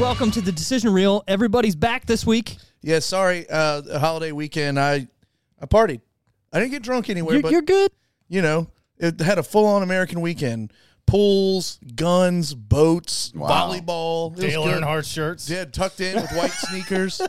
Welcome to the Decision Reel. Everybody's back this week. Yeah, sorry. Uh, the holiday weekend, I I partied. I didn't get drunk anywhere, You're, but you're good. you know, it had a full on American weekend. Pools, guns, boats, volleyball. It was Dale good. Earnhardt shirts. Yeah, tucked in with white sneakers.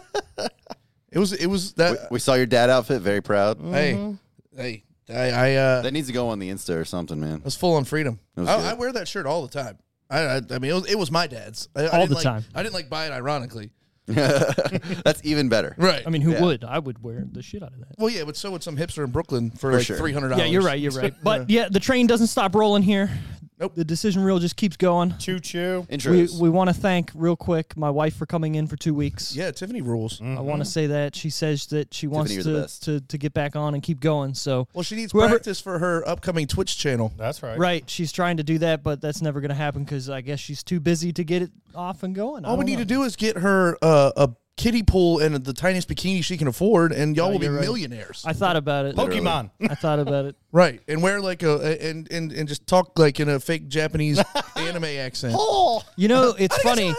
It was. It was that. We saw your dad outfit. Very proud. Mm, hey, Mm-hmm. hey, I, I uh, That needs to go on the Insta or something, man. I was full on freedom. was I, good. I wear that shirt all the time. I, I, I mean, it was, it was my dad's. I, I All didn't the like- time. I didn't like buy it ironically. That's even better. Right. I mean, who would? I would wear the shit out of that. well, yeah, but so would some hipster in Brooklyn for, like sure. three hundred dollars. Yeah, you're right. You're right. But yeah, the train doesn't stop rolling here. Nope. The Decision Reel just keeps going. Choo choo. We, Intros. we want to thank real quick my wife for coming in for two weeks. Yeah, Mm-hmm. Tiffany rules. I want to say that she says that she you're the wants best. to, to to get back on and keep going. So Well, she needs Whoever- practice for her upcoming Twitch channel. That's right. right, she's trying to do that, but that's never going to happen because I guess she's too busy to get it off and going. I All we don't know. need to do is get her uh, a kiddie pool and the tiniest bikini she can afford, and y'all will be you're right. millionaires. I thought about it. Pokemon. I thought about it. right, and wear like a a- and and and just talk like in a fake Japanese anime accent. Oh, You know, it's funny.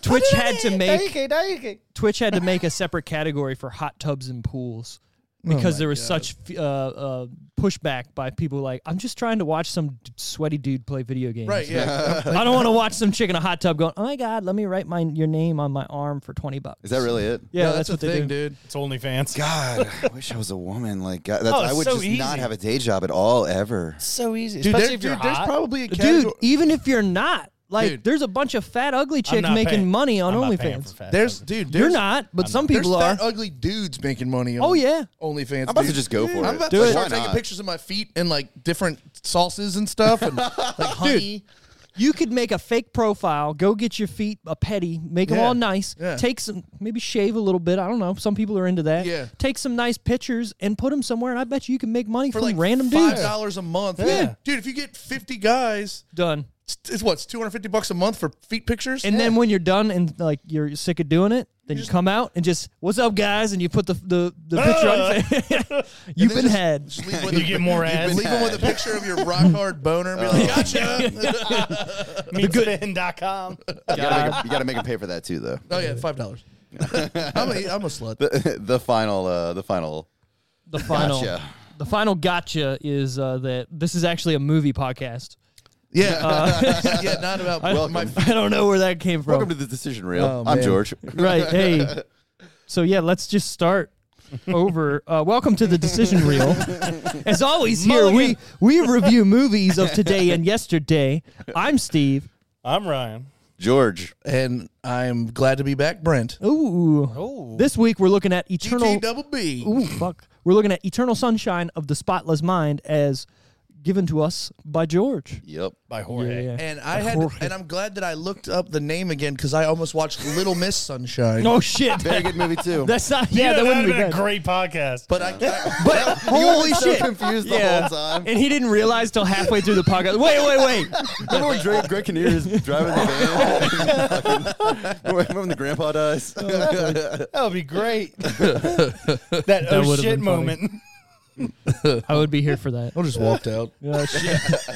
Twitch had to make make. Twitch had to make a separate category for hot tubs and pools Oh because there was such f- uh, uh, pushback by people like, I'm just trying to watch some d- sweaty dude play video games. Right, yeah. I don't want to watch some chick in a hot tub going, oh my God, let me write my your name on my arm for 20 bucks. Is that really it? Yeah, No, that's, what the they thing, do. dude. It's OnlyFans. God, I wish I was a woman. Like God, that's, Oh, it's I would so just not easy. have a day job at all ever. so easy. Dude, there- Especially if you're dude, there's hot. probably a Dude, category. even if you're not, like, Dude. there's a bunch of fat, ugly I'm chicks not making paying- money on I'm not paying OnlyFans. for fat there's photos. dude. There's, You're not, but some There's people are. fat, ugly dudes making money. On Oh, yeah. OnlyFans. I'm about to dude. just go for I'm it. about Do to it. start Why taking not? pictures of my feet and like different sauces and stuff, and like honey. You could make a fake profile, go get your feet a petty, make them Yeah, all nice, yeah. take some, maybe shave a little bit. I don't know. Some people are into that. Yeah. Take some nice pictures and put them somewhere, and I bet you, you can make money for from like random five dudes. dollars a month. Yeah. dude, if you get fifty guys, Done. it's, it's what it's two hundred fifty bucks a month for feet pictures. And then when you're done and like you're sick of doing it, then you come out and just what's up, guys, and you put the the, the picture on. Your face. You've been just- had. Just leave with a- You get more ads. Oh. leave them with a picture of your rock hard boner and be like, gotcha. Meetspin.com. You gotta, make 'em- you gotta make him pay for that too, though. oh yeah, five dollars. I'm a, I'm a slut. The, the final, uh, the final. The final Gotcha. the final gotcha is uh, that this is actually a movie podcast. Yeah, yeah, not about Welcome. my. I don't know where that came from. Welcome to the decision reel. Oh, I'm man. George. Right. Hey. So yeah, let's just start over. Uh, welcome to the decision reel. As always, here we we review movies of today and yesterday. I'm Steve. I'm Ryan. George. And I'm glad to be back, Brent. Ooh. Oh. This week we're looking at Eternal. GT double B. Ooh, fuck. We're looking at Eternal Sunshine of the Spotless Mind as given to us by George. Yep. By Jorge. And I had, and I'm glad that I looked up the name again because I almost watched Little Miss Sunshine. Oh shit. Very good movie too. That's not. Yeah, that that wouldn't be would have been bad. a great podcast. but I, I But holy so shit. confused the whole time. And he didn't realize till halfway through the podcast. Wait, wait, wait. Remember when Greg, Greg Kinnear is driving the van? Remember when the grandpa dies? Oh. That would be great. that oh would've shit been funny. moment. I would be here for that. just walked out. Oh,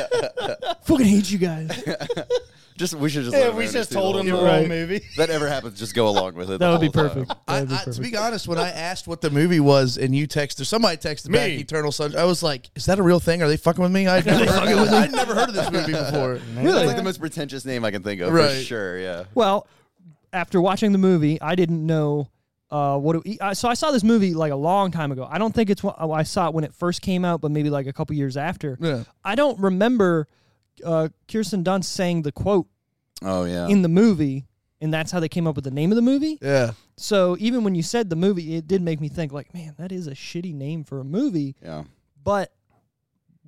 Fucking hate you guys. just we should just. Yeah, let we Randers just do the told whole him the thing. wrong Right. movie. That ever happens. Just go along with it. That the would be whole perfect. time. That I, would be I, to perfect. be honest, when I asked what the movie was and you texted, somebody texted back Me. Eternal Sunshine, I was like, is that a real thing? Are they fucking with me? I'd never, heard, I'd never heard of this movie before. That's like the most pretentious name I can think of. For Right. sure. Yeah. Well, after watching the movie, I didn't know uh, what. It, I, so I saw this movie like a long time ago. I don't think it's one- oh, I saw it when it first came out, but maybe like a couple years after. Yeah. I don't remember uh, Kirsten Dunst saying the quote Oh yeah. in the movie, and that's how they came up with the name of the movie. Yeah. So even when you said the movie, it did make me think like, man, that is a shitty name for a movie. yeah. But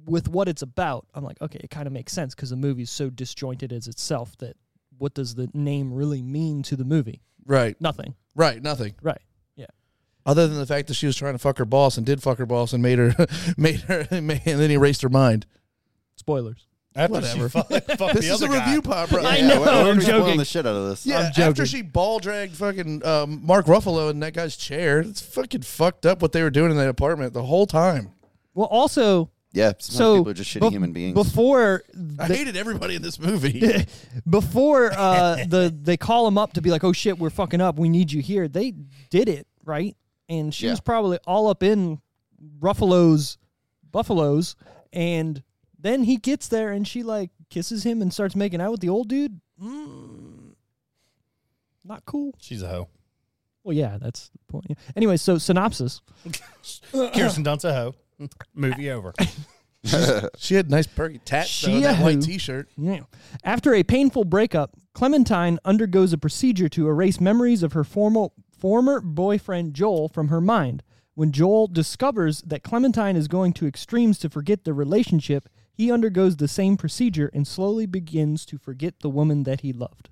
with what it's about, I'm like, okay, it kind of makes sense because the movie's so disjointed as itself that what does the name really mean to the movie? Right. Nothing. Right. Nothing. Right. Yeah. Other than the fact that she was trying to fuck her boss and did fuck her boss and made her made her and then erased her mind. Spoilers. After Whatever. she fuck, fuck This the is other a review guy. pop, bro. I know, we're- we're I'm gonna be spoiling joking. the shit out of this. Um, Yeah, I'm after joking. she ball dragged fucking um, Mark Ruffalo in that guy's chair, it's fucking fucked up what they were doing in that apartment the whole time. Well, also, Yeah, some so people are just shitty bef- human beings. Before I the, hated everybody in this movie. before uh, the they call him up to be like, oh shit, we're fucking up. We need you here. They did it right, and she Yeah. was probably all up in Ruffalo's buffaloes, and then he gets there and she like kisses him and starts making out with the old dude. Mm. Not cool. She's a hoe. Well, yeah, that's the point. Yeah. Anyway, so synopsis. Kirsten Dunst a hoe. Movie over. she had nice perky tats though, She and a that white who. t-shirt. Yeah. After a painful breakup, Clementine undergoes a procedure to erase memories of her formal, former boyfriend Joel from her mind. When Joel discovers that Clementine is going to extremes to forget the relationship, he undergoes the same procedure and slowly begins to forget the woman that he loved.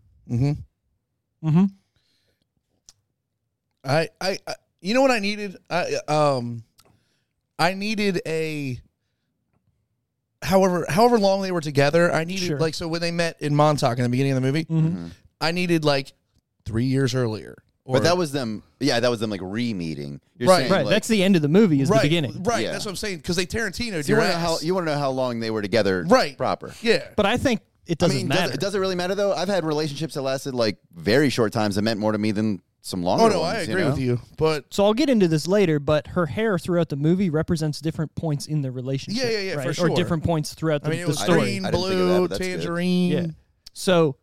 I, I, I you know what I needed? I um I needed a however however long they were together, I needed Sure. Mm-hmm. like so when they met in Montauk in the beginning of the movie, Mm-hmm. I needed like 3 years earlier. Or but that was them. Yeah, that was them like re-meeting. You're Right. saying, Right. like, that's the end of the movie, is right, the beginning. Right, Yeah. that's what I'm saying cuz they Tarantino You want to know how you want to know how long they were together? Right. Proper. Yeah. But I think it I doesn't mean, matter. does, does it really matter though? I've had relationships that lasted like very short times that meant more to me than some longer. Oh no, I ones, agree know? with you. But so I'll get into this later, but her hair throughout the movie represents different points in the relationship. Yeah, yeah, yeah, for right? Or sure. different points throughout the, I mean, it the was I didn't- story. green, I didn't think of that, blue, but that's good. tangerine. Yeah. So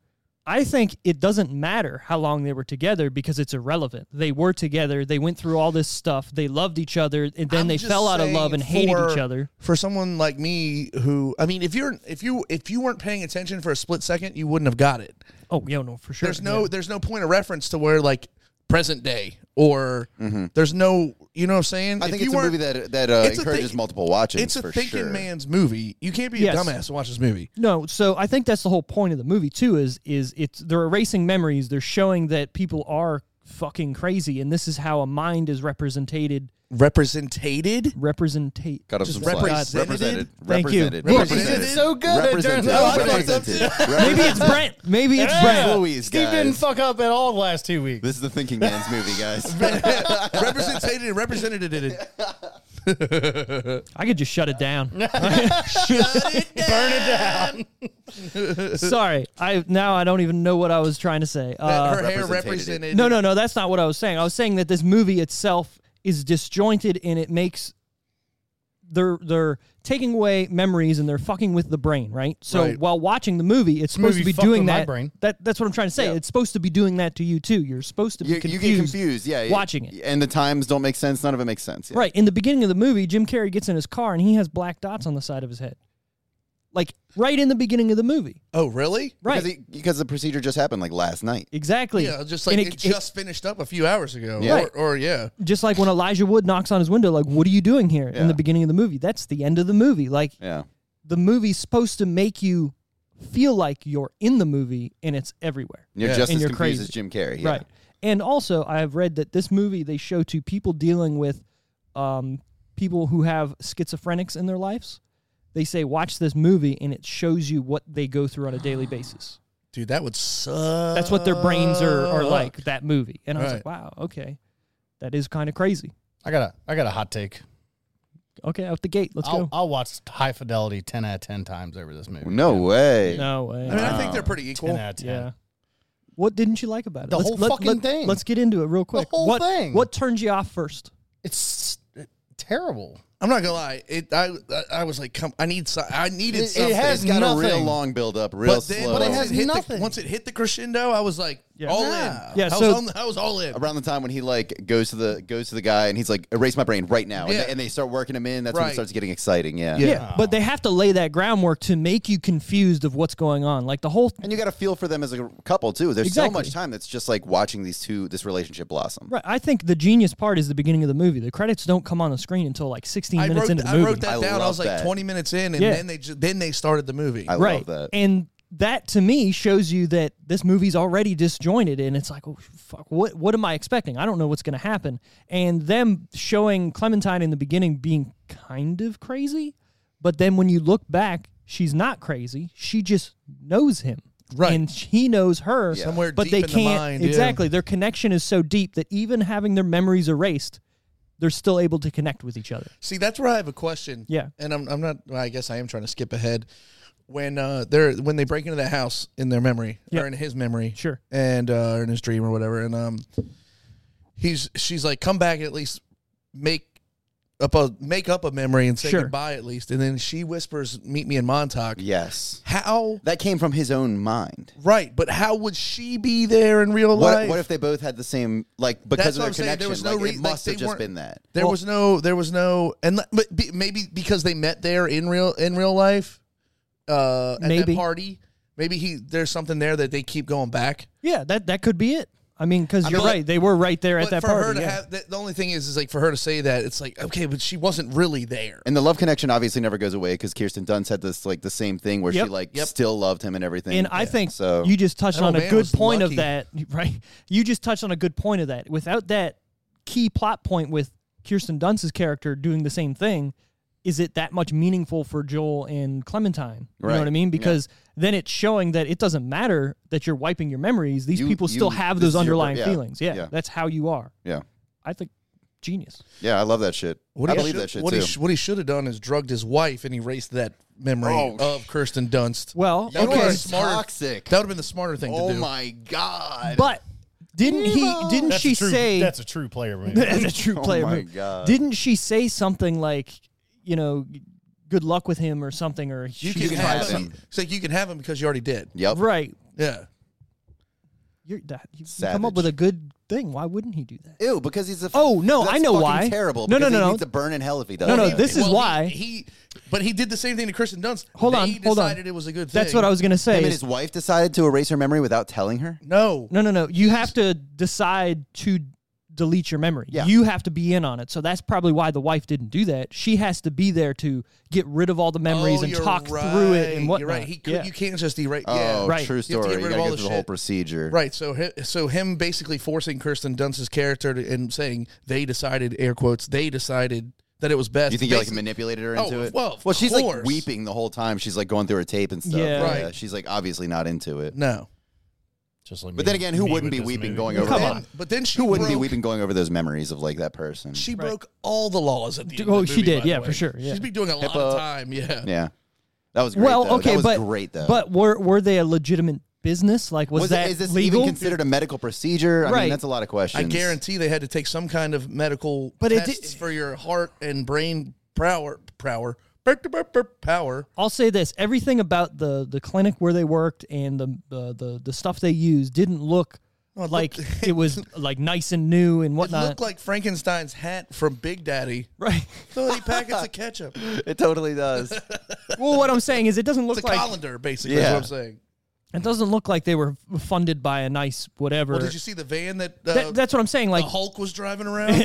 I think it doesn't matter how long they were together because it's irrelevant. They were together. They went through all this stuff. They loved each other, and then I'm they just fell out of saying love and hated for- each other. For someone like me, who I mean, if you're if you if you weren't paying attention for a split second, you wouldn't have got it. Oh, yeah, no, for sure. There's no Yeah. there's no point of reference to where like present day or there's no you know what I'm saying. Mm-hmm. I If think you it's a weren't- movie that that uh, It's a encourages think- multiple watching. it's a for thinking sure. man's movie. You can't be Yes. a dumbass to watch this movie. No, so I think that's the whole point of the movie too. Is is it's they're erasing memories. They're showing that people are fucking crazy, and this is how a mind is represented. Representated. Representate. Got him Just some slack. represented. Represented. Thank you. Represented. Look, Represented. it's so good, it Represented. turns out. Represented. Maybe it's Brent. Maybe it's Brent. Louise, Steve guys. didn't fuck up at all the last two weeks. This is the thinking man's movie, guys. representated and represented it. I could just shut it down. Burn it down. Sorry, I now I don't even know what I was trying to say. Uh, Her hair Representated. represented. No, no, no. That's not what I was saying. I was saying that this movie itself is disjointed and it makes they're they're taking away memories and they're fucking with the brain, right? So Right. while watching the movie, it's supposed movie to be fucked doing with my that. brain. That that's what I'm trying to say. It's supposed to be doing that to you too. You're supposed to be You, you confused. get confused, yeah. watching it. and the times don't make sense. None of it makes sense. Yeah. Right. In the beginning of the movie, Jim Carrey gets in his car and he has black dots on the side of his head. Like right in the beginning of the movie. Oh really? Right. Because, he- because the procedure just happened like last night. exactly. Yeah, just like And it, just finished up a few hours ago. Yeah. Or, or yeah. just like when Elijah Wood knocks on his window, like, what are you doing here in Yeah. the beginning of the movie? That's the end of the movie. Like, Yeah. the movie's supposed to make you feel like you're in the movie and it's everywhere. You're Yeah. just And as you're confused crazy. as Jim Carrey. yeah. Right. And also, I have read that this movie they show to people dealing with um, people who have schizophrenics in their lives. They say, watch this movie and it shows you what they go through on a daily basis. Dude, that would suck. That's what their brains are, Uh, are like, that movie. And I was Right. like, wow, okay. That is kind of crazy. I got a I got a hot take. Okay, out the gate. Let's I'll, go. I'll watch High Fidelity ten out of ten times over this movie. No way. no way. I mean, I think they're pretty equal. ten out of ten. Yeah. What didn't you like about it? The whole fucking thing. Let's get into it real quick. whole what, thing. What turns you off first? It's terrible. I'm not gonna lie. It, I, I- I was like, come, I need, so, I needed It- it something. has It's got a real nothing. long build up, real but then, slow. once it has hit the, nothing. once it hit the crescendo, I was like, all in. Yeah, I was, so- on- I was all in. around the time when he like goes to the goes to the guy and he's like erase my brain right now and, Yeah. they, and they start working him in that's when Right. it starts getting exciting yeah But they have to lay that groundwork to make you confused of what's going on. Like the whole and you got to feel for them as a couple too there's so Exactly. much time that's just like watching these two this relationship blossom Right. I think the genius part is the beginning of the movie. The credits don't come on the screen until like 60 16 I minutes wrote, into the I movie. wrote that I down. I love was like that. 20 minutes in, and Yeah. then they just, then they started the movie. I right. love that. And that to me shows you that this movie's already disjointed and it's like, oh, fuck, what, what am I expecting? I don't know what's going to happen. And them showing Clementine in the beginning being kind of crazy, but then when you look back, she's not crazy. She just knows him. Right. And he knows her. Somewhere but deep they in the can't mind, yeah. exactly. Their connection is so deep that even having their memories erased, they're still able to connect with each other. See, that's where I have a question. Yeah. and I'm, I'm not. well, I guess I am trying to skip ahead. When uh, they're when they break into that house in their memory Yeah. or in his memory, Sure. and uh, or in his dream or whatever, and um, he's she's like, come back and at least make up a make up a memory and say Sure. goodbye at least, and then she whispers, "Meet me in Montauk." yes, How that came from his own mind. right? But how would she be there in real What, life? what if they both had the same like because That's what I'm of their saying. There connection? was no like, rea- it like, must they have just weren't- been that. There was no, there was no, and le- but be, maybe because they met there in real in real life, uh, at Maybe. that party. Maybe he there's something there that they keep going back. Yeah, that, that could be it. I mean, because you're mean, right. They were right there at But that for party. her to yeah. have the, the only thing is is like for her to say that it's like okay, but she wasn't really there. And the love connection obviously never goes away because Kirsten Dunst had this like the same thing where Yep. she like Yep. still loved him and everything. And I think so. you just touched That on old a man good was point lucky. of that, right? You just touched on a good point of that. Without that key plot point with Kirsten Dunst's character doing the same thing, is it that much meaningful for Joel and Clementine? You know what I Right. mean? Yeah. Because then it's showing that it doesn't matter that you're wiping your memories. These You- people still you- have this those is your- underlying yeah. feelings. Yeah, Yeah. that's how you are. yeah, I think genius. yeah, I love that shit. I believe that shit what too. He sh- what he should have done is drugged his wife and erased that memory Oh, of Kirsten Dunst. Well, You okay. are Smarter- toxic. that would have been the smarter thing oh to do. my god! but didn't he? Didn't That's she a true, say that's a true player move? as a true Oh player. my move. God. Didn't she say something like, you know, good luck with him or something? Or you she can tried have something. him. It's like you can have him because you already did. yep, Right. Yeah. You're, that, you you come up Savage. with a good thing. Why wouldldn't he do that? Ew, because he's a. Oh, no, that's I know fucking why. Terrible. No, no, because no, He no. needs to burn in hell if he does. No, no, that. this is Well, he- why. he, But he did the same thing to Kristen Dunst. hold They on, hold on. Decided it was a good thing. That's what I was gonna say. Him is- and his wife decided to erase her memory without telling her. No, no, no, no. You have to decide to delete your memory. Yeah. You have to be in on it. So that's probably why the wife didn't do that. She has to be there to get rid of all the memories Oh, and you're talk through it right. and whatnot. You're right. He could, yeah. You can't just erase. Oh, yeah. Right. You true have to story. get You, rid of gotta all go the through the whole shit. procedure. Right. So, hi- so him basically forcing Kirsten Dunst's character to, and saying they decided air quotes they decided that it was best. You think you like Basi- manipulated her Oh, into it? well, of well, she's course. like weeping the whole time. She's like going through her tape and stuff. Yeah. Right. She's like obviously not into it. No. Just like But me- then again, who me wouldn't be with this weeping movie. going Well, over come that? on. And, but then she Who wouldn't broke, be weeping going over those memories of like that person? She broke all the laws at the end. Oh, of the she movie, did. by the Yeah, way. for sure. Yeah. She's been doing a lot HIPAA. of time. Yeah. yeah, that was great, well, though. okay, that was but great though. But were were they a legitimate business? Like, was, was that it, is this legal? even considered a medical procedure? I Right. mean, that's a lot of I questions. guarantee they had to take some kind of medical But it tests did- for your heart and brain power. Power. burp, burp, burp, Power. I'll say this: everything about the the clinic where they worked and the the the, the stuff they used didn't look like it was like nice and new and It whatnot. looked like Frankenstein's hat from Big Daddy. right. 30 packets of ketchup. It's it totally does. Well, what I'm saying is, it doesn't look a like colander, basically, is Yeah. what I'm saying. it doesn't look like they were funded by a nice whatever. Well, did you see the van that, uh, That- that's what I'm saying. Like the Hulk was driving around?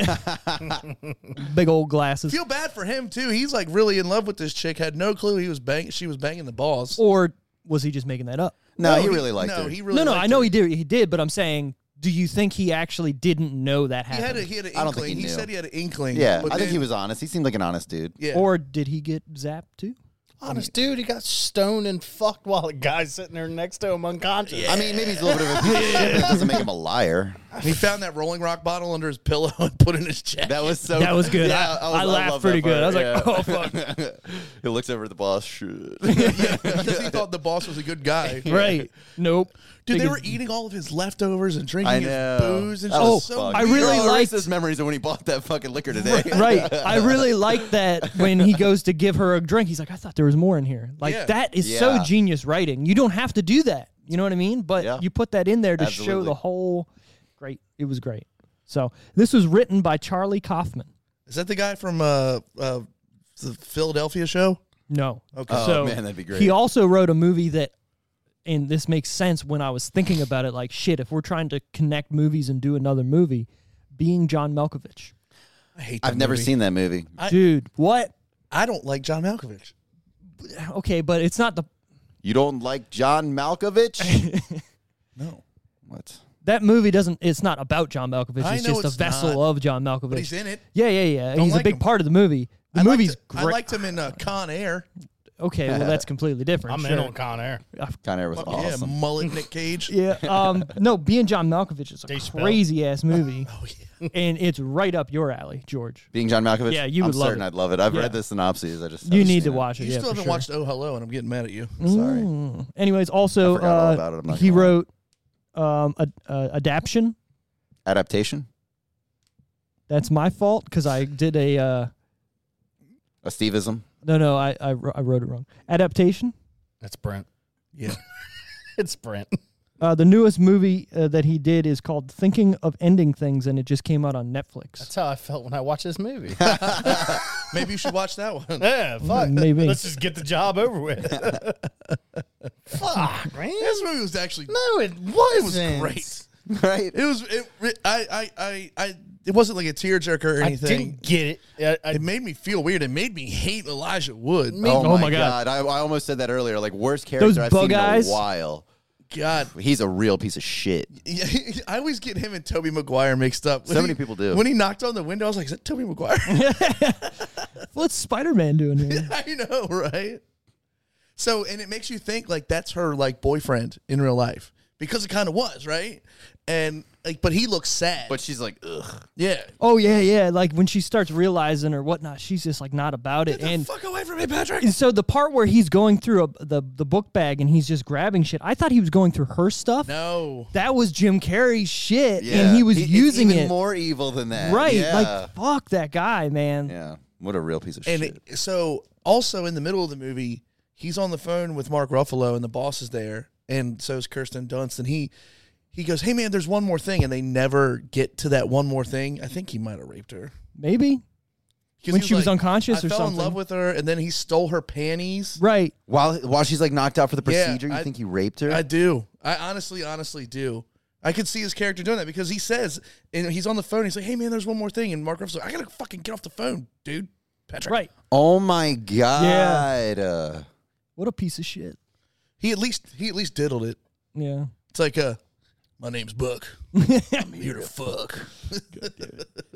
big old glasses, Feel bad for him, too. He's like really in love with this chick, had no clue he was bang- she was banging the balls. or was he just making that up? No, he really liked no, her. He really no, no, liked I know her. he did. He did, but I'm saying, do you think he actually didn't know that He happened? had, a, he had an inkling. I don't think he he knew. said he had an inkling. yeah, but I think then- he was honest. He seemed like an honest dude. Yeah. Or did he get zapped too? Honest dude, he got stoned and fucked while a guy's sitting there next to him unconscious. I mean, maybe he's a little bit of a piece of shit, but that doesn't make him a liar. he found that Rolling Rock bottle under his pillow and put it in his jacket. That was so. That was good. Yeah, I- was- I laughed love pretty that good. I part, was like, oh, yeah. he looks over at the boss. Shit. yeah, because he thought the boss was a good guy. Right. Nope. Dude, they Because- were eating all of his leftovers and drinking I his know. booze and That shit. was So fucked. I weird. really Girl, liked- erase his memories of when he bought that fucking liquor today. right. I really like that when he goes to give her a drink, he's like, I thought there was more in here. Like Yeah. that is so Yeah. genius writing. You don't have to do that. You know what I mean? But Yeah. you put that in there to show Absolutely. the whole great. It was great. So this was written by Charlie Kaufman. Is that the guy from uh, uh, the Philadelphia show? No. Okay. Oh, so man, that'd be great. He also wrote a movie that and this makes sense when I was thinking about it, like shit, if we're trying to connect movies and do another movie, being John Malkovich. I hate. That I've never movie. seen that movie. I- dude. What? I don't like John Malkovich. Okay, but it's not the You don't like John Malkovich? No, what? that movie doesn't. It's not about John Malkovich. I It's know just a it's vessel not, of John Malkovich. but he's in it. yeah, yeah, yeah. Don't He's a like big him. part of the movie. The I movie's liked, great. I liked him in uh, Con Air. okay, well that's completely different. I'm sure. in on Con Air. Con Air was awesome. Yeah, mullet Nick Cage. Yeah. Um. no, being John Malkovich is They a spell. crazy ass movie, Oh, and it's right up your alley, George. Being John Malkovich, Yeah, you I'm would love certain it. I'd love it. I've Yeah. read the synopses. I just you need haven't seen to it. watch it. You yeah, still for haven't sure. watched Oh Hello, and I'm getting mad at you. Sorry, Anyways, also I forgot all uh, about it. I'm not he gonna lie. wrote um a, a adaption. adaptation. That's my fault because I did a uh, A Steveism. no no I, I wr- I wrote it wrong adaptation. That's Brent. Yeah, It's Brent. Uh, the newest movie uh, that he did is called Thinking of Ending Things, and it just came out on Netflix. That's how I felt when I watched this movie. maybe you should watch that one. yeah, fuck. Maybe. Let's just get the job over with. fuck, man. This movie was actually No, it it was wasn't. great. Right. It was it, it- I, I I I it wasn't like a tearjerker or I anything. didn't get it. I, I, it made me feel weird. It made me hate Elijah Wood. Oh, Oh my, my God. god. I, I almost said that earlier. Like worst character I've bug seen eyes. in a while. God, He's a real piece of shit. Yeah, I always get him and Toby Maguire mixed up. When So many he- people do. When he knocked on the window, I was like, "Is that Toby Maguire?" What's Spider Man doing here? I know, right? So, and it makes you think like that's her like boyfriend in real life because it kind of was, right? And like, but he looks sad. But she's like, ugh. yeah, oh yeah yeah, like when she starts realizing or whatnot, she's just like not about it. get the and fuck away from me, Patrick. And so the part where he's going through a, the the book bag and he's just grabbing shit, I thought he was going through her stuff. No, That was Jim Carrey's shit, and he was using it's even it. more evil than that. right, Yeah. like fuck that guy, man. yeah. What a real piece of and shit. it, so also in the middle of the movie, he's on the phone with Mark Ruffalo, and the boss is there, and so is Kirsten Dunst, and he. He goes, hey man, there's one more thing, and they never get to that one more thing. I think he might have raped her. Maybe 'Cause When he she was unconscious I or fell something." in love with her, and then he stole her panties. right. while while she's like knocked out for the Yeah, procedure, you I- think he raped her? I do. I honestly, honestly do. I could see his character doing that because he says, and he's on the phone. He's like, "Hey man, there's one more thing." And Mark Ruffalo's like, "I gotta fucking get off the phone, dude." Patrick. Right. oh my god. Uh, What a piece of shit. He at least he at least diddled it. Yeah. It's like uh my name's Buck. I'm here to fuck.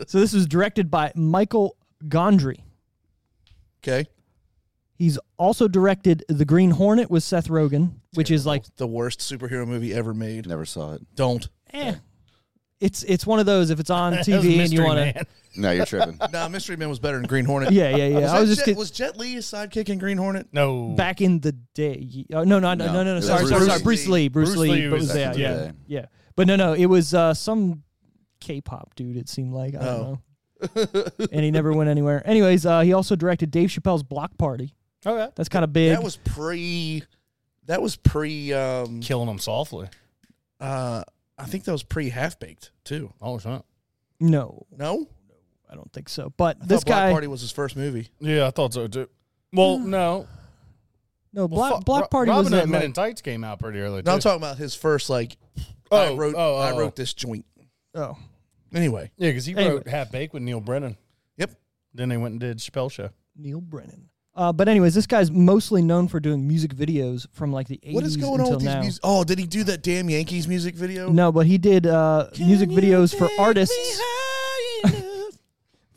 So this was directed by Michael Gondry. Okay. He's also directed The Green Hornet with Seth Rogen, which is like The worst superhero movie ever made. never saw it. Don't. eh. It's it's one of those if it's on that was TV and you Mystery want to Man. No, you're tripping. Nah, Mystery Man was better than Green Hornet. Yeah, yeah, yeah. Was, I was that just Jet, get- was Jet Lee his sidekick in Green Hornet? No. back in the day. Oh, no, no, no, no, no, no. It was Sorry, sorry, Bruce sorry. Bruce Lee. Lee. Bruce, Bruce Lee, Lee was, was that. back in Yeah, the day. yeah. But no, no, it was uh, some K-pop dude. It seemed like I don't Oh. know. and he never went anywhere. Anyways, uh, he also directed Dave Chappelle's Block Party. Okay. That's kind of big. That was pre. That was pre. Um, Killing them softly. uh, I think that was pre half baked too. Oh, it's not. no, No, I don't think so. But I this thought Black guy, Party was his first movie. Yeah, I thought so too. Well, no. no, Well, Block fuck, Ro- Block Party Robin was Hood that. Men like- in Tights came out pretty early. No, I'm too. talking about his first like. I Oh, wrote. oh, I oh, wrote oh. this joint. oh, Anyway, Yeah, because he Anyway. wrote Half Baked with Neil Brennan. Yep. Then they went and did Chappelle Show. Neil Brennan. Uh, but anyways, this guy's mostly known for doing music videos from like the 80s what is going on until with these oh. now. music? Oh, did he do that damn Yankees music video? No, but he did uh, music videos for artists.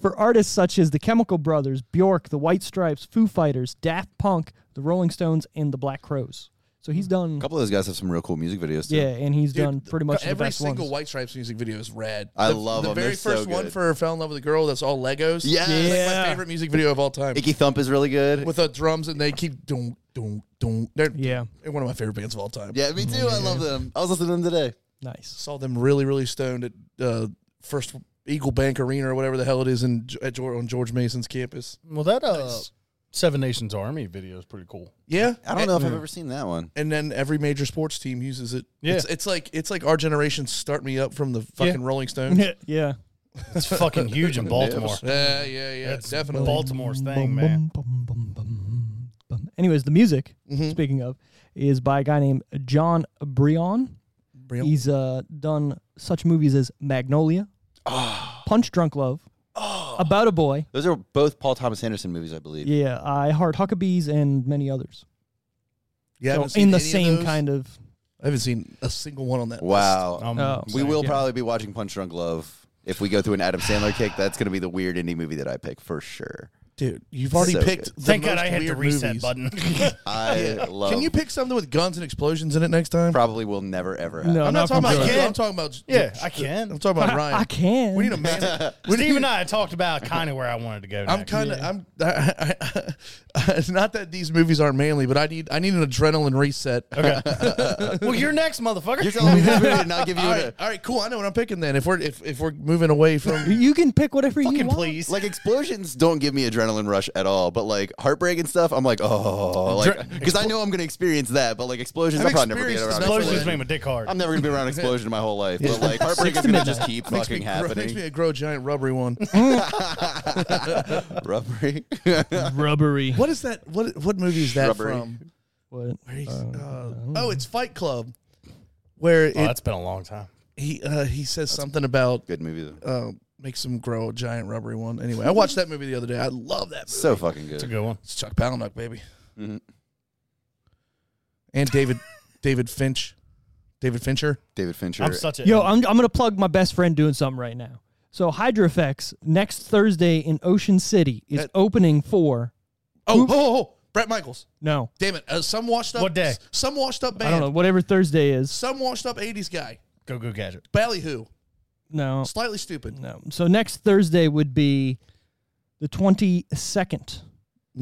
for artists such as the Chemical Brothers, Bjork, the White Stripes, Foo Fighters, Daft Punk, the Rolling Stones, and the Black Crows. So Hmm. he's done, A couple of those guys have some real cool music videos too. yeah, and he's Dude, done pretty much the every best single ones. White Stripes music video is rad. I the, love the them. very They're so first one good. for "Fell in Love with a Girl." That's all Legos. Yes. It's like Yeah. my favorite music video of all time. Icky Thump is really good. With the drums and they keep doom doom doom. They're yeah, they're one of my favorite bands of all time. yeah, me too. I love them. I was listening to them today. nice. saw them really really stoned at uh, First Eagle Bank Arena or whatever the hell it is in at George, on George Mason's campus. Well, that uh, Seven Nations Army video is pretty cool. Yeah, I don't know if I've ever seen that one. And then every major sports team uses it. Yeah. it's, it's like it's like our generation start me up from the fucking Rolling Stones. yeah, yeah. It's fucking huge in Baltimore. yeah, yeah, It's definitely. Baltimore's Bum, thing, Oh, man. Mm-hmm. bum, bum, bum, bum. Anyways, the music, speaking of, is by a guy named John Brion. Brion. Ah. He's uh, done such movies as Magnolia, Punch Drunk Love, about a boy. Those are both Paul Thomas Anderson movies, I believe. Yeah, I Heart Huckabees and many others. Yeah, So in the same kind of. I haven't seen a single one on that. Wow. Um, Oh. we will yeah. probably be watching Punch Drunk Love. If we go through an Adam Sandler kick, that's going to be the weird indie movie that I pick for sure. list. dude, you've already So picked. good. The Thank most God I hit the weird reset movies. button. I love. Can you pick something with guns and explosions in it next time? Probably will never ever happen. No, I'm not, talking from about Joe. you. I'm talking about yeah, I can. I'm talking about Ryan. I can. We need a man. we Steve need, and I talked about kind of where I wanted to go. I'm next. kind of. I'm. I, I, it's not that these movies aren't manly, but I need. I need an adrenaline reset. Okay. well, you're next, motherfucker. You're telling me this movie did not give you All a, right, all right, cool. I know what I'm picking then. If we're if, if we're moving away from You can pick whatever you fucking want. please. like explosions don't give me adrenaline rush at all, but like heartbreak and stuff, I'm like oh, like because I know I'm gonna experience that, but like explosions, I've I'll probably never be experienced around. nothing. explosions made my dick hard. I'm never gonna be around explosion in my whole life, but like heartbreak is gonna just keep makes me, fucking grow, makes me happening. a grow giant rubbery one. Rubbery. Rubbery. what is that? What what movie is that Shrubbery. from? What? Where he's, uh, oh, it's Fight Club, where oh, it, that's been a long time. he uh, he says something about Good movie though. uh, makes him grow a giant rubbery one. Anyway, I watched that movie the other day. I love that. Movie. So fucking It's a good. good one. It's Chuck Palahniuk, baby, Mm-hmm. and David David Finch, David Fincher. David Fincher. I'm such a Yo, I'm, I'm going to plug my best friend doing something right now. So, Hydra Effects next Thursday in Ocean City is That- opening for. Oh, oh, oh, oh, Brett Michaels. No, Damn it! Uh, some washed up. What day? Some washed up I band. don't know. Whatever Thursday is. Some washed up '80s guy. go go gadget. Ballyhoo. No, Slightly stupid. no. So, next Thursday would be the 22nd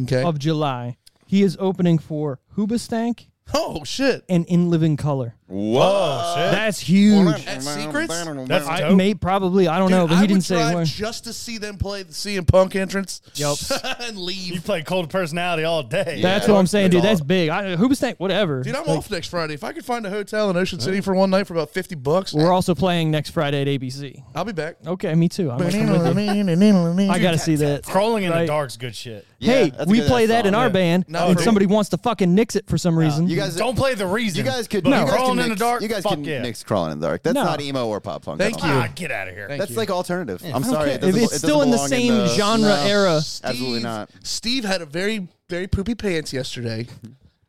Okay. of July. He is opening for Hoobastank Oh shit. and In Living Color. Whoa. Oh, That's huge. At Secrets? That's I dope. may probably I don't know, Oh, but Dude, he I didn't would say drive when. Just to see them play the CM Punk entrance. Yup. and You leave. play cold personality all day. Yeah. That's what I'm saying, dude. That's That's big. I, Hoobastank, whatever. Dude, I'm Like, off next Friday. If I could find a hotel in Ocean City for one night for about fifty bucks, We're also playing next Friday at ABC. I'll be back. Okay, me too. I'm gonna come with you. I I gotta see that. Crawling in Right. the dark's good shit. Hey, we play that in our band, No, and dude. somebody wants to fucking nix it for some reason. You guys Don't play the reason. You guys could But you guys crawling can in the mix- dark. You guys fuck can yeah. mix crawling in the dark. That's No. not emo or pop punk. at Thank all. you. Ah, get out of here. Thank That's you. like alternative. I'm I don't sorry. care. it doesn't- If it's it doesn't still in the belong same genre era. Absolutely not. Steve had a very, very poopy pants yesterday.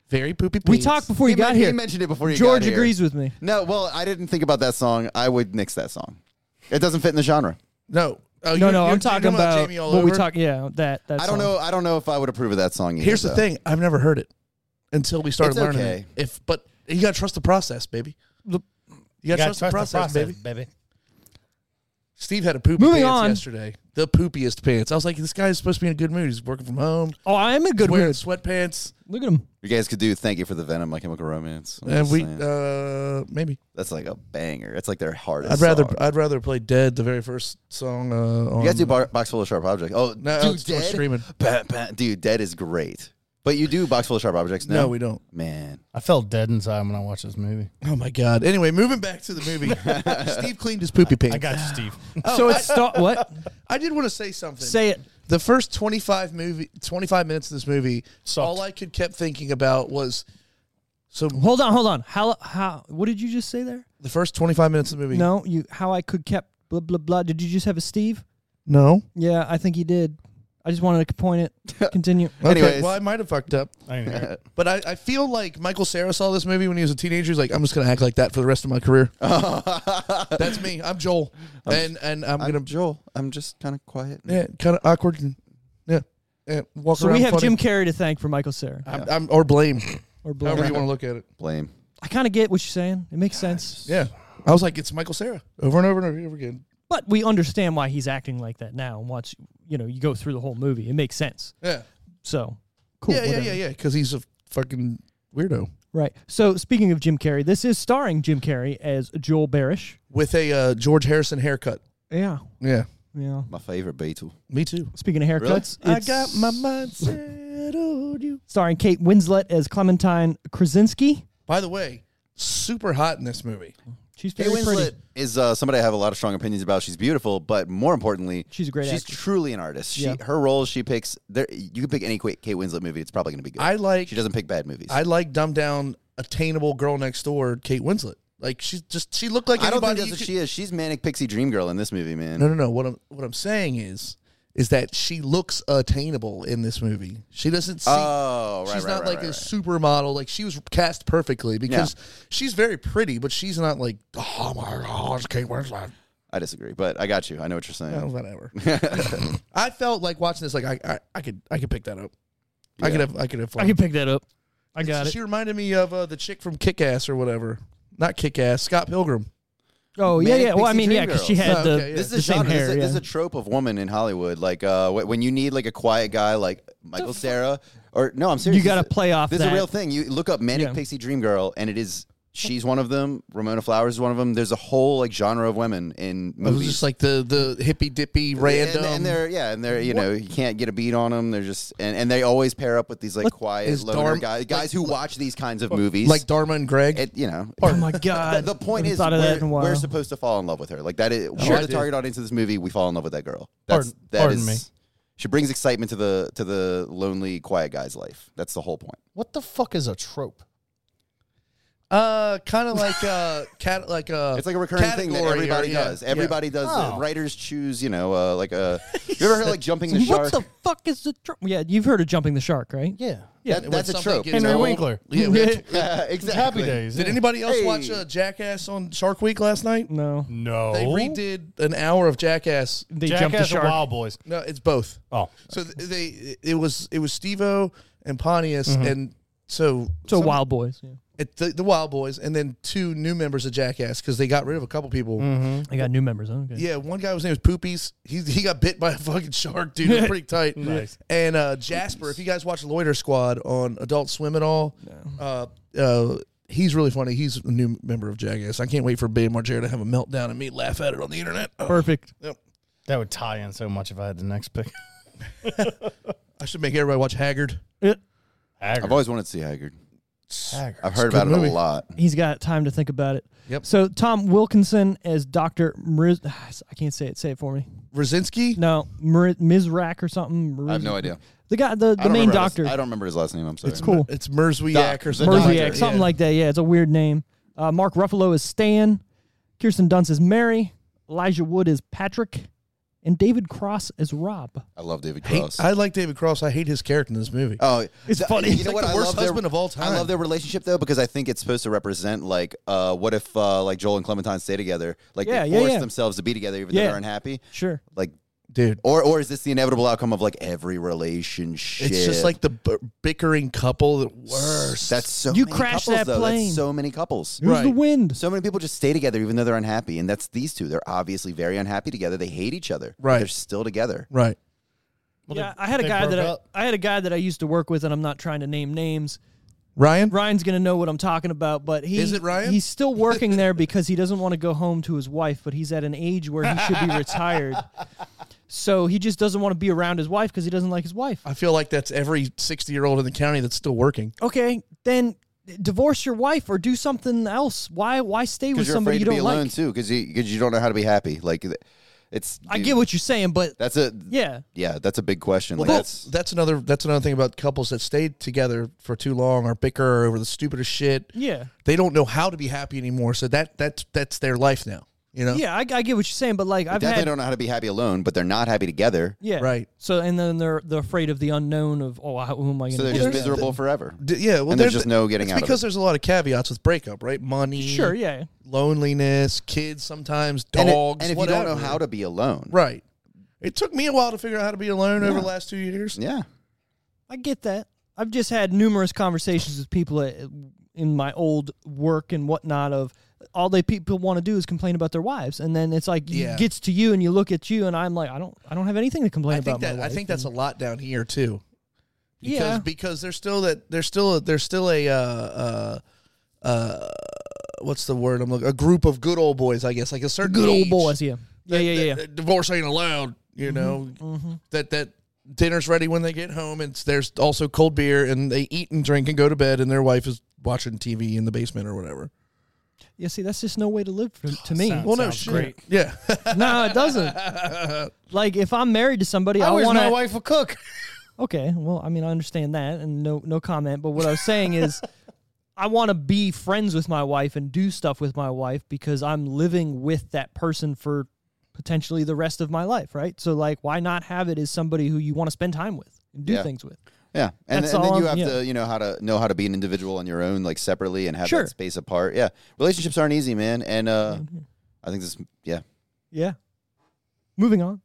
Very poopy pants. we talked before you He got men- he here. mentioned it before you George got here. agrees with me. No, well, I didn't think about that song. I would nix that song. It doesn't fit in the genre. No. Oh, No, no, you're- you're- I'm you're talking about Jamie all what we over? talk. Yeah, that. that I song. don't know. I don't know if I would approve of that song. Either, Here's the though. thing: I've never heard it until we started It's learning okay. it. If but you gotta trust the process, baby. The- you gotta Gotta trust, the, process, baby. baby. Steve had a poopy Moving pants on. yesterday. The poopiest pants. I was like, this guy is supposed to be in a good mood. He's working from home. Oh, I am in good wearing mood. sweatpants. Look at him. You guys could do "Thank You for the Venom" by Chemical Romance. I'm And just we saying. uh maybe. That's like a banger. It's like their hardest. I'd rather song. I'd rather play Dead, the very first song uh on you guys do bar, box full of sharp objects. Oh, No, dude, it's more dead. screaming. Bah, bah. dude, dead is great. But you do box full of sharp objects. No, No, we don't. Man, I felt dead inside when I watched this movie. Oh my god. Anyway, moving back to the movie. Steve cleaned his poopy pants. I got you, Steve. Oh. so it's sta- what? I did want to say something. Say it. the first 25 movie 25 minutes of this movie Sucked. all i could kept thinking about was so Hold on, hold on. How? How? What did you just say there? the first 25 minutes of the movie No, you. How I could kept blah blah blah. Did you just have a Steve? no Yeah, I think he did. I just wanted to point it. Continue. okay Anyways. well i might have fucked up I didn't hear it. but I, I feel like michael Cera saw this movie when he was a teenager he's like i'm just gonna act like that for the rest of my career that's me i'm joel and and i'm, I'm gonna Joel. I'm just kind of quiet. yeah kind of awkward and yeah, yeah walk So around we have funny. Jim Carrey to thank for Michael Sarah. I'm, I'm, or blame Or Blue. however you want to look at it Blame. I kind of get what you're saying. It makes sense. yeah i was like it's michael Cera over and over and over again But we understand why he's acting like that now. And watch, you know, you go through the whole movie. It makes sense. yeah So cool. yeah, yeah whatever. yeah yeah because he's a fucking weirdo Right. So speaking of Jim Carrey, this is starring Jim Carrey as Joel Barish. with a uh, George Harrison haircut. Yeah. Yeah, Yeah. My favorite Beatle. me too. Speaking of haircuts, it's mind set on you. starring Kate Winslet as Clementine Krasinski. By the way, super hot in this movie. She's Kate very Winslet pretty. is uh, somebody I have a lot of strong opinions about. She's beautiful, but more importantly, She's a great She's actress. truly an artist. She Yeah. her roles she picks. There, you can pick any Kate Kate Winslet movie. It's probably going to be good. I like- She doesn't pick bad movies. I like dumbed down, attainable girl next door, Kate Winslet. Like she's just she looked like I don't anybody. think that's you what could- she is. She's manic pixie dream girl in this movie, man. No, no, no. What I'm what I'm saying is, is that she looks attainable in this movie. She doesn't see. Oh, right, she's right, not right, like right, a right. supermodel. Like she was cast perfectly because she's very pretty, but she's not like oh my god, it's Kate Winslet. I disagree, but I got you. I know what you're saying. Oh, whatever. I felt like watching this. Like I, I, I could, I could pick that up. I could have, I could have. I can pick that up. I got it. She reminded me of uh, the chick from Kick Ass or whatever. Not Kick Ass, Scott Pilgrim. Oh yeah, Manic yeah. Well, I Pixie mean, yeah, Dream because she Girls. had Oh, the, okay, yeah. This is the a same genre. hair. this, is, yeah. this is a trope of woman in Hollywood. Like uh, wh- when you need like a quiet guy like Michael Sarah, or no, I'm You serious. gotta This is- play off This is that. a real thing. You look up Manic Yeah. Pixie Dream Girl, and it is she's one of them. Ramona Flowers is one of them. There's a whole like genre of women in It movies. was just like the the hippy dippy And- random. and, they're yeah, and they're you know you can't get a beat on them. They're just and, and they always pair up with these like quiet is loner Dharma- guys, guys who watch these kinds of movies. like Dharma and Greg. it, you know, Oh my god. Uh, the point I is, thought of that we're, in a while. we're supposed to fall in love with her. Like that is, Sure. we're the target audience of this movie. We fall in love with that girl. That's Pardon- that pardon is- me. She brings excitement to the to the lonely, quiet guy's life. That's the whole point. What the fuck is a trope? Uh, kind of like uh, cat like uh, It's like a recurring thing that category or- everybody yeah, does. yeah. Oh. Everybody does. the writers choose, you know, uh, like a. You ever heard like jumping the What shark? the fuck is the tro- Yeah, you've heard of jumping the shark, right? Yeah. Yeah, That- that's a something trope. gets Henry old- Winkler. Yeah, we had- Yeah, exactly. Happy days. Did yeah. anybody else Hey. watch uh, Jackass on Shark Week last night? No. No. They redid an hour of Jackass. They jumped the Jackass or shark. Wild Boys. No, it's both. Oh. So th- they it was it was Stevo and Pontius and so So some- Wild Boys. Yeah. it, the, the Wild Boys and then two new members of Jackass because they got rid of a couple people. I got new members. huh? Okay. Yeah, one guy was named Poopies. He he got bit by a fucking shark, dude. It was pretty tight. Nice. And uh, Jasper, if you guys watch Loiter Squad on Adult Swim at all, uh, uh, he's really funny. He's a new member of Jackass. I can't wait for Ben Margera to have a meltdown and me laugh at it on the internet. Oh, Perfect. yep. That would tie in so much if I had the next pick. I should make everybody watch Haggard. It- I've always wanted to see Haggard. Haggard. I've heard a good about it movie. a lot. he's got time to think about it. Yep. So Tom Wilkinson as Doctor Mriz- I can't say it. Say it for me. Rosinski. No, Mri- Mizrak or something. I have no Mriz- idea. The guy, the, I the don't main remember his- doctor. I don't remember his last name. I'm sorry. It's cool. It's Merzwiak Doc, or the something. doctor, Murziak, something Yeah. like that. Yeah, it's a weird name. Uh, Mark Ruffalo is Stan. Kirsten Dunst is Mary. Elijah Wood is Patrick, and David Cross is Rob. I love David Hate- Cross. I like David Cross. I hate his character in this movie. Oh, It's th- funny. You He's know like what? the I worst love their- husband of all I time. love their relationship though because I think it's supposed to represent like, uh, what if uh, like Joel and Clementine stay together? Like Yeah, they yeah, force yeah. themselves to be together even though Yeah. they're unhappy. Sure. Like, Dude, or or is this the inevitable outcome of like every relationship? it's just like the b- bickering couple that worse. that's so You many crashed couples, that though. plane. That's so many couples. Who's the Right. wind? So many people just stay together even though they're unhappy, and that's these two. They're obviously very unhappy together. They hate each other. but Right. They're still together. right. yeah, I had a they guy broke that I, up. I had a guy that I used to work with, and I'm not trying to name names. Ryan. Ryan's gonna know what I'm talking about, but he Is it Ryan? He's still working there because he doesn't want to go home to his wife, but he's at an age where he should be retired. So he just doesn't want to be around his wife because he doesn't like his wife. I feel like that's every 60 year old in the county that's still working. Okay, then divorce your wife or do something else. Why why stay with Because you're somebody afraid you to be don't alone like? too, because you, 'cause you don't know how to be happy. Like, it's. I dude, get what you're saying, but That's a yeah, yeah. That's a big question. like, That's that's that's another that's another thing about couples that stay together for too long or bicker over the stupidest shit. yeah, They don't know how to be happy anymore, so that that's that's their life now. You know? yeah. I, I get what you're saying, but like I've definitely had don't know how to be happy alone, but they're not happy together. yeah, Right. So and then they're they're afraid of the unknown of oh how- who am I going So to they're just miserable forever. D- yeah. Well, And there's just no getting it's out of because it. there's a lot of caveats with breakup, right? Money, sure yeah loneliness, kids, sometimes And, dogs, it- and if you don't know whatever. how to be alone, right? It took me a while to figure out how to be alone over the last two years. Yeah. I get that. I've just had numerous conversations with people at, in my old work and whatnot of all they people want to do is complain about their wives, and then it's like Yeah. it gets to you and you look at you, and I'm like, I don't, I don't have anything to complain I about. think that my I wife. think that's a lot down here too. Because, yeah, because there's still that there's still a, there's still a uh, uh, uh, what's the word I'm looking a group of good old boys I guess like a certain good old age boys. Yeah, yeah, that- yeah, yeah. Mm-hmm, that- that divorce ain't allowed you know that that dinner's ready when they get home and there's also cold beer and they eat and drink and go to bed and their wife is watching TV in the basement or whatever. yeah. See, that's just no way to live for, to me. sounds- Well, no Sounds shit. great. Yeah, no, it doesn't. Like if I'm married to somebody, I, I wish want my to. wife would cook. Okay, well, I mean, I understand that, and no, no comment. But what I was saying is, I want to be friends with my wife and do stuff with my wife because I'm living with that person for potentially the rest of my life, right? So like why not have it as somebody who you want to spend time with and do Yeah. things with? Yeah, and, That's and then all you have I'm- yeah. to you know how to know how to be an individual on your own, like separately, and have Sure. that space apart. Yeah, relationships aren't easy, man. And uh, I think this, yeah, Yeah. Moving on.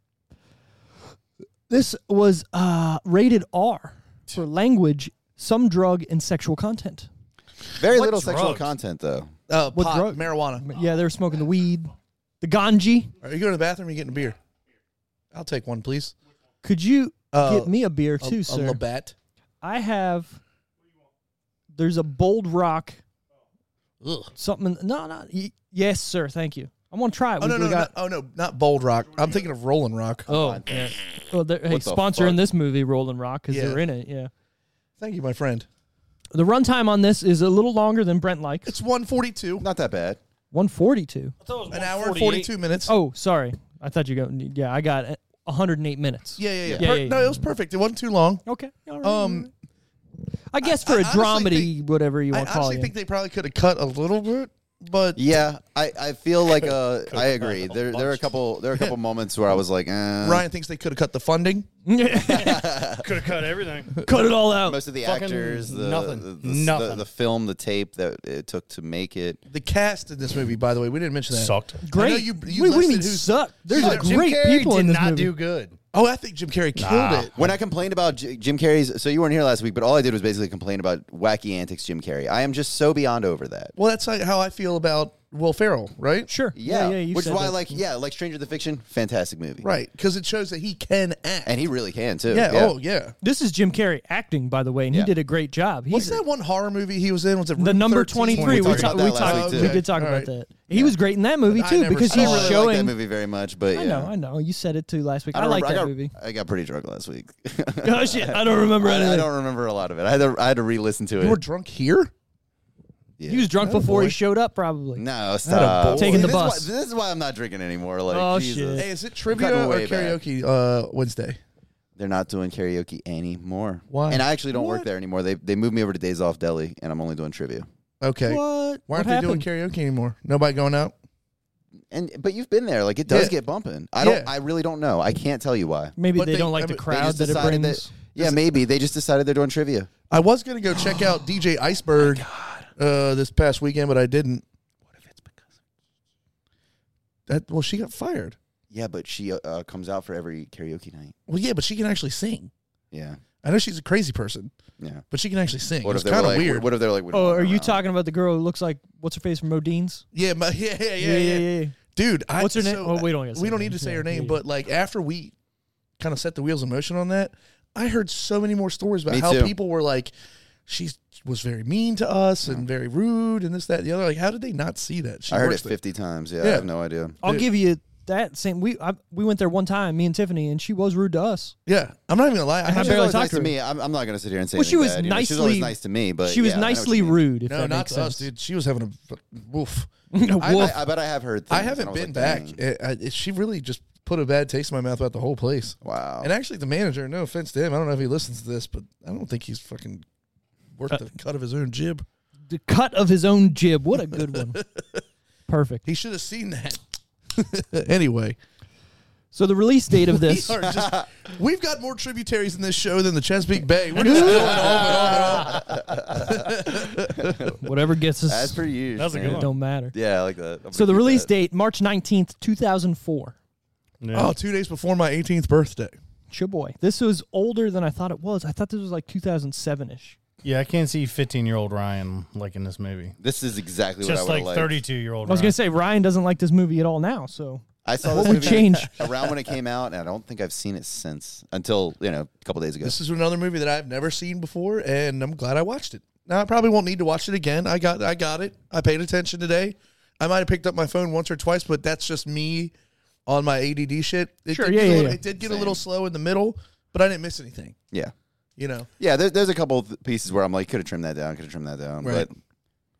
This was uh, rated R for language, some drug, and sexual content. very What little sexual drugs? content though. Uh, What pot, drug? marijuana. Yeah, they were smoking the weed, the ganji. Are you going to the bathroom? Or are you getting a beer? I'll take one, please. Could you Uh, get me a beer A, too, a sir? Labatt. I have. There's a Bold Rock Ugh. something. No, no. y- yes, sir. Thank you. I want to try it. We- Oh no, we no, got- no, oh no, not Bold Rock. I'm thinking of Rolling Rock. Oh, yeah. Well, they're- hey, What the sponsor in fuck? this movie, Rolling Rock, because Yeah. they're in it. Yeah. Thank you, my friend. The runtime on this is a little longer than Brent likes. It's 142. Not that bad. 142. An hour and 42 minutes. Oh, sorry. I thought you go. Yeah, I got it. 108 minutes. yeah, yeah, yeah. Yeah, Per- yeah, yeah. No, it was perfect. It wasn't too long. Okay. All right. Um, I guess for a I honestly dramedy, think- whatever you I want to call honestly it. think they probably could have cut a little bit, but Yeah, I, I feel like uh, I agree. There there are a couple there are a couple moments where I was like, eh. Ryan thinks they could have cut the funding. Could have cut everything. Cut it all out. Most of the Fucking actors, the nothing. the, the, Nothing. the the film, the tape that it took to make it. The cast in this movie, by the way, we didn't mention that. Sucked. I know Great. you, you Wait, what do you listed mean who's- suck? There's Yeah, a Jim great people did in this not movie. do good. Oh, I think Jim Carrey killed Nah. it. When I complained about J- Jim Carrey's, so you weren't here last week, but all I did was basically complain about wacky antics Jim Carrey. I am just so beyond over that. Well, that's like how I feel about Will Ferrell, right? Sure. Yeah, Yeah, you which is said why, that. like, yeah, like Stranger Than Fiction, fantastic movie, Right, because it shows that he can act. And he really can too. yeah, Oh yeah. This is Jim Carrey acting, by the way, and Yeah. he did a great job. He's What's that one horror movie he was in? Was it the Room number 13? 23. We, talked talked. about we, that last talked, week, we too. did talk All about that. right. He was great in that movie, I too, never because saw I He's he's don't really like showing. that movie very much, but I yeah. know, I know. You said it too last week. I, don't like remember- that got, movie. I got pretty drunk last week. Oh, shit. I don't remember I, anything. I don't remember a lot of it. I had to, I had to re-listen to it. You were drunk here. Yeah. He was drunk before he boy. showed up, probably. no, stop. Taking the this is why- bus. this is why I'm not drinking anymore. Like, Oh, Jesus. shit. Hey, is it trivia cutting or way back. karaoke uh, Wednesday? They're not doing karaoke anymore. Why? And I actually don't work What? there anymore. They they moved me over to Days Off Deli, and I'm only doing trivia. What? Okay. Why what aren't happened? they doing karaoke anymore? Nobody going out. And but you've been there, like it does Yeah. get bumping. I don't. Yeah. I really don't know. I can't tell you why. Maybe But they, they- don't like I the mean, they crowd just that it decided brings. yeah, maybe they just decided they're doing trivia. I was gonna go check out DJ Iceberg uh, this past weekend, but I didn't. What if it's because that? Well, she got fired. Yeah, but she uh, uh, comes out for every karaoke night. Well, yeah, but she can actually sing. Yeah, I know she's a crazy person, yeah. but she can actually sing. What it's if they were kind of like? weird. What if they're like? we don't Oh, want are her you around. talking about the girl who looks like what's her face from Modine's? yeah, my, yeah, yeah, yeah, yeah, Dude, I, What's her name? so- Oh, we don't gotta say we her don't need to name. say Yeah, her yeah, name, yeah. but like after we kind of set the wheels in motion on that, I heard so many more stories about Me how too. people were like, she was very mean to us and very rude and this, that, and the other. Like, how did they not see that? She I heard it works there. 50 times. Yeah, I Yeah. have no idea. I'll Dude. give you that same. We I, we went there one time, me and Tiffany, and she was rude to us. Yeah, I'm not even gonna lie. I I had She barely was always talked to nice to her. me. I'm, I'm not going to sit here and say Well, she anything was bad, you know. She was always nicely- nice to me, but she was Uh, yeah, I know what you nicely mean. rude. If no, that not makes to us, sense. dude. She was having a fuck- woof. I, Woof. I, I bet I have heard. Things I haven't and was been like, back. It- I- it- she really just put a bad taste in my mouth about the whole place. Wow. And actually, the manager. No offense to him. I don't know if he listens to this, but I don't think he's fucking worth Uh, the cut of his own jib. the cut of his own jib. What a good one. Perfect. He should have seen that. anyway, So the release date of we this. are just, we've got more tributaries in this show than the Chesapeake Bay. We're just going on and on and on. whatever gets us. That's pretty huge. That's a man. good it don't matter. Yeah, I like that. I'm So the gonna keep release that. date March nineteenth, two thousand four. Oh, two days before my 18th birthday. Your boy. This was older than I thought it was. I thought this was like two thousand seven ish. Yeah, I can't see 15 year old Ryan liking this movie. This is exactly what I Just would like like. 32 year old I was gonna say Ryan doesn't like this movie at all now. So I saw what this would movie change? around when it came out, and I don't think I've seen it since until you know a couple days ago. This is another movie that I've never seen before, and I'm glad I watched it. Now I probably won't need to watch it again. I got I got it. I paid attention today. I might have picked up my phone once or twice, but that's just me on my ADD shit. It Sure, did yeah, get a yeah, little- yeah. It did get a little slow in the middle, but I didn't miss anything. yeah, You know, yeah. There, there's a couple of pieces where I'm like, could have trimmed that down, could have trimmed that down, Right. but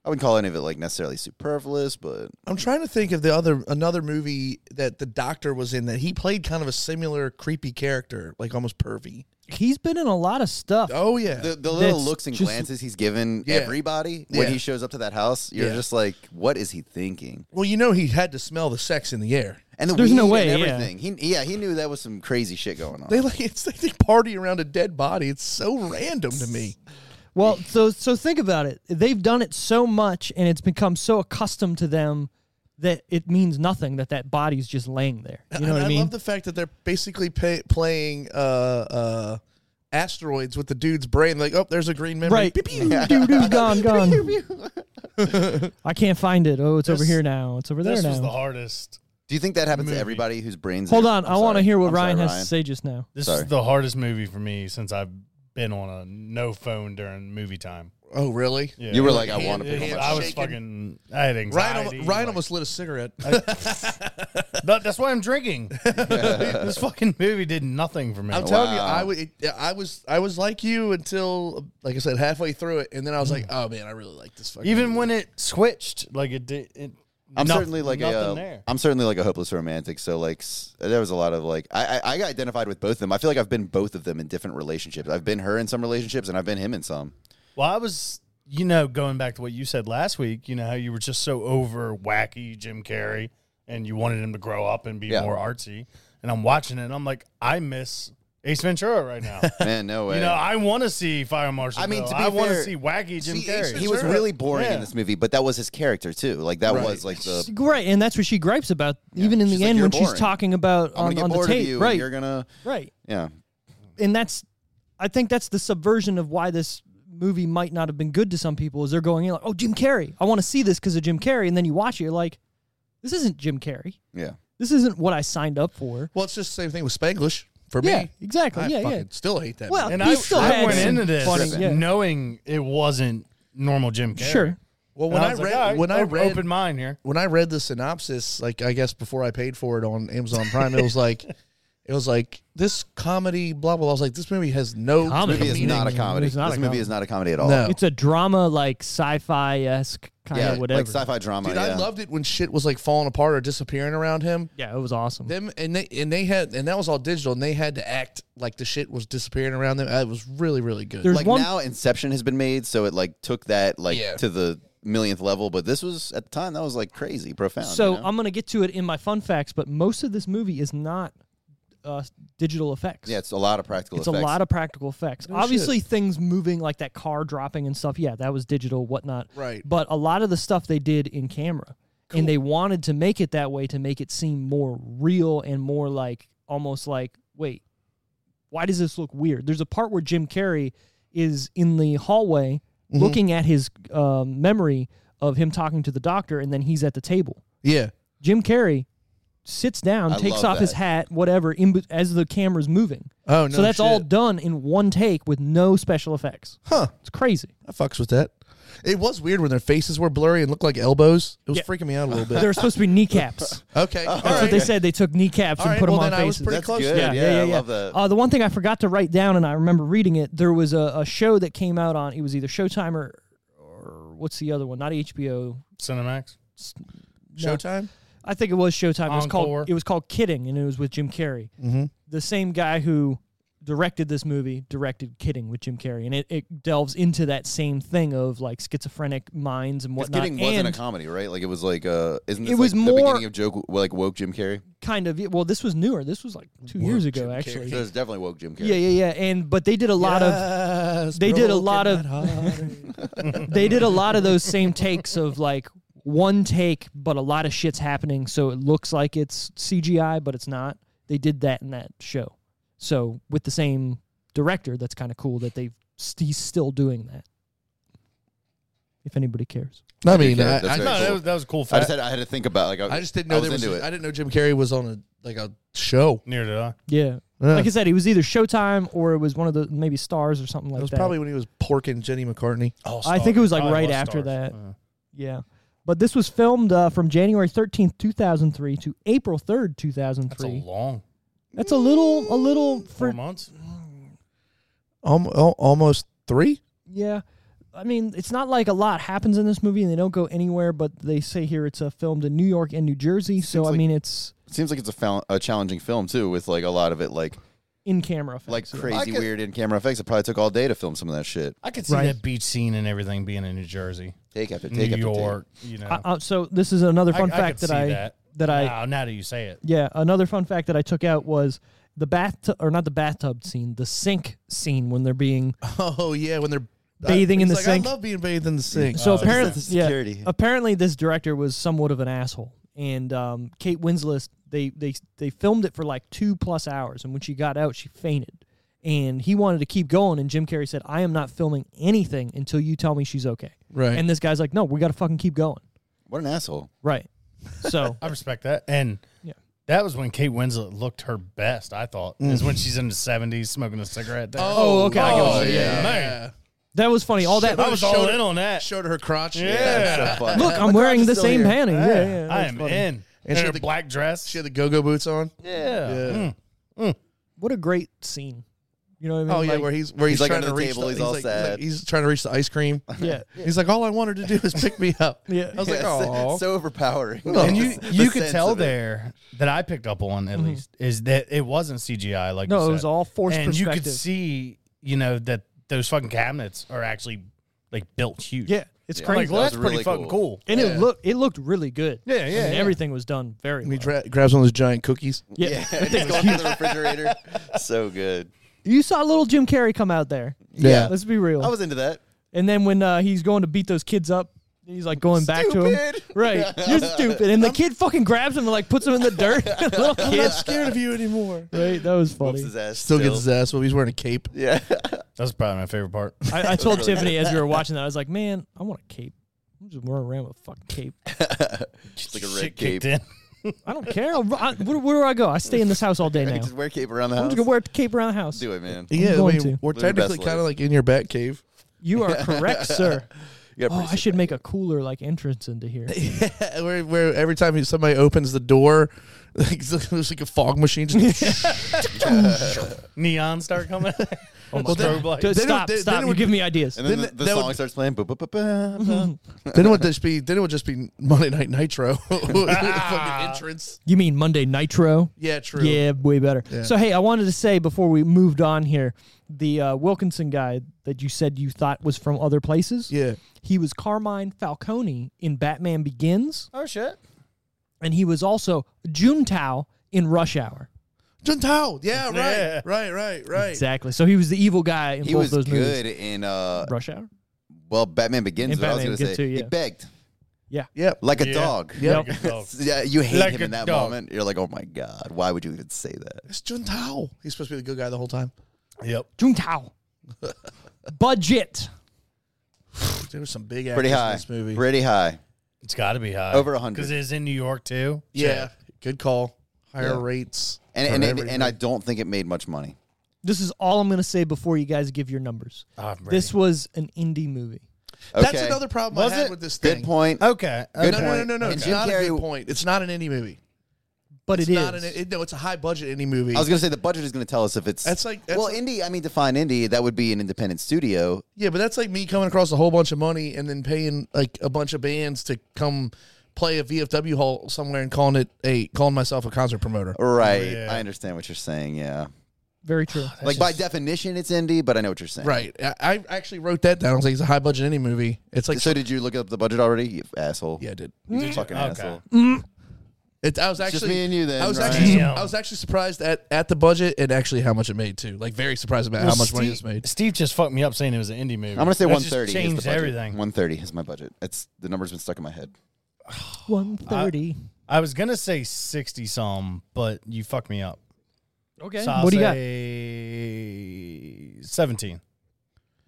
I wouldn't call any of it like necessarily superfluous. But I'm trying to think of the other another movie that the doctor was in that he played kind of a similar creepy character, like almost pervy. he's been in a lot of stuff. Oh yeah, the, the little That's looks and just- glances he's given Yeah. everybody when Yeah. he shows up to that house, you're Yeah. just like, what is he thinking? well you know he had to smell the sex in the air. and the There's weed no way, and yeah. everything. He yeah, he knew that was some crazy shit going on. They like it's like they party around a dead body. It's so random to me. Well, so so think about it. They've done it so much, and it's become so accustomed to them that it means nothing that that body's just laying there. You know and what I I mean? love the fact that they're basically pay, playing uh, uh, asteroids with the dude's brain. Like, oh, there's a green memory. right? Beep, beep. Doo doo, gone, gone. I can't find it. Oh, it's over This- here now. It's over there This was the now. hardest. Do you think that happens to everybody whose brains? Hold are- on, I'm I want to sorry. hear what I'm Ryan sorry, has to say just now. This Sorry. is the hardest movie for me since I've been on a no phone during movie time. Oh, really? Yeah. You were like, I Yeah, want to yeah, pick yeah, up I was shaking. fucking. I had Ryan, anxiety. al- Ryan like- almost lit a cigarette. That- that's why I'm drinking. this fucking movie did nothing for me. I'm telling you, Oh, Wow. I was, I was, I was like you until, like I said, halfway through it, and then I was like, oh man, I really like this. Fucking Even movie. when it switched, like it did. It, I'm noth- certainly like nothing a, there. am certainly like a hopeless romantic. So like s- there was a lot of like I, I I identified with both of them. I feel like I've been both of them in different relationships. I've been her in some relationships and I've been him in some. Well, I was, you know, going back to what you said last week, you know, how you were just so over wacky Jim Carrey and you wanted him to grow up and be Yeah. more artsy. And I'm watching it and I'm like, I miss Ace Ventura right now. Man, no way. you know, I want to see Fire Marshal. I mean, Bill. to be I want to fair, see wacky Jim See, Carrey. he was really boring Yeah. in this movie, but that was his character too. Like that Right. was like the Right, and that's what she gripes about, even in She's the like, end "You're when she's boring. talking about I'm gonna on, get on the bored tape. of you. right, and You're gonna right, yeah. and that's, I think that's the subversion of why this movie might not have been good to some people. Is they're going in like, oh, Jim Carrey, I want to see this because of Jim Carrey, and then you watch it, you're like, this isn't Jim Carrey. Yeah. This isn't what I signed up for. well, it's just the same thing with Spanglish for Yeah, me. exactly. I yeah, fucking yeah. still hate that. Well, movie. And he I, still I had went some into this funny- yeah. knowing it wasn't normal Jim Carrey. Sure. well, And when I, was read, like, all right, when I o- read, open mind here. when I read the synopsis, like I guess before I paid for it on Amazon Prime, it was like, it was like this comedy, blah blah. blah. I was like, this movie has no Comedy This movie is meaning. not a comedy. It's not this a movie comedy. is not a comedy at all. No. It's a drama, like sci-fi esque kind Oh. Yeah, of whatever. like sci-fi drama. Dude, yeah. I loved it when shit was like falling apart or disappearing around him. yeah, it was awesome. Them and they and they had and that was all digital, and they had to act like the shit was disappearing around them. Uh, It was really really good. There's like one. now Inception has been made, so it like took that like Yeah. to the millionth level. But this was at the time that was like crazy, profound. so um, you know? I'm gonna get to it in my fun facts, but most of this movie is not uh, digital effects. yeah, it's a lot of practical. it's effects. a lot of practical effects. Obviously, things moving like that car dropping and stuff. Yeah, that was digital, whatnot. Right. But a lot of the stuff they did in camera, and they wanted to make it that way to make it seem more real and more like almost like wait, why does this look weird? There's a part where Jim Carrey is in the hallway looking at his um, memory of him talking to the doctor, and then he's at the table. yeah, Jim Carrey sits down, I takes love off his that. hat, whatever, in, be- as the camera's moving. Oh, So no that's all shit. done in one take with no special effects. Huh. It's crazy. I fucks with that. It was weird when their faces were blurry and looked like elbows. It was Yeah. freaking me out a little bit. There were supposed to be kneecaps. okay, all That's what right. they said. They took kneecaps All and right, put them well, on then I was faces. pretty That's close good. to Yeah, yeah, yeah, yeah. I love that. Uh, the one thing I forgot to write down, and I remember reading it, there was a, a show that came out on, it was either Showtime or, or what's the other one? Not HBO. Cinemax. Showtime. I think it was Showtime. It was Encore. called, it was called Kidding, and it was with Jim Carrey. Mm-hmm. The same guy who directed this movie directed Kidding with Jim Carrey, and it, it delves into that same thing of like schizophrenic minds and Because whatnot. Kidding wasn't a and- comedy, right? Like it was like uh, isn't this It was like, more- the beginning of joke like woke Jim Carrey? kind of well this was newer this was like two years ago actually So it's definitely woke Jim Carrey. yeah yeah yeah and but they did a lot of Yes, they did a lot broken of- my heart. they did a lot of those same takes of like one take but a lot of shit's happening so it looks like it's cgi but it's not they did that in that show so with the same director that's kind of cool that they've st- he's still doing that if anybody cares I mean, I, That's I, very No, cool. that was, that was a cool I fact. just had I had to think about like I just didn't know was there was. into it. I didn't know Jim Carrey was on a like a show. Near did I. yeah like i said it was either showtime or it was one of the maybe stars or something like It was that probably when he was porking Jenny McCartney. Oh, I think it was, like, Probably right was after Stars. that. Uh, Yeah. But this was filmed uh, from January 13th, 2003 to April 3rd, 2003. That's a long That's a little a little four for months. Alm- al- almost three. yeah. I mean, it's not like a lot happens in this movie and they don't go anywhere, but they say here it's uh, filmed in New York and New Jersey, so Seems I like- mean it's It seems like it's a, fal- a challenging film too, with like a lot of it like in camera effects. like yeah. crazy I could- weird in camera effects. It probably took all day to film some of that shit. I could see Right. that beach scene and everything being in New Jersey, Take after take New after take. York. You know, Uh, uh, so this is another I- fun I fact could that see I that. that I Wow, now do you say it? Yeah, another fun fact that I took out was the bathtub, or not the bathtub scene, the sink scene when they're being. Oh yeah, when they're Bathing I, in he's the like, sink. I love being bathed in the sink. So Oh, apparently, Uh, it's the yeah, security. apparently this director was somewhat of an asshole, and um, Kate Winslet they they they filmed it for like two plus hours, and when she got out, she fainted, and he wanted to keep going, and Jim Carrey said, "I am not filming anything until you tell me she's okay." Right. And this guy's like, "No, we got to fucking keep going." What an asshole. Right. So I respect that. And Yeah. that was when Kate Winslet looked her best, I thought, is when she's in the 70s smoking a cigarette. There. Oh, okay, I get what Oh, you're yeah. saying. Man, that was funny. All that. Oh, I was all oh, Showed- in on that. Showed her crotch. Yeah. So fun. Look, I'm wearing the same panty. Yeah, yeah. that I was am funny. in. And she she had had the- black dress. She had the go-go boots on. yeah. Mm. What a great scene. You know what I mean? Oh yeah, Like- where he's where he's, He's, like, trying under to the reach. table, the, he's all like, sad. he's trying to reach the ice cream. yeah. He's like, all I wanted to do is pick me up. Yeah. I was Yeah, like, it's- oh, it's so overpowering. And you The you could sense tell of it. there that I picked up on at least is that it wasn't CGI like Mm-hmm. No, you it was said. all forced and you could perspective. see you know that those fucking cabinets are actually like built huge. Yeah, it's I'm crazy. like well, that's That's pretty really fucking cool. and it looked it looked really good. Yeah, yeah, And yeah. everything was done very And he well. dra- grabs one of those giant cookies. yeah. Yeah, it's going to the refrigerator. so good. you saw little Jim Carrey come out there. Yeah. let's be real. I was into that. and then when uh, he's going to beat those kids up. He's like going back to him, Stupid. right? You're stupid, and the kid fucking grabs him and like puts him in the dirt. Little kid, scared of you anymore. right? That was Whoops funny. his ass. Still gets his ass. Well, he's wearing a cape. Yeah. That's probably my favorite part. I, I told Tiffany as we were watching that, I was like, "Man, I want a cape. I'm just wearing around with a fucking cape. Just like a Shit red cape. kicked in. I don't care. I'll, I, where, where do I go? I stay in this house all day now. I'm Just just wear cape around the house. gonna wear a cape around the house. Do it, man. Yeah, I going mean, to. we're Live your best technically kind of life. like in your bat cave. You are correct, sir. You got Oh, pretty I should make a cooler like entrance into here. where, where every time somebody opens the door, like, there's like a fog machine. Just Neon start coming. oh my then- Dude, They don't- stop, they- they stop. don't you do- give me ideas. And then, Then the, the that song would- starts playing. Ba, ba, ba, ba. then it would just be then it would just be Monday Night Nitro. Fucking entrance. You mean Monday Nitro? Yeah, true. Yeah, way better. So hey, I wanted to say before we moved on here, the uh, Wilkinson guy that you said you thought was from other places. Yeah. He was Carmine Falcone in Batman Begins, oh shit. and he was also Juntao in Rush Hour. Gentile. Yeah, right, Yeah. right, right, right. Exactly. So he was the evil guy in He both was those movies. good in uh, Rush Hour. well, Batman Begins. In But I was Batman gonna Begins say too, yeah. he begged Yep. like a Yeah. dog. Yep. Like a dog. Yeah, you hate Like him a in that dog. moment. You're like, oh my god, why would you even say that? It's Gentile. He's supposed to be the good guy the whole time. Yep. Juntao. Budget. There was some big actors Pretty in high. this movie. Pretty high. It's got to be high. Over 100. Because it's in New York too. yeah. Good call. Higher Yeah. rates. And for and, and, everything. I don't think it made much money. This is all I'm going to say before you guys give your numbers. Oh, I'm This was an indie movie. Okay. That's another problem Was I had it? with this thing. Oh. good point. Okay. Uh, Good No, no, okay. no, point. no, no. And It's Jim not a Carrey- good point. It's not an indie movie. But It's it not is. an it, no. It's a high budget indie movie. I was gonna say the budget is gonna tell us if it's That's like- that's well like- indie. I mean, define indie. That would be an independent studio. yeah, but that's like me coming across a whole bunch of money and then paying like a bunch of bands to come play a VFW hall somewhere and calling it a calling myself a concert promoter. Right. Yeah. I understand what you're saying. Yeah. Very true. like by definition, it's indie, but I know what you're saying. Right. I, I actually wrote that down. I was like, it's a high budget indie movie. It's like So did you look up the budget already? You asshole. yeah, I did. You fucking Okay. asshole. It, I was It's actually just me and you then, I was Ryan. actually Damn. I was actually surprised at, at the budget and actually how much it made too. Like very surprised about how much money Steve, this made. Steve just fucked me up saying it was an indie movie. I'm gonna say That 130. Just changed is the budget. everything. 130 is my budget. It's the number's been stuck in my head. 130. I was gonna say 60 some, but you fucked me up. okay. So I'll what do you got? say 17.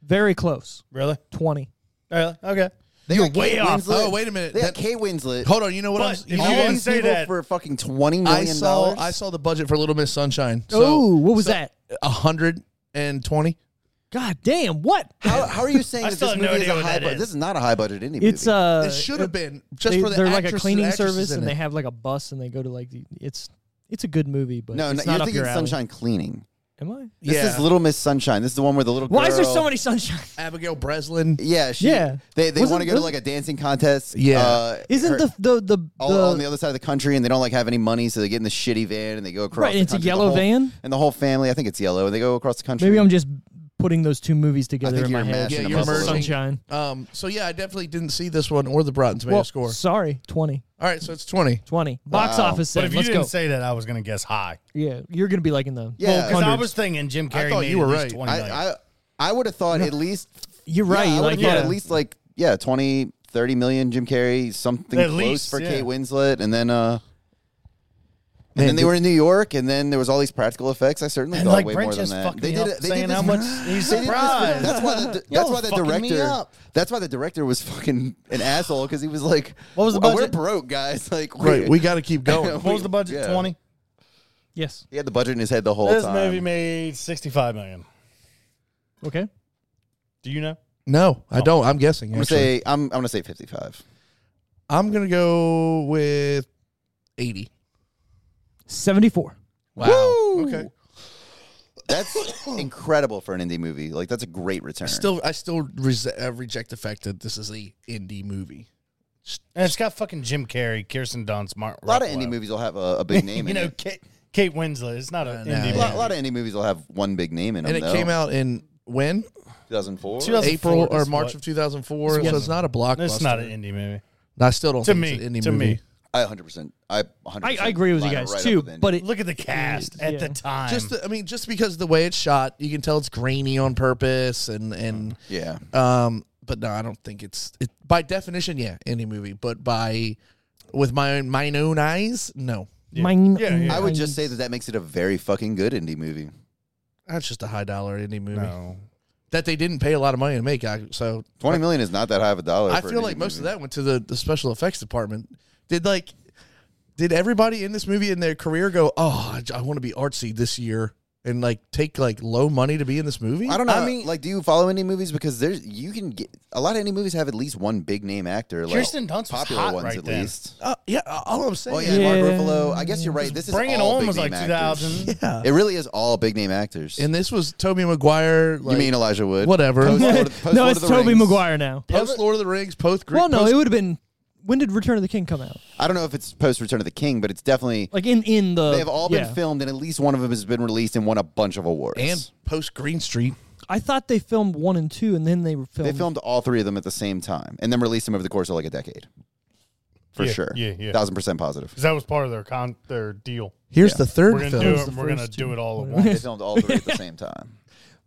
Very close. Really? 20. Really? Okay. They You're way off. Oh, wait a minute. They got That- Kate Winslet. Hold on, you know what? I'm, But if you know you what? didn't say People that. for fucking 20 I million saw dollars. I saw the budget for Little Miss Sunshine. So, oh, what was that? hundred and twenty. God damn. What? How, how are you saying I that still this have movie is no idea a what high that budget? is. This is not a high budget indie It's movie. uh It should have been just they, for the are like a actress- cleaning actresses service in and it. they have like a bus and they go to like the it's it's a good movie but no, it's no not you're up thinking your alley. Sunshine Cleaning. Am I? This yeah. is Little Miss Sunshine. This is the one where the little girl. Why is there so many sunshine? Abigail Breslin. Yeah, she, Yeah. They they Wasn't want to go to really- like a dancing contest. Yeah. uh, Isn't her- the the the, the, all on the other side of the country, and they don't like have any money, so they get in the shitty van and they go across. Right, the it's a country. The yellow whole- van? and the whole family. I think it's yellow, and they go across the country. maybe I'm just putting those two movies together think in my you're head. mashing Yeah, them you're up a little. merging. Sunshine. Um, so yeah, I definitely didn't see this one or the Rotten Tomato Well, score. sorry, 20. All right, so it's twenty. 20. Box Wow. office But said, if you let's didn't go. say that, I was going to guess high. yeah, you're going to be like in the Yeah. low Because I hundreds. was thinking Jim Carrey. thought made you were at least right. 20 million. I I, I would have thought at least. You're right, Yeah, I like, would've thought yeah. at least like yeah, 20, 30 million Jim Carrey, something At close least, for yeah. Kate Winslet, and then uh. And Man, then they did- were in New York, and then there was all these practical effects. I certainly And thought like way Brent more than just that. fucked They me did up it. They saying did how this- much he's They did this for- surprised. That's why the that's why the fucking me director. up. That's why the director was fucking an asshole because he was like, What was the "Well, budget?" We're broke, guys. Like, Right, we got to keep going. What was the budget? Yeah. 20? yes. He had the budget in his head the whole This time. movie made 65 million. Okay. Do you know? No, I don't. I'm guessing. I'm gonna actually. say I'm, I'm gonna say 55. I'm gonna go with eighty. 74. Wow. Okay. That's incredible for an indie movie. Like that's a great return. Still, I still rese- uh, reject the fact that this is a indie movie. And it's got fucking Jim Carrey, Kirsten Dunst, Mark. a lot of indie movies will have a, a big name. you in know, it. Kate, Kate Winslet. It's not an no, indie a yeah. lot, a movie. lot of indie movies will have one big name in them. And it though. came out in when 2004. 2000 April 2004, or this March what- of 2004. this So was- it's not a blockbuster. It's not an indie movie. I still don't. To think me. it's an indie to movie. me. I 100. percent I 100. I, I agree with you guys, too, but it, Look at the cast at Yeah. the time. Just, the, I mean, just because of the way it's shot, you can tell it's grainy on purpose, and and yeah, um, but no, I don't think it's it, by definition, yeah, indie movie. But by with my own mine own eyes, no, mine. Yeah, yeah. I would just say that that makes it a very fucking good indie movie. that's just a high dollar indie movie no. that they didn't pay a lot of money to make. I, so 20 million is not that high of a dollar. I for feel an like indie most of movie. that went to the, the special effects department. Did like did everybody in this movie in their career go, "Oh, I, want to be artsy this year." And like take like low money to be in this movie. I don't know. I I mean- mean, like, do you follow indie movies? Because there's you can get a lot of indie movies have at least one big name actor. Like, Kirsten Dunst was popular hot ones right at then. least. Uh, yeah, uh, all I'm saying. Oh yeah, is- Mark Oh, Yeah. Ruffalo. I guess you're right. This is Bring It all Home big was like name 2000. actors. It really is all big name actors. And this was Toby Maguire. Like, you mean Elijah Wood? whatever. Post Lord of- post no, Lord it's of the Toby Rings. Maguire now. post Lord of the Rings, post Greek. Well, no, post- it would have been. When did Return of the King come out? I don't know if it's post Return of the King, but it's definitely Like in in the. they have all been yeah. filmed, and at least one of them has been released and won a bunch of awards. and post Green Street. I thought they filmed one and two, and then they filmed. they filmed all three of them at the same time, and then released them over the course of like a decade. For Yeah, sure, yeah, yeah. thousand percent positive. Because that was part of their con their deal. Here's the We're third gonna do film. it. We're gonna do it all at They once. filmed all three at the same time.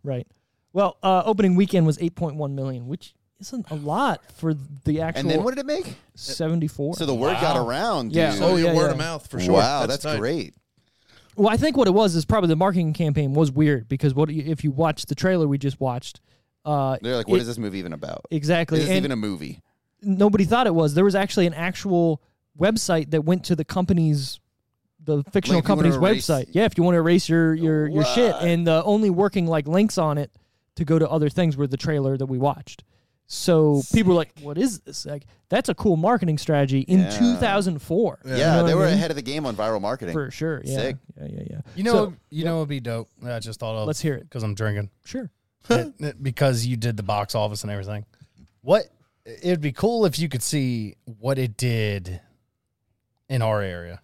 right. Well, uh, opening weekend was 8.1 million, which isn't a lot for the actual And then what did it make? 74. So the word got around. Dude. Yeah. Oh, yeah, Yeah, word yeah. of mouth for sure. Wow, that's, tight. great. Well, I think what it was is probably the marketing campaign was weird because what if you watch the trailer we just watched? Uh, They're like, it- what is this movie even about? Exactly. Is this and even a movie? nobody thought it was. There was actually an actual website that went to the company's the fictional Like, if you wanna company's erase- website. Yeah, if you want to erase your your your shit and the only working like links on it to go to other things were the trailer that we watched. So people were like, "What is this?" Like that's a cool marketing strategy in Yeah. 2004. You Yeah, know what they I were mean? ahead of the game on viral marketing. for sure. Yeah. Sick. Yeah, yeah, yeah. You know, So- you know, it'd be dope. I just thought of. Let's hear it. because I'm drinking. Sure. It- it- because you did the box office and everything. What it would be cool if you could see what it did in our area.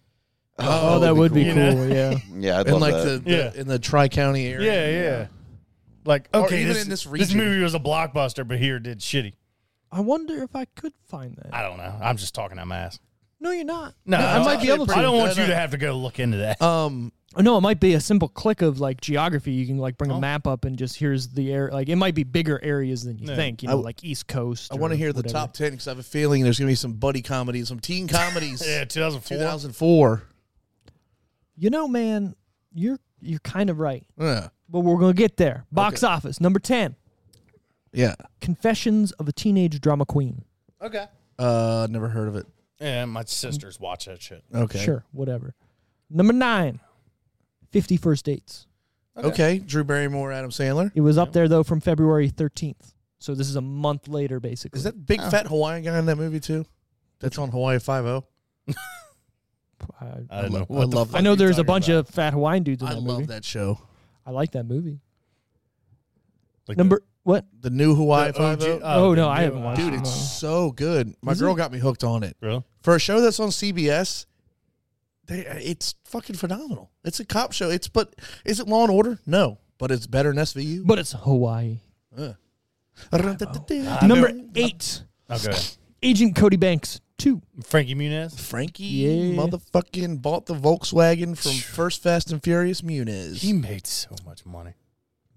Oh, that would be cool. cool. Yeah. Yeah, I'd In love like that. the, the- Yeah. in the Tri County area. yeah. Like Or okay, even this, in this this region. movie was a blockbuster, but here it did shitty. I wonder if I could find that. I don't know. I'm just talking out my ass. No, you're not. No, I might be able to. I don't want No, you to no. have to go look into that. Um, Oh, No, it might be a simple click of like geography. You can like bring Oh. a map up and just here's the air. Like it might be bigger areas than you Yeah. think. You I know, w- like East Coast. I want to hear the top 10 because I have a feeling there's going to be some buddy comedies, some teen comedies. yeah, 2004. 2004. You know, man, you're you're kind of right, Yeah. but we're gonna get there. Box office number ten: Yeah. Confessions of a Teenage Drama Queen. Okay. Uh, never heard of it. Yeah, my sisters watch that shit. Okay. Sure, whatever. Number nine: Fifty First Dates. Okay. Drew Barrymore, Adam Sandler. It was up there though from February thirteenth. So this is a month later, basically. Is that big fat Hawaiian guy in that movie too? That's on Hawaii Five O. I, I, don't know. lo- what I the love fuck I know you're there's a talking bunch about. of fat Hawaiian dudes in I that love movie. that show. I like that movie. Like the- Number what? The new Hawaii the Five OG O. Oh, the no, I new- haven't watched Dude, it. it's no. so good. My Is girl it? got me hooked on it. Really? For a show that's on CBS, they, it's fucking phenomenal. It's a cop show. It's but is it Law and Order? No. but it's better than SVU. but it's Hawaii. Run-da-da-da. Number eight, Oh, good. Agent Cody Banks two. Frankie Muniz. Frankie Yeah. motherfucking bought the Volkswagen from First Fast and Furious Muniz. He made so much money.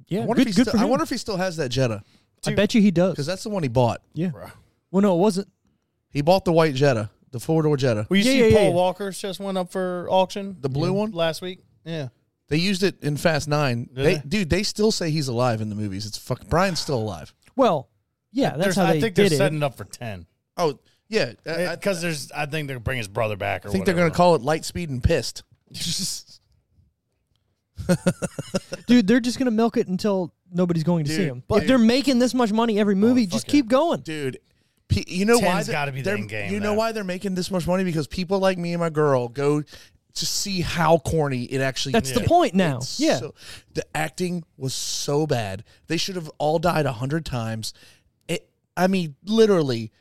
Yeah, I, wonder good, if he good for still, I him. wonder if he still has that Jetta I bet you he because does. that's the one he bought. Yeah. Bro. Well, no, it wasn't. He bought the white Jetta, the four door Jetta. Well, you Yeah, see, yeah, Paul yeah. Walker's just went up for auction. The blue Yeah. one? last week. Yeah, They used it in Fast Nine. Did They, they? dude, they still say he's alive in the movies. It's fucking Brian's still alive. Well, yeah, that's There's- how they I did think they're it. setting it up for ten Oh yeah, I, I- I because there's. I think they're gonna bring his brother back. Or think they're gonna call it Lightspeed and Pissed. Dude, they're just gonna milk it until nobody's going to see Dude, Oh, him. If they're making this much money every movie, just fuck keep going. Dude, P- you know why? Ten's they- gotta be the they're- end game You know there. why they're making this much money? Because people like me and my girl go to see how corny it actually. That's the is. point now. It's yeah. so- the acting was so bad. They should have all died a hundred times. It, I mean, literally,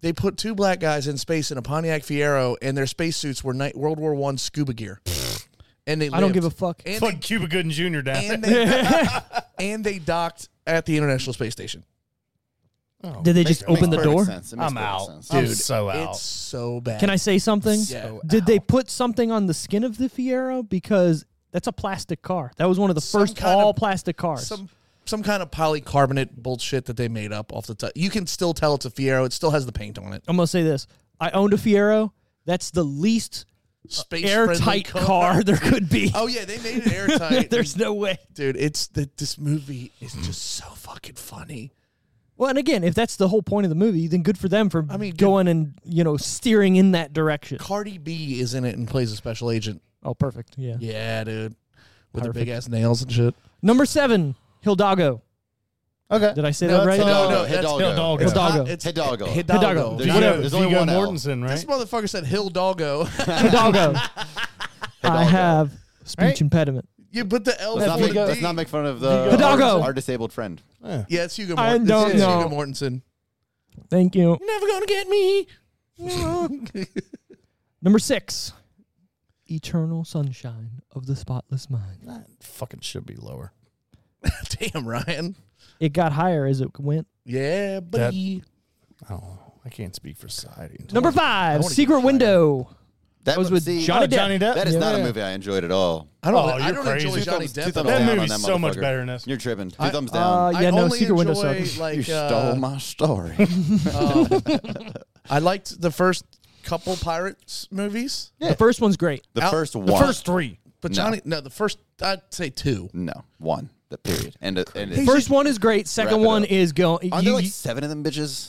they put two black guys in space in a Pontiac Fiero, and their spacesuits were night World War One scuba gear. and they, I don't lived. give a fuck. And Fuck Cuba Gooden Jr. down. and they, and they docked at the International Space Station. Did they just Makes open the perfect door? sense. It makes I'm perfect out. sense. I'm so out. It's so bad. Can I say something? So Did they put something on the skin of the Fiero because that's a plastic car? That was one of the Some first kind of- all plastic cars. some some kind of polycarbonate bullshit that they made up off the top? You can still tell it's a Fiero. It still has the paint on it. I'm gonna say this. I owned a Fiero. That's the least Space airtight car there could be. Oh yeah, they made it airtight. There's no way. dude, it's that this movie is just so fucking funny. Well, and again, if that's the whole point of the movie, then good for them for I mean, mean, dude- going and you know steering in that direction. Cardi B is in it and plays a special agent. Oh, perfect. Yeah. Yeah, dude, with her Perfect. big ass nails and shit. Number seven, Hildago. Okay. Did I say No, that right? it's Hidalgo. No, no, that's Hidalgo. Hidalgo. Hidalgo. It's Hidalgo. Hidalgo. There's Whatever. only- there's only Vigo one L. Mortensen, This right? motherfucker said Hill Doggo. Hidalgo. I have speech Right? impediment. you put the L Let's not, before make, the let's D. not make fun of the Hidalgo. Our, our disabled friend. Yeah, it's Hugo. I Mortensen. don't It's know. Hugo Mortensen. Thank you. You're never gonna get me. Number six, Eternal Sunshine of the Spotless Mind. That fucking should be lower. Damn, Ryan. It got higher as it went. Yeah, buddy. Oh, I can't speak for society. Number five, Secret Window. That was with see, Johnny Oh, Johnny Depp. That is not a Yeah. movie I enjoyed at all. I don't. Oh, I you're don't crazy. enjoy Two Johnny thumbs- two Depp. thumbs at all. down That on movie's that so much motherfucker. better than this. You're tripping. Two I- thumbs Uh, down. yeah, I no, only Secret Window enjoy, sucks. Like, you uh, stole my story. I liked the first couple pirates movies, The first one's great. the Out- first one. The first three. but No. Johnny. No, the first I'd say two. No, one. The period. And, it- and The it- first one is great. Wrap Second it one up. is going. Aren't there like seven of them bitches?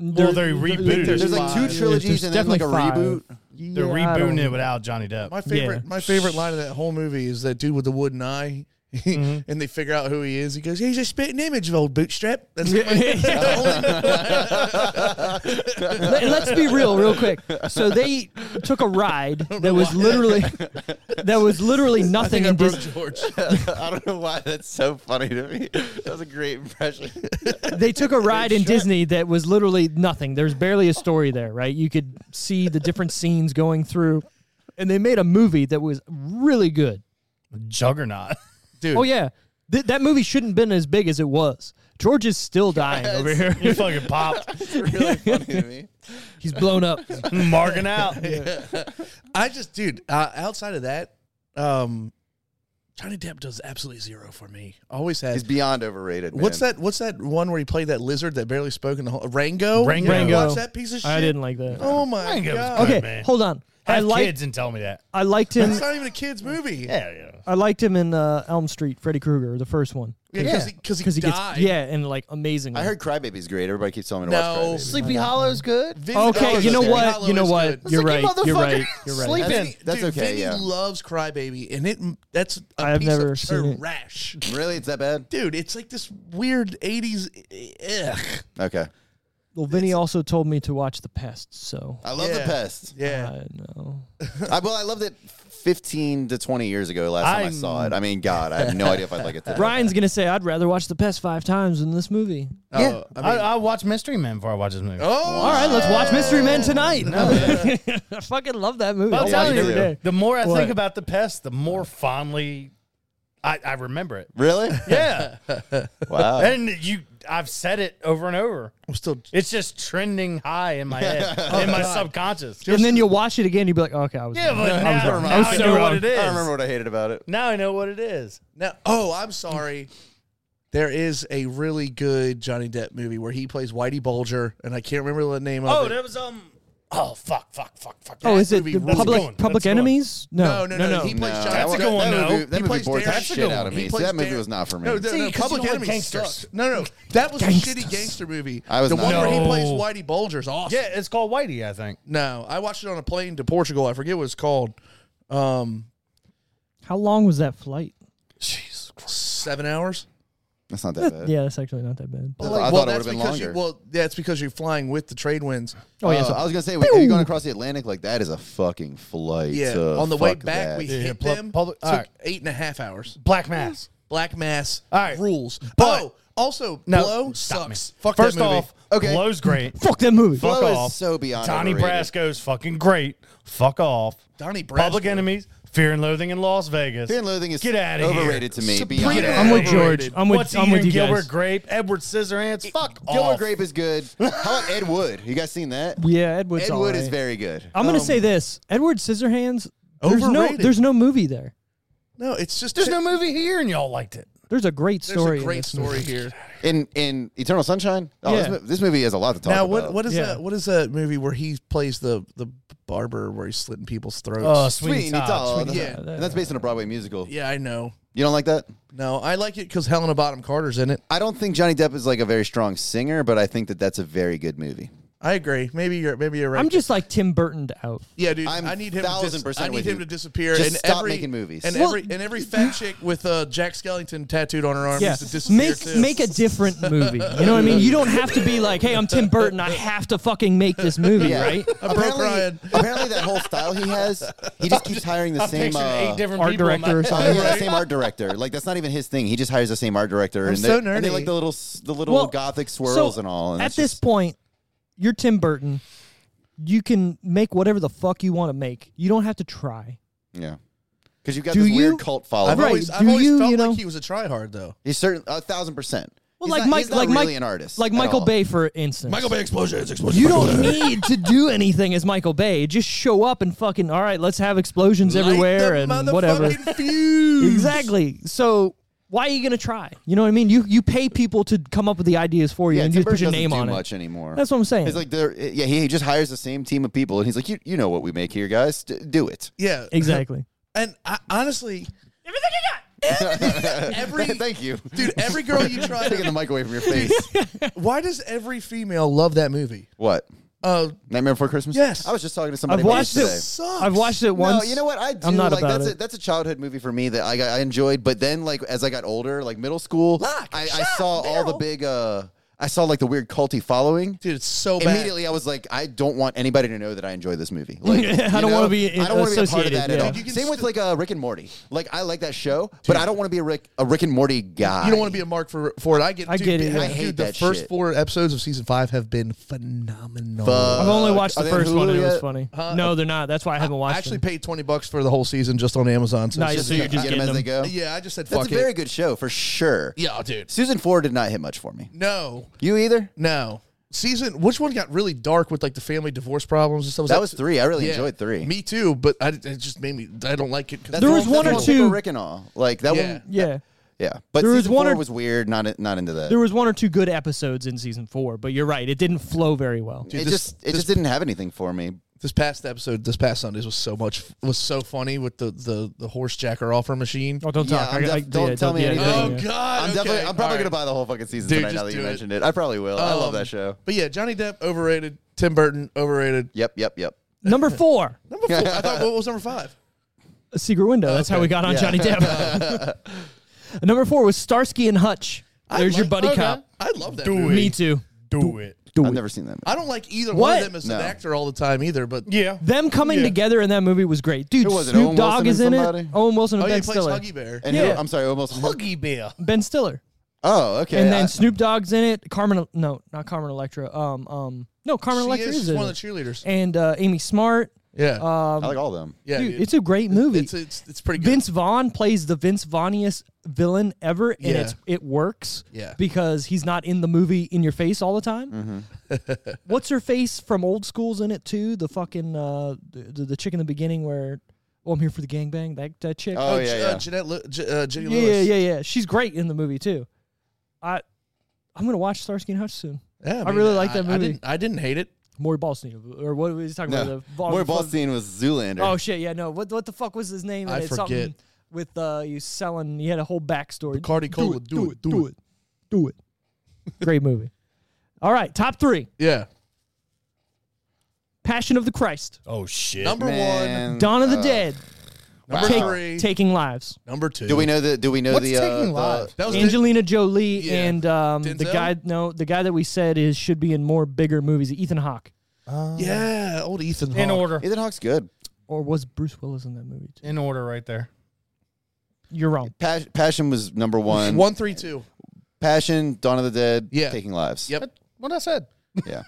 Well, they rebooted There's it. There's like five. two trilogies and then like a reboot. They're rebooting it without Johnny Depp. My favorite. My favorite line of that whole movie is that dude with the wooden eye. Mm-hmm. and they figure out who he is. He goes, "He's a spitting image of old Bootstrap." That's what my- Let, let's be real, real quick. So they took a ride that was literally that was literally I think nothing I in broke Dis- George. I don't know why that's so funny to me. That was a great impression. they took a ride in Disney that was literally nothing. There's barely a story there, right? You could see the different scenes going through. And they made a movie that was really good. Juggernaut. Dude, Oh yeah. Th- that movie shouldn't have been as big as it was. George is still dying over here. You fucking popped. really funny to me. He's blown up. Marking out. I just, dude. Uh, outside of that, um, Johnny Depp does absolutely zero for me. Always has. He's beyond overrated. Man. What's that? What's that one where he played that lizard that barely spoke in the whole Rango? Rango. You ever Rango. Watch that piece of shit. I didn't like that. Oh my Rango was god. good. Okay, man. hold on. I Have liked kids and tell me that. I liked him It's not even a kids movie. Yeah, yeah. I liked him in uh, Elm Street, Freddy Krueger, the first one. because he, 'cause he Because he died. gets yeah, and like amazingly. I heard Crybaby's great. Everybody keeps telling me to No. watch Crybaby. Sleepy Hollow's good. Vinny Okay, Hollow's you know good. what? Hollow You know is what? good. You're like, right. you You're right. motherfucker. You're right. Sleep That's- that's Dude, okay, Vinny yeah. loves Crybaby, and it that's a I have piece never of seen it. trash. Really? It's that bad? Dude, it's like this weird '80s. Ugh. Okay. Well, Vinny also told me to watch The Pest, so I love Yeah. the pest. Yeah, I know. I, well, I loved it 15 to 20 years ago last time i I'm- saw it. I mean, God, I have no idea if I'd like it today. Ryan's gonna say I'd rather watch The Pest five times than this movie. Yeah. Oh, I, I, watch Mystery Men before I watch this movie. oh, All right, let's watch Mystery Men tonight. I fucking love that movie. But I'll I'm Yeah, watch telling it you every you, do. day. the more I What? think about the pest, the more fondly I, I remember it. Really? Yeah. Wow. and you I've said it over and over. I'm still It's just trending high in my head, in my subconscious. and then you'll watch it again. You'll be like, okay, I was. yeah, but now, wrong. now I I, was so know wrong. what it is. I remember what I hated about it. Now I know what it is. now. Oh, I'm sorry. There is a really good Johnny Depp movie where he plays Whitey Bulger, and I can't remember the name of Oh, it. that was um. Oh fuck! Fuck! Fuck! Fuck! oh, is it movie the rules. public That's a good one. public That's a good one. enemies? No, No, no, no, He plays Johnny. That's a that- good one, That though. movie, that He movie plays bored the Derek- shit out of He me. See, plays that movie Derek- was not for me. No, no, See, no 'cause Public you don't like Enemy gangsters. sucks. No, no, that was a shitty gangster movie. I was the not- one where he No. plays Whitey Bulger's awesome. Yeah, it's called Whitey. I think. No, I watched it on a plane to Portugal. I forget what it's called. Um, How long was that flight? seven hours. That's not that bad. Yeah, that's actually not that bad. I thought it would have been because longer. You, well, that's because you're flying with the trade winds. Oh yeah, Uh, so I was gonna say, if you're going across the Atlantic like that is a fucking flight. Yeah. so on the way fuck back, that. we Yeah, hit pub- them. public- took all right. eight and a half hours. Black Mass. Black Mass All right. rules. But- oh, also No, blow stop me. sucks. Fuck First that movie. off, Okay. Blow's great. fuck that movie. Fuck Blow is off. so beyond Donnie overrated. Brasco's fucking great. Fuck off. Donnie Brasco. Public Enemies. Fear and Loathing in Las Vegas. Fear and Loathing is get out of overrated to me. Supreme- Beyond Get I'm that. with George. Overrated. I'm with What's I'm with Eating you Gilbert guys. Grape? Edward Scissorhands. Fuck Gilbert off. Grape is good. How about Ed Wood? You guys seen that? yeah, Edward's Ed all Wood is right. very good. I'm gonna say this: Edward Scissorhands. There's no, um, Overrated. there's no movie there. no, it's just There's no movie here, and y'all liked it. There's a great There's story. a in great this story movie. here. In in Eternal Sunshine, oh, Yeah. this, mo- this movie has a lot to talk Now, about. what what is Yeah. that? What is that movie where he plays the the barber where he's slitting people's throats? Uh, Oh, Sweeney Sweeney Todd. Todd. that's- Yeah. and that's based on a Broadway musical. yeah, I know. You don't like that? No, I like it because Helena Bottom Carter's in it. I don't think Johnny Depp is like a very strong singer, but I think that that's a very good movie. I agree. Maybe you're maybe you're right. I'm just like Tim Burtoned out. yeah, dude. I'm i need him. to dis- 1000% I need with him you. to disappear. Just and stop every, making movies. And Well- every and every fat chick with uh, Jack Skellington tattooed on her arm Yeah, needs to disappear make too. make a different movie. You know what I mean? You don't have to be like, hey, I'm Tim Burton. I have to fucking make this movie, right? I broke Ryan. apparently that whole style he has, he just keeps hiring the I'm same picturing uh, eight different art people in director or my- Oh, something. yeah, the same art director. Like that's not even his thing. He just hires the same art director. and so they- And they nerdy. like the little s- the little gothic swirls so and all. And at it's this just- point, you're Tim Burton. You can make whatever the fuck you want to make. You don't have to try. yeah, because you've got Do this you- weird cult following. I've Right. always, I've Do always you, felt you know- like he was a tryhard though. He's certain a thousand percent. Well, He's like not- Mike, he's not like really Mike, an artist, like at Michael all. Bay, for instance. Bay explosions, explosions. You don't need to do anything as Michael Bay. Just show up and fucking all right. Let's have explosions everywhere and whatever. Exactly. So why are you gonna try? You know what I mean? You you pay people to come up with the ideas for you Yeah, and Tim you just put Burton your doesn't name do on much it. anymore. That's what I'm saying. It's like there. Yeah, he he just hires the same team of people, and he's like, you you know what we make here, guys? D- do it. Yeah, exactly. And I, honestly, everything you got, every Thank you. dude, every girl you try Taking the to, mic away from your face. why does every female love that movie? what? Uh, Nightmare Before Christmas. Yes. I was just talking to somebody. I've about watched this it. today. sucks. I've watched it once. No, you know what? I do. I'm not like about that's it. A, that's a childhood movie for me that I got, I enjoyed. But then, like as I got older, like middle school, Lock, I, I shot, saw all the barrel. big. uh I saw like the weird culty following. dude. It's so bad. Immediately, I was like, I don't want anybody to know that I enjoy this movie. Like, I you don't know? wanna be I don't wanna be a part of associated, that yeah. at all. Dude, you can Same with still- like uh, Rick and Morty. Like, I like that show, but I don't want to be a Rick a Rick and Morty guy. You don't want to be a mark for for it. I get. I dude, get it, dude, yeah. I hate the that first shit. four episodes of season five have been phenomenal. Uh, Fuck. I've only watched Are the they on first one and Hulu it was yet? funny. no, they're not. That's why I haven't I watched actually them. paid twenty bucks for the whole season just on Amazon. So it's Nice. just- So you're just get 'em getting as they go. them. yeah, I just said That's fuck a very it. good show for sure. Yeah, dude. Season four did not hit much for me. No, You either? no. Season which one got really dark with like the family divorce problems and stuff? That was three. I really Yeah. enjoyed three. Me too, but I, it just made me. I don't like it. 'cause- That's There the was that's one the or Paper two- Rick and all. Like that Yeah. one. Yeah. Yeah, but There was season one four or- was weird. Not not into that. There was one or two good episodes in season four, but you're right. It didn't flow very well. it this- just it just didn't have anything for me. this past episode, this past Sundays was so much was so funny with the the the horse jacker offer machine. Oh, don't Yeah, talk. I'm I, I, def- don't yeah, tell me yeah, anything. yeah, Oh yeah. God! I'm okay. definitely I'm probably All gonna right. buy the whole fucking season Dude, tonight. Now just that you do it. mentioned it, I probably will. I love Um, that show. But yeah, Johnny Depp overrated. Tim Burton overrated. Yep, yep, yep. Number four, Number four. I thought what was number five? a secret window. That's how we got on Johnny Depp. Number four was Starsky and Hutch. I There's your like- buddy okay. cop. I love that. Do movie. it. Me too. Do it. Do I've it. never seen that. Movie. I don't like either one What? of them as No. an actor all the time either. But Yeah. Them coming Yeah. together in that movie was great, dude. Who was it, Snoop Owen Dogg Wilson is in and it. somebody? Owen Wilson oh, and yeah, he Ben plays Stiller. Huggy Bear. And who, Yeah. I'm sorry, almost. Boogie Bill. Ben Stiller, Oh, okay. and then I- Snoop Dogg's in it. Carmen, no, not Carmen Electra. Um, um, no, Carmen She Electra is is she's in one of it. the cheerleaders. And uh, Amy Smart. Yeah. Um, I like all of them. yeah. dude, it's a great movie. It's, it's, it's pretty good. Vince Vaughn plays the Vince Vaughniest villain ever, and Yeah. it's it works. Yeah. because he's not in the movie in your face all the time. What's her face from Old School's in it too? The fucking uh, the, the chick in the beginning where, oh, I'm here for the gangbang. That that chick. Oh, J- yeah, uh, yeah. Jeanette Lu- J- uh, Jenny yeah, yeah, Lewis. yeah, yeah. She's great in the movie too. I I'm gonna watch Starsky and Hutch soon. Yeah, I really like that I movie. didn't, I didn't hate it. Maury Ballstein or what was he talking No. about? The More Ballstein was Zoolander. Oh shit, yeah, no. What what the fuck was his name? I And it's forget. something with uh you selling you had a whole backstory. Bacardi Cola, do it, do it. Do it. Great movie. All right, top three. Yeah. Passion of the Christ. Oh shit! Number one. Man, Dawn of the uh, Dead. Number Take- three. Taking lives. number two. Do we know the? Do we know What's the? uh, taking the- live? That was the- Angelina Jolie Yeah. and um, the Denzel? guy no the guy that we said is should be in more bigger movies, Ethan Hawke. yeah, old Ethan. in Hawke. order, Ethan Hawke's good. Or was Bruce Willis in that movie too? in order, right there. You're wrong. Pas- Passion was number one. One, three, two. Passion, Dawn of the Dead, Yeah. Taking Lives. Yep. What I said. Yeah.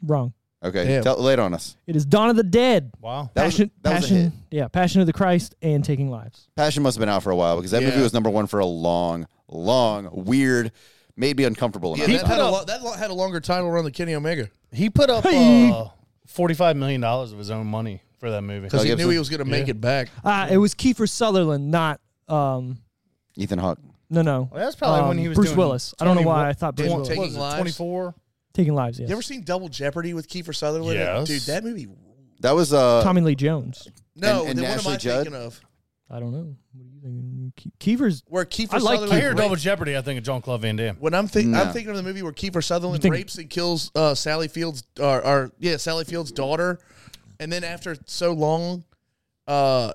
Wrong. Okay. Damn. Tell, lay it on us. It is Dawn of the Dead. Wow. That was- Passion that was a Passion hit. Yeah, Passion of the Christ and Taking Lives. Passion must have been out for a while because that Yeah. movie was number one for a long, long, weird, made me uncomfortable. Yeah, amount that of time. had, a lo- that lo- had a longer title run than Kenny Omega Oh, He put up uh, forty-five million dollars of his own money for that movie. because Mel he knew Gibson? he was going to make it back. Uh, it was Kiefer Sutherland, not um, Ethan Hawke. no, no. Well, that's probably when um, he was Bruce doing Willis. I don't know 20 why I thought Bruce Didn't Willis. take- What was Taking Lives? it? Twenty-four. Taking lives, yes. You ever seen Double Jeopardy with Kiefer Sutherland? Yes. Dude, that movie. That was uh, Tommy Lee Jones. No, And- and then what am Ashley I Judd? thinking of? I don't know. What do you think? Ke- Kiefer's. Where Kiefer I like Sutherland. I hear raped- Double Jeopardy. I think of John Claude Van Damme. When I'm thinking, No. I'm thinking of the movie where Kiefer Sutherland You think- rapes and kills uh, Sally Field's, or, or yeah, Sally Field's daughter, and then after so long, uh,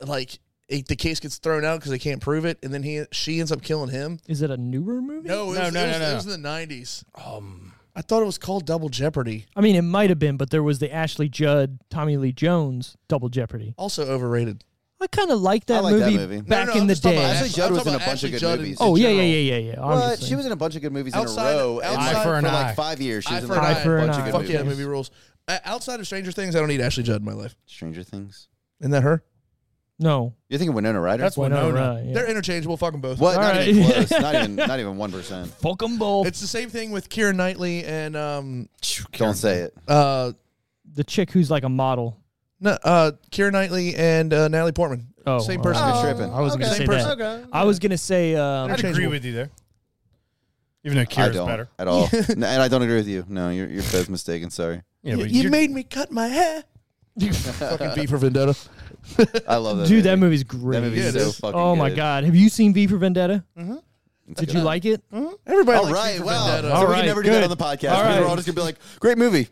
like it, the case gets thrown out because they can't prove it, and then he she ends up killing him. Is it a newer movie? No, it No, was, no, it no, was, no, It no. was in the nineties. Um, I thought it was called Double Jeopardy. I mean, it might have been, but there was the Ashley Judd, Tommy Lee Jones double Jeopardy. Also overrated. I kind of liked that, I like that movie movie. back No, no, no, in I'm the just talking day. about Ashley Ash- Judd I'm was talking in a about bunch of Ashley good Judd movies. in oh yeah, yeah, general. yeah, yeah, yeah. But Obviously. she was in a bunch of good movies Outside- in a row, and outside- like Eye for for, an like eye. five years, she Eye was in for a an bunch eye for an of eye. good Fuck movies. yeah, that movie rules. Uh, outside of Stranger Things, I don't need Ashley Judd in my life. Stranger Things. Isn't that her? no, You're thinking Winona Ryder? That's why Winona. not? Right, yeah. They're interchangeable. Fuck them both. what? All Not right. even close. not even. Not even one percent. Fuck 'em both. It's the same thing with Kieran Knightley and um Don't say it. uh the chick who's like a model. no uh Kieran Knightley and uh, Natalie Portman. Oh, same all person. You're tripping. I was gonna Same say person. that. I was gonna say. Um, I'd agree Interchangeable. with you there. Even though I Kira's don't better. at all, No, and I don't agree with you. No, you're you're both mistaken. Sorry. Yeah, You, but you you're- made me cut my hair. Fucking beat for Vendetta. I love that. Dude, that movie. movie's great. That movie's Yeah, it so is. fucking. oh my good. god, have you seen V for Vendetta? Mm-hmm. It's Did good. you like it? Mm-hmm. Everybody All likes right, Beat for wow. Vendetta. So we right, can never do that good. on the podcast. All We're right. all just gonna be like, "Great movie." See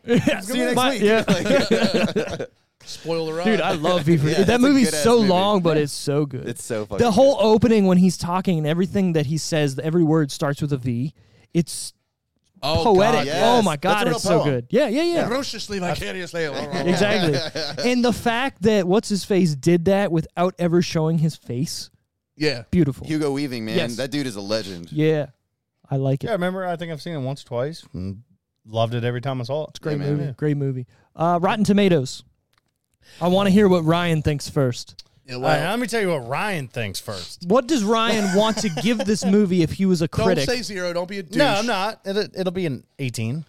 you next My- week. yeah. Like, Spoiler alert. Dude, I love V for Yeah, that's That a movie's good-ass so movie. long, but it's so good. it's so fucking. the whole opening when he's talking and everything that he says, every word starts with a V. It's oh, poetic. yes. Oh my That's a god, real it's so poem. good. Yeah, yeah, yeah. Ferociously, vicariously. Exactly. and the fact that what's his face did that without ever showing his face, Yeah. beautiful. good. Hugo Weaving, man, Yes. that dude is a legend. yeah, I like it. Yeah, I remember. I think I've seen it once, twice. and Loved it every time I saw it. It's great man. movie. Great movie. Uh, Rotten Tomatoes. I want to hear what Ryan thinks first. Yeah, All right, wow. let me tell you what Ryan thinks first. What does Ryan want to give this movie if he was a Don't critic? say zero. Don't be a douche. No, I'm not. It, it'll be an 18.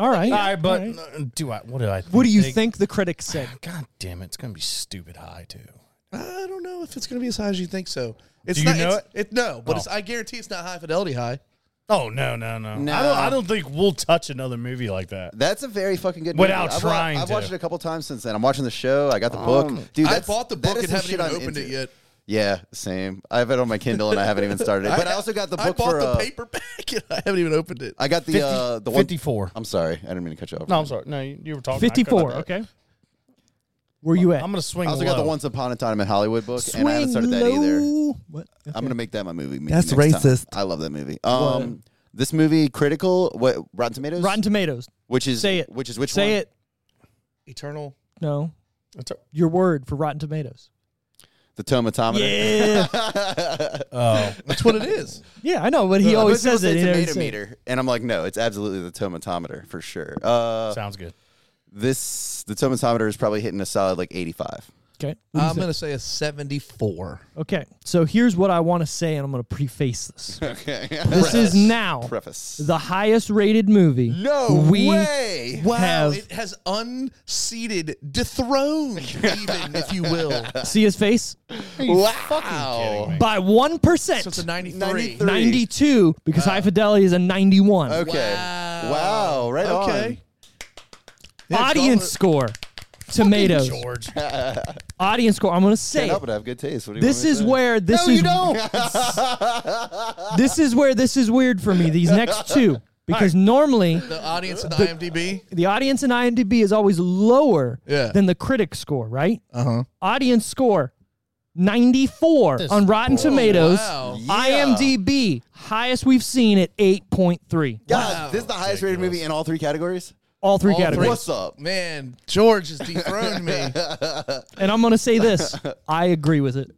all right. All right, but All right. uh, do I? What do I? Think? What do you They- think the critics said? God damn it! It's gonna be stupid high too. I don't know if it's going to be as high as you think so. It's Do you not, know it's, it? No, but Oh. it's, I guarantee it's not high fidelity high. Oh no, no, no! No. I don't. I don't think we'll touch another movie like that. That's a very fucking good Without movie. I've wa- trying I've, watched to. it a couple times since then. I'm watching the show. I got the book. Dude, I that's- bought the that book and is some haven't shit even I'm opened into. it yet. Yeah, same. I have it on my Kindle and I haven't even started it. But I, also got the book I bought for. the uh, paperback and I haven't even opened it. I got the uh, the one. 54. I'm sorry, I didn't mean to cut you off. No, I'm sorry. No, you, you were talking. I couldn't- 54. Okay. Where you at? I'm gonna swing. I also low. got the Once Upon a Time in Hollywood book, and I haven't started that either. What? I'm gonna make that my movie. That's next time. racist. I love that movie. Um, this movie critical. What Rotten Tomatoes? Rotten Tomatoes. Which is Say it. Which is which? Say one? it. Eternal. No. That's all- Your word for Rotten Tomatoes. The Tomatometer. Yeah. Oh, That's what it is. yeah, I know, but he I always bet Uh, people says say it. He never Tomato says it. meter, and I'm like, no, it's absolutely the Tomatometer for sure. Uh, sounds good. This the tomatometer is probably hitting a solid like 85. Okay. What do you Um, I'm say? going to say a 74. okay. So here's what I want to say, and I'm going to preface this. Okay. This is now preface. the highest rated movie. No we way. Wow, Have- it has unseated, dethroned, even if you will. see his face Wow. by one percent. So it's a 93. 93. 92 because High Fidelity is a 91. Okay. Wow. Right on. Okay. Yeah, call Audience it- score. Tomatoes. George. Audience score. I'm going to say Stand it. up and have good taste. What do you This want me to is say? where this is This is where this is weird for me these next two because normally The audience in IMDb. the audience in IMDb is always lower Yeah. than the critic score, right? Uh huh. Audience score 94 This on Rotten Tomatoes. wow. IMDb highest we've seen at 8.3. God, this is the highest rated movie in all three categories. All three All three. categories. What's up? Man, George has dethroned me. And I'm going to say this. I agree with it.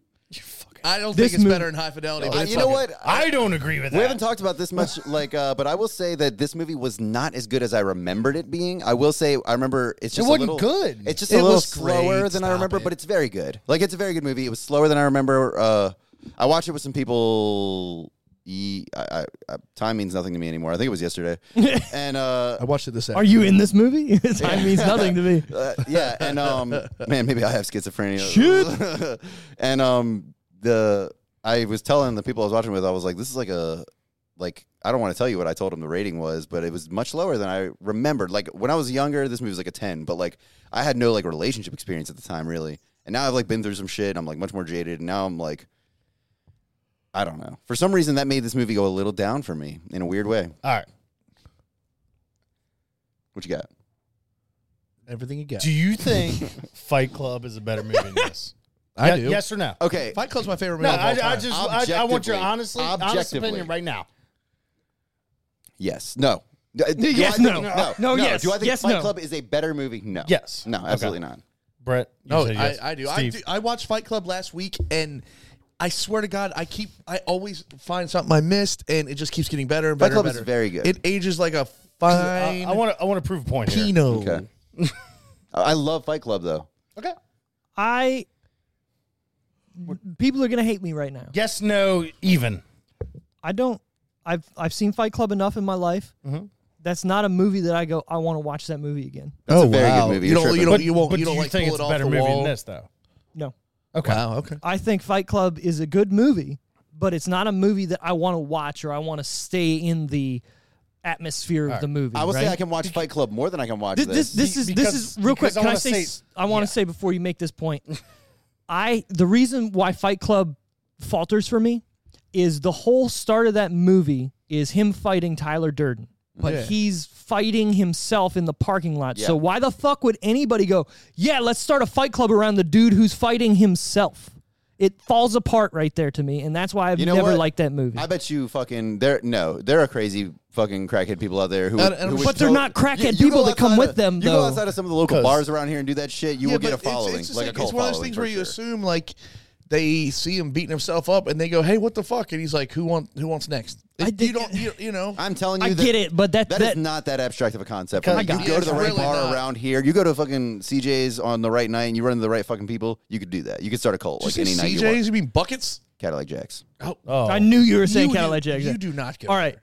I don't This think it's movie- better in Oh, high fidelity. Uh, But it's you know okay. what? I don't agree with We haven't that. talked about this much, like, uh, but I will say that this movie was not as good as I remembered it being. I will say I remember it's just a wasn't little- good. It's just It a little was slower great. than I Stop remember, it. but it's very good. Like, it's a very good movie. It was slower than I remember. Uh, I watched it with some people. E- I, I, I, time means nothing to me anymore. I think it was yesterday, and uh, I watched it this Are you in this movie? Time means nothing to me. uh, yeah, and um, man, maybe I have schizophrenia. Shit. and um, the I was telling the people I was watching with, I was like, this is like a like I don't want to tell you what I told them the rating was, but it was much lower than I remembered. Like when I was younger, this movie was like a ten, but like I had no like relationship experience at the time really, and now I've like been through some shit. And I'm like much more jaded, and now I'm like. I don't know. For some reason, that made this movie go a little down for me in a weird way. All right. What you got? Everything you got. Do you think Fight Club is a better movie than this? I Ye- do. Yes or no? Okay, Fight Club's my favorite No, movie. of all I, I time. just I, I want your Objectively. honestly honest Objectively. opinion right now. Yes. No. Do- do yes, I think- no. No, yes. Do I think Yes, Fight no. Club is a better movie? No. Yes. No, Okay. absolutely not. Brett, you No, said yes. Oh, I, I do. I Steve. do. I watched Fight Club last week, and I swear to God, I keep I always find something I missed, and it just keeps getting better and Fight better. Club and is better. very good. It ages like a I fine I want to I want to prove a point here. Pinot. Okay. I I love Fight Club though. Okay. I. People are gonna hate me right now. Yes, no, even. I don't. I've I've seen Fight Club enough in my life. Mm-hmm. That's not a movie that I go. I want to watch that movie again. That's a very good movie. You You're don't. You tripping. don't. you won't. But you do don't you like think pull it's it a off better the movie wall. than this though? No, Okay. Wow. Okay. I think Fight Club is a good movie, but it's not a movie that I want to watch or I want to stay in the atmosphere of the movie. I will right? say I can watch Fight Club more than I can watch Th- this. this, this is this is Because- real quick. because I Can I wanna say? say- s- I want to say before you make this point, I the reason why Fight Club falters for me is the whole start of that movie is him fighting Tyler Durden, but Yeah. he's fighting himself in the parking lot. So Yeah. why the fuck would anybody go? Yeah, let's start a Fight Club around the dude who's fighting himself. It falls apart right there to me, and that's why I've You know never what? liked that movie. I bet you fucking there. No, there are crazy fucking crackhead people out there who. And- would- and- who would But they're tot- not crackhead You- you people go that come outside with of- them, You though. go outside of some of the local 'Cause- bars around here and do that shit, you will Yeah, get a but it's- following, It's, just like, like- a cult it's one of those following things for where you sure. assume like they see him beating himself up, and they go, "Hey, what the fuck?" And he's like, "Who want? Who wants next?" I It- think- you don't. You, you know. I'm telling you, I that- get it, but that that, that is not that abstract of a concept. Because- Like, I you got go it. to the It's right really bar not. around here. You go to fucking CJ's on the right night, and you run into the right fucking people. You could do that. You could start a cult Did like you any say night you CJ's. want. You mean buckets? Cadillac Jacks. Oh, Oh. I knew you were saying You do- Cadillac Jack. You do not get. All over right. it.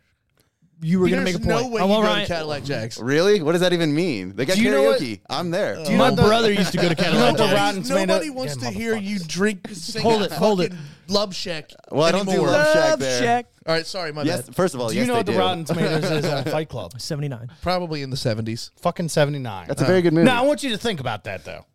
You were going to make There's a point. no way Oh, I'm you all go to right. Cadillac Jacks. Really? What does that even mean? They got Do you know what- karaoke. I'm there. you My know the- brother used to go to Cadillac. the Jack's. Rotten Nobody Tomato- wants Yeah, to hear you drink. Sing Hold it, hold it. fucking Love Shack. Well, I don't do anymore. Love Shack. Love there. check. All right, sorry, my yes. bad. First of all, Do you Oh, yes, know they what the do. Rotten Tomatoes is on Fight Club? 79. Probably in the seventies. Fucking 79. That's a very good movie. Now, I want you to think about that though.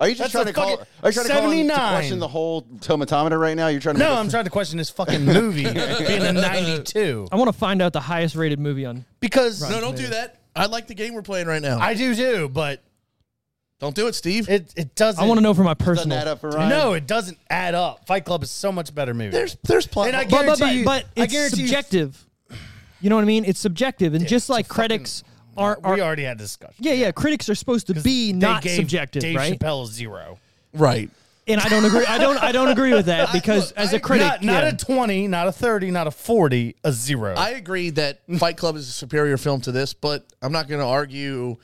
are you just that's trying a to call? fucking- Are you trying to call in to 79. question the whole tomatometer right now? You're trying to. No, make a- I'm trying to question this fucking movie being a 92 I want to find out the highest rated movie on. because No, don't do that. I like the game we're playing right now. I do too, but don't do it, Steve. it it doesn't I want to know for my Doesn't add personal. up for Ryan. No, it doesn't add up. Fight Club is so much better movie. there's there's plot. And I But, but, guarantee but, you- but I it's guarantee you- subjective. You know what I mean? It's subjective. And just like critics are. are we already had this discussion. yeah, yeah. Critics are supposed to be They not gave subjective, Dave right? Chappelle a zero. right. And I don't agree. I don't. I don't agree with that because look, as I- a critic, not not yeah. a twenty, not a thirty, not a forty, a zero. I agree that Fight Club is a superior film to this, but I'm not going to argue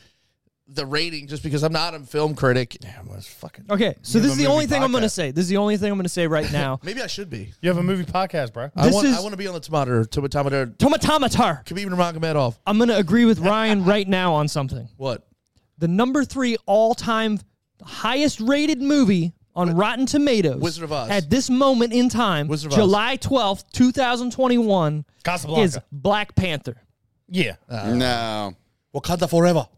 the rating just because I'm not a film critic. Damn, was fucking. Okay, so this You have a is the movie only thing I'm going to podcast. say. This is the only thing I'm going to say right now. Maybe I should be. You have a movie podcast, bro. I This want, is- I want to be on the tomato, tomatometer. Tomatometer. Khabib Nurmagomedov. I'm going to agree with Ryan right now on something. What? The number three all-time highest rated movie on Rotten Tomatoes. Wizard of Oz. At this moment in time, Wizard of Oz. July 12th, 2021, Casablanca. is Black Panther. yeah. no. Wakanda Forever.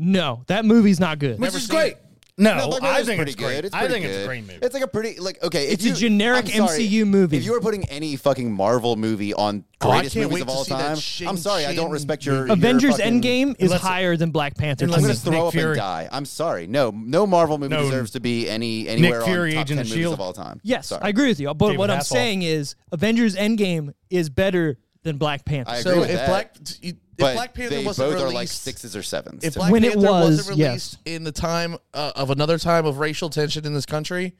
No, that movie's not good. Which Never is seen great. it. No, Black I Panther's think pretty it's great. good. It's I pretty think it's a good. great movie. It's like a pretty like okay. if It's a you- generic I'm sorry, MCU movie. If you were putting any fucking Marvel movie on Oh, I greatest can't movies wait of to all see that time, Shang I'm sorry, I don't Chin respect your your Avengers fucking- Endgame is Unless- higher than Black Panther. to I'm gonna me. unless- Nick throw up Fury. and die. I'm sorry. No, no Marvel movie No. deserves to be any anywhere Fury, on top Agent ten of movies S.H.I.E.L.D.. of all time. Yes, sorry. I agree with you. But David what I'm Hasselhoff. saying is Avengers Endgame is better than Black Panther. I agree So with if that. Black, if but Black Panther they wasn't both released, are like sixes or sevens. if to Black When it Panther was, wasn't yes. released in the time uh, of another time of racial tension in this country,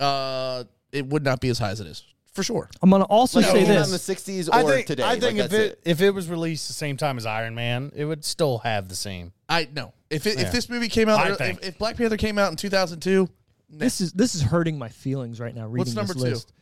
uh, it would not be as high as it is for sure. I'm gonna also Like, say it came this. out in the '60s or I think, today. I think like, if that's it, if it was released the same time as Iron Man, it would still have the same. I no. If it, Yeah. if this movie came out, I ear- think. if, if Black Panther came out in 2002, this is this is hurting my feelings right now. Reading what's number this two? list.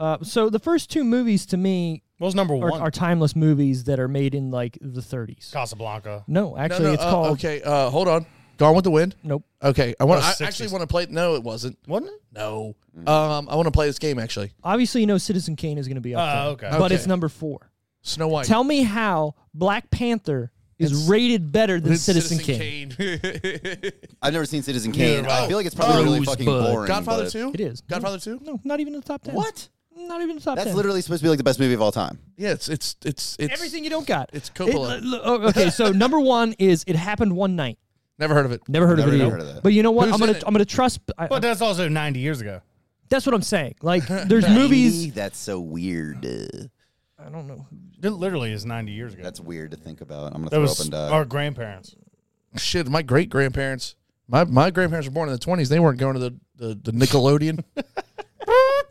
Uh, so the first two movies to me What was number are, one? are timeless movies that are made in like the 30s. Casablanca. No, No, actually, no, it's uh, called. okay. Uh, hold on, Gone with the Wind. Nope. Okay, I want. That I was actually 60s. want to play. No, it wasn't. Wasn't it? No. Um, I want to play this game actually. Obviously, you know Citizen Kane is going to be up Oh, there, okay. but Okay. it's number four. Snow White. Tell me how Black Panther is It's- rated better than It's Citizen, Kane. Kane. it. I've never seen Citizen Kane. I wow. feel like it's probably really fucking Rosebud. boring. Godfather but Two. It is. Godfather Two. No, not even in the top ten. What? Not even in the top That's ten. literally supposed to be like the best movie of all time. Yeah, it's it's it's it's everything you don't got. it's Coppola. It- l- l- oh, okay, so number one is it happened one night. Never heard of it. Never heard of Never it. even either. heard of that. But you know what? Who's I'm gonna in it? I'm gonna trust. I, But that's also 90 years ago. that's what I'm saying. Like there's movies. That's so weird. uh, I don't know. It literally is 90 years ago. That's weird to think about. I'm gonna that throw up was and die. our grandparents. Shit, my great grandparents. My my grandparents were born in the twenties. They weren't going to the the, the Nickelodeon.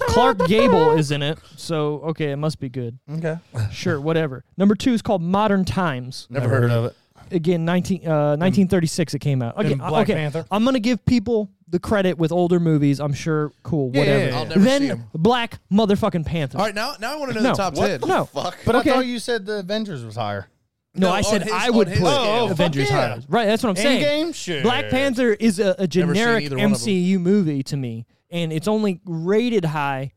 Clark Gable is in it, so okay, it must be good. Okay. Sure, whatever. Number two is called Modern Times. Never heard of it. Again, 19, uh, 1936 it came out. Okay, uh, And Black okay. Panther? I'm gonna give people the credit with older movies. I'm sure, cool, whatever. yeah, yeah. I'll never then see 'em. Black motherfucking Panther. All right, now now I want to know no, the top ten. no, Fuck. But Okay. I thought you said the Avengers was higher. No, No, I said on his- I would on his put scale. Oh, fuck Avengers yeah. higher. Right, that's what I'm saying. Endgame? Shit. Black Panther is a, a seen generic either one of 'em. MCU movie to me, and it's only rated high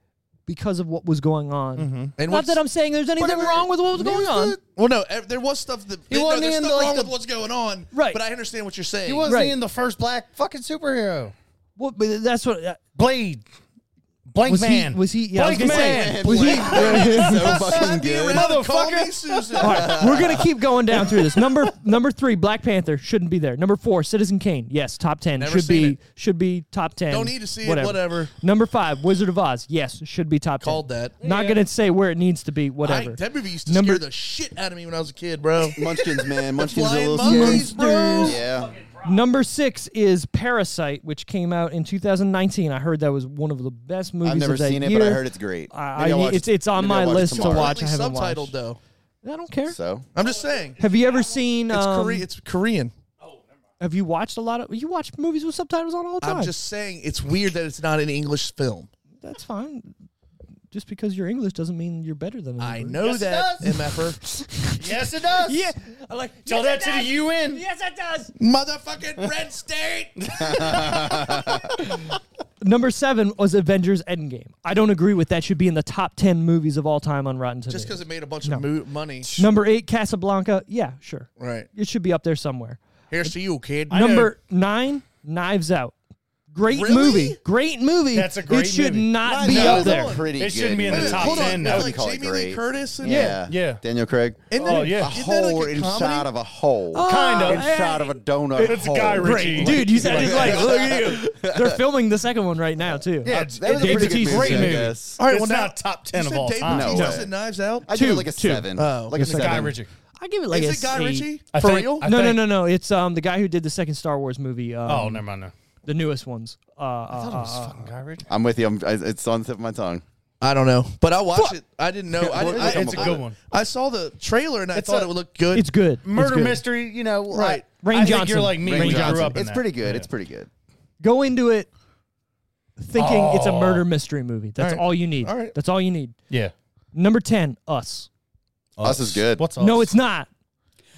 because of what was going on. Mm-hmm. And Not what's- that I'm saying there's anything wrong with what was going on. Well, no, ev- there was stuff that no, wasn't there's in stuff the, like, wrong the- with what's going on. Right. but I understand what you're saying. He wasn't Right. even the first black fucking superhero. Well, but that's what. Uh, Blade. Blank was man. he? Was he? Yeah, I was Blank gonna man. say. Was he? so fucking Around, good. call me Motherfucker. Susan. All right, we're gonna keep going down through this. Number number three, Black Panther shouldn't be there. Number four, Citizen Kane, yes, top ten Never should seen be it. should be top ten. Don't need to see it, whatever. Number five, Wizard of Oz, yes, should be top Called ten. that. Not gonna say where it needs to be. Whatever. I, that movie used to Number- scare the shit out of me when I was a kid, bro. Munchkins, man. Munchkins are a Flying little monkeys, scary. bro. Yeah. Number six is Parasite, which came out in 2019. I heard that was one of the best movies. I've never of that seen it, year. but I heard it's great. I- Maybe I'll I- watch it's- it's on maybe I'll my watch it list to tomorrow. watch. I Completely haven't watched. subtitled though. I don't care. So I'm just saying, Have you ever seen? it's um, Korean. It's Korean. Have you watched a lot of? You watch movies with subtitles on all the time. I'm just saying it's weird that it's not an English film. That's fine. Just because you're English doesn't mean you're better than I anybody. know Yes, it that, does. MFR. yes, it does. Yeah, I like Tell that to the UN. Yes, it does. Motherfucking red state. Number seven was Avengers Endgame. I don't agree with that. Should be in the top ten movies of all time on Rotten Tomatoes. Just because it made a bunch of mo- money. Number eight, Casablanca. Yeah, sure. Right. It should be up there somewhere. Here's to you, kid. Number nine, Knives Out. Great Really? movie. Great movie. That's a great It should movie. not Knives be Out up is there. a Pretty It shouldn't good be in the movie. top Hold on, 10. that's I like call it Jamie Lee great. Curtis and Yeah. Yeah. Daniel Craig. Isn't Oh, that- yeah. A that isn't that like hole inside comedy? of a hole. Kind of. Inside of a donut Oh, It's hole. Guy Ritchie. Dude, you sounded like, look at you. They're filming the second one right now, too. That Yeah, was a David pretty good T's movie, great I movie. guess. All right, well, It's now not top You 10 of said all David time. No T. way. was in Knives Out. I give it Two, like a two. seven. Oh. Like a It's It's a Guy seven. Ritchie. I give it like Is it a Guy C. Ritchie? I For think- real? I no, no, think- no, no. It's um the guy who did the second Star Wars movie. Um, Oh, never mind. No. Oh, the newest ones. Uh, I uh, thought it was fucking Guy Ritchie. I'm with you. I'm, I- it's on the tip of my tongue. I don't know, but I watched it. I didn't know. I, didn't- I, It's a I- good one. I saw the trailer and I It's thought a- it would look good. it's good. It's Murder good. mystery, you know. Right. I- Rain I think Johnson. you're like me. Rain you Johnson. grew up in It's that. pretty good. Yeah. It's pretty good. Go into it thinking it's a Oh. murder mystery movie. That's All right. all you need. All right. That's all you need. Yeah. Number 10, Us. Us is good. What's us? No, it's not.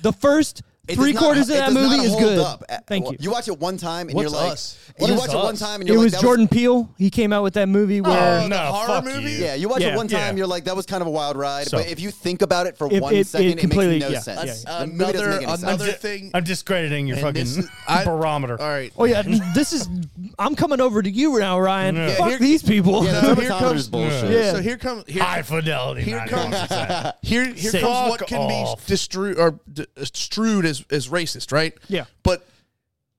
The first It does three not- quarters it of that does not movie is hold good. up at- Thank you. You watch it one time and What's you're like, Us? you What watch is it one Us? time and It you're like, was that Jordan Peele. He came out with that movie where Oh, no, horror fuck movie? you. Yeah, you watch Yeah. it one time, Yeah. you're like, that was kind of a wild ride. So- but if you think about it for It- one it- it second, it, completely- makes no yeah, sense. yeah, The movie doesn't Uh, Another make any sense. another thing. I'm discrediting your and fucking this is- I- barometer. All right. Oh yeah, this is. I'm coming over to you now, Ryan. Yeah. Fuck Here- these people. Yeah, the So here thermometer's comes- bullshit. Yeah. So here comes here, High fidelity. Here nine comes- point percent. here here Sick. comes what Fuck can off. be distru- or d- strewed as as racist, right? Yeah. But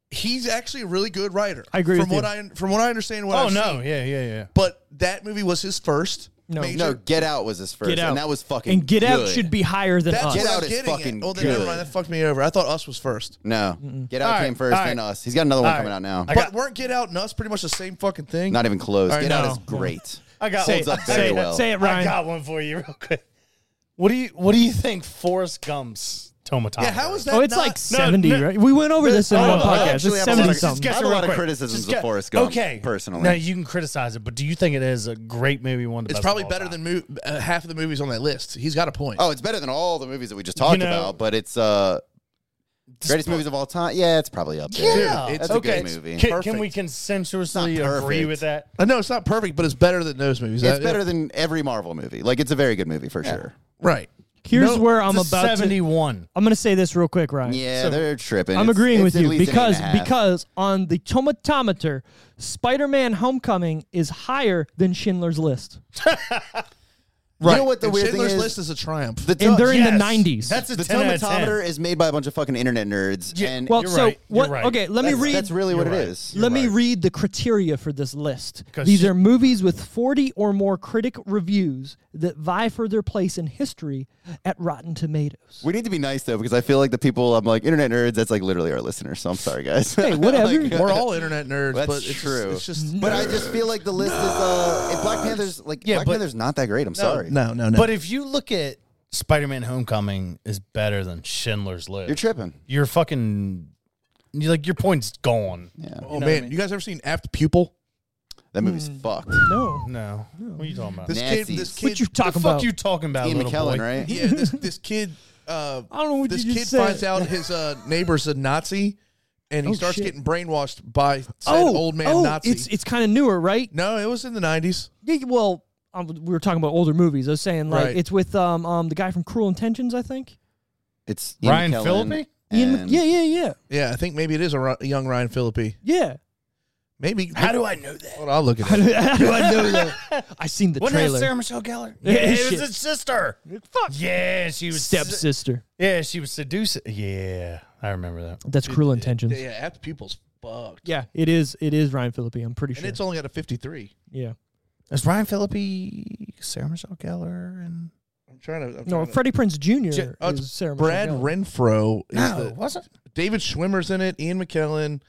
he's actually a really good writer. I agree From with what you. I from what I understand, what Oh I've no! seen. Yeah, yeah, yeah. But that movie was his first. No. major- No, Get Out was his first. Get out. And that was fucking And Get Out good. should be higher than That's us. Get what Out I'm is getting fucking at. Oh, then never good. mind. That fucked me over. I thought Us was first. No. Get Out All right, came first, all then right. Us. He's got another one All coming right. out now. I but got- weren't Get Out and Us pretty much the same fucking thing? Not even close. All right, Get Out no. is great. I got Say Holds it. up say, very it. well. say it, I Ryan. got one for you, real quick. What do you What do you think Forrest Gump's tomatometer? yeah, how is that? Oh, it's not- like 70, no. right? We went over this in I one don't know. I podcast. actually It's have a lot of- 70 just something. guess- I have a real lot of quick. criticisms Just of guess- Forrest Gump, Okay, personally. Now you can criticize it, but do you think it is a great movie? One of the It's best probably of all better time? than mo- uh, half of the movies on that list. He's got a point. Oh, it's better than all the movies that we just talked know- about, but it's uh greatest movies of all time. Yeah, it's probably up there. Yeah, Dude, it's That's a okay. good movie. Can, can Perfect. we consensuously It's not agree perfect. with that? I know Uh, it's not perfect, but it's better than those movies. It's I- better than every Marvel movie. Like it's a very good movie for sure. right? Here's No, where I'm it's a about to. seventy-one. I'm going to say this real quick, Ryan. Yeah, So they're tripping. I'm It's- agreeing it's with at you least an eight because and a half. because on the tomatometer, Spider-Man: Homecoming is higher than Schindler's List, You know what the And weird Schindler's thing is? List is a triumph. The and to- they're in Yes. the 90s. That's a the 10 out of 10. tomatometer is made by a bunch of fucking internet nerds. Yeah, and well, You're so right. You're what? right. Okay, let me that's, read. that's really what You're it right. is. Let me right. read the criteria for this list. 'Cause These she- are movies with 40 or more critic reviews that vie for their place in history at Rotten Tomatoes. We need to be nice though, because I feel like the people I'm like internet nerds. That's like literally our listeners. So I'm sorry, guys. Hey, whatever. We're all internet nerds, That's but it's true. It's just, but I just feel like the list is uh, if Black Panther's like Yeah, Black but- Panther's not that great. I'm sorry. no, no, no. But if you look at Spider-Man: Homecoming is better than Schindler's List. you're tripping. You're fucking. You're like your point's gone. Yeah, oh man, you guys ever seen Aft Pupil? that Hmm. movie's fucked. No. No. What are you talking about? This kid, Nazis. this kid, What you the talking fuck about? you talking about, Ian little McKellen, boy? right? yeah, this this kid. Uh, I don't know what this you kid just finds said. out his uh, neighbor's a Nazi, and he Oh, starts shit. getting brainwashed by said oh, old man oh, Nazi. It's it's kind of newer, right? no, it was in the nineties. Yeah, Well, um, we were talking about older movies. I was saying like Right. it's with um um the guy from Cruel Intentions, I think. It's Ian Ryan McKellen Phillippe? Ian Mc- and- yeah, yeah, yeah, Yeah, I think maybe it is a, Ri- a young Ryan Philippi. yeah. Maybe. How do I know that? Hold on, I'll look at How it. do I know that? I seen the Wasn't trailer. that Sarah Michelle Gellar? Yeah, Yeah, it shit. was his sister. Fuck. Yeah, she was Stepsister. Yeah, she was seducing. Yeah, I remember that. That's Cruel Intentions. Yeah, Aft Pupil's fucked, Yeah, it is. It is Ryan Phillippe. I'm pretty and sure. it's only got a fifty-three. yeah. Is Ryan Phillippe, Sarah Michelle Gellar, and I'm trying to. I'm No, trying to- Freddie Prince Jr. J- oh, it's is Sarah Michelle Brad Gellar. Renfro is the wasn't. David Schwimmer's in it. Ian McKellen,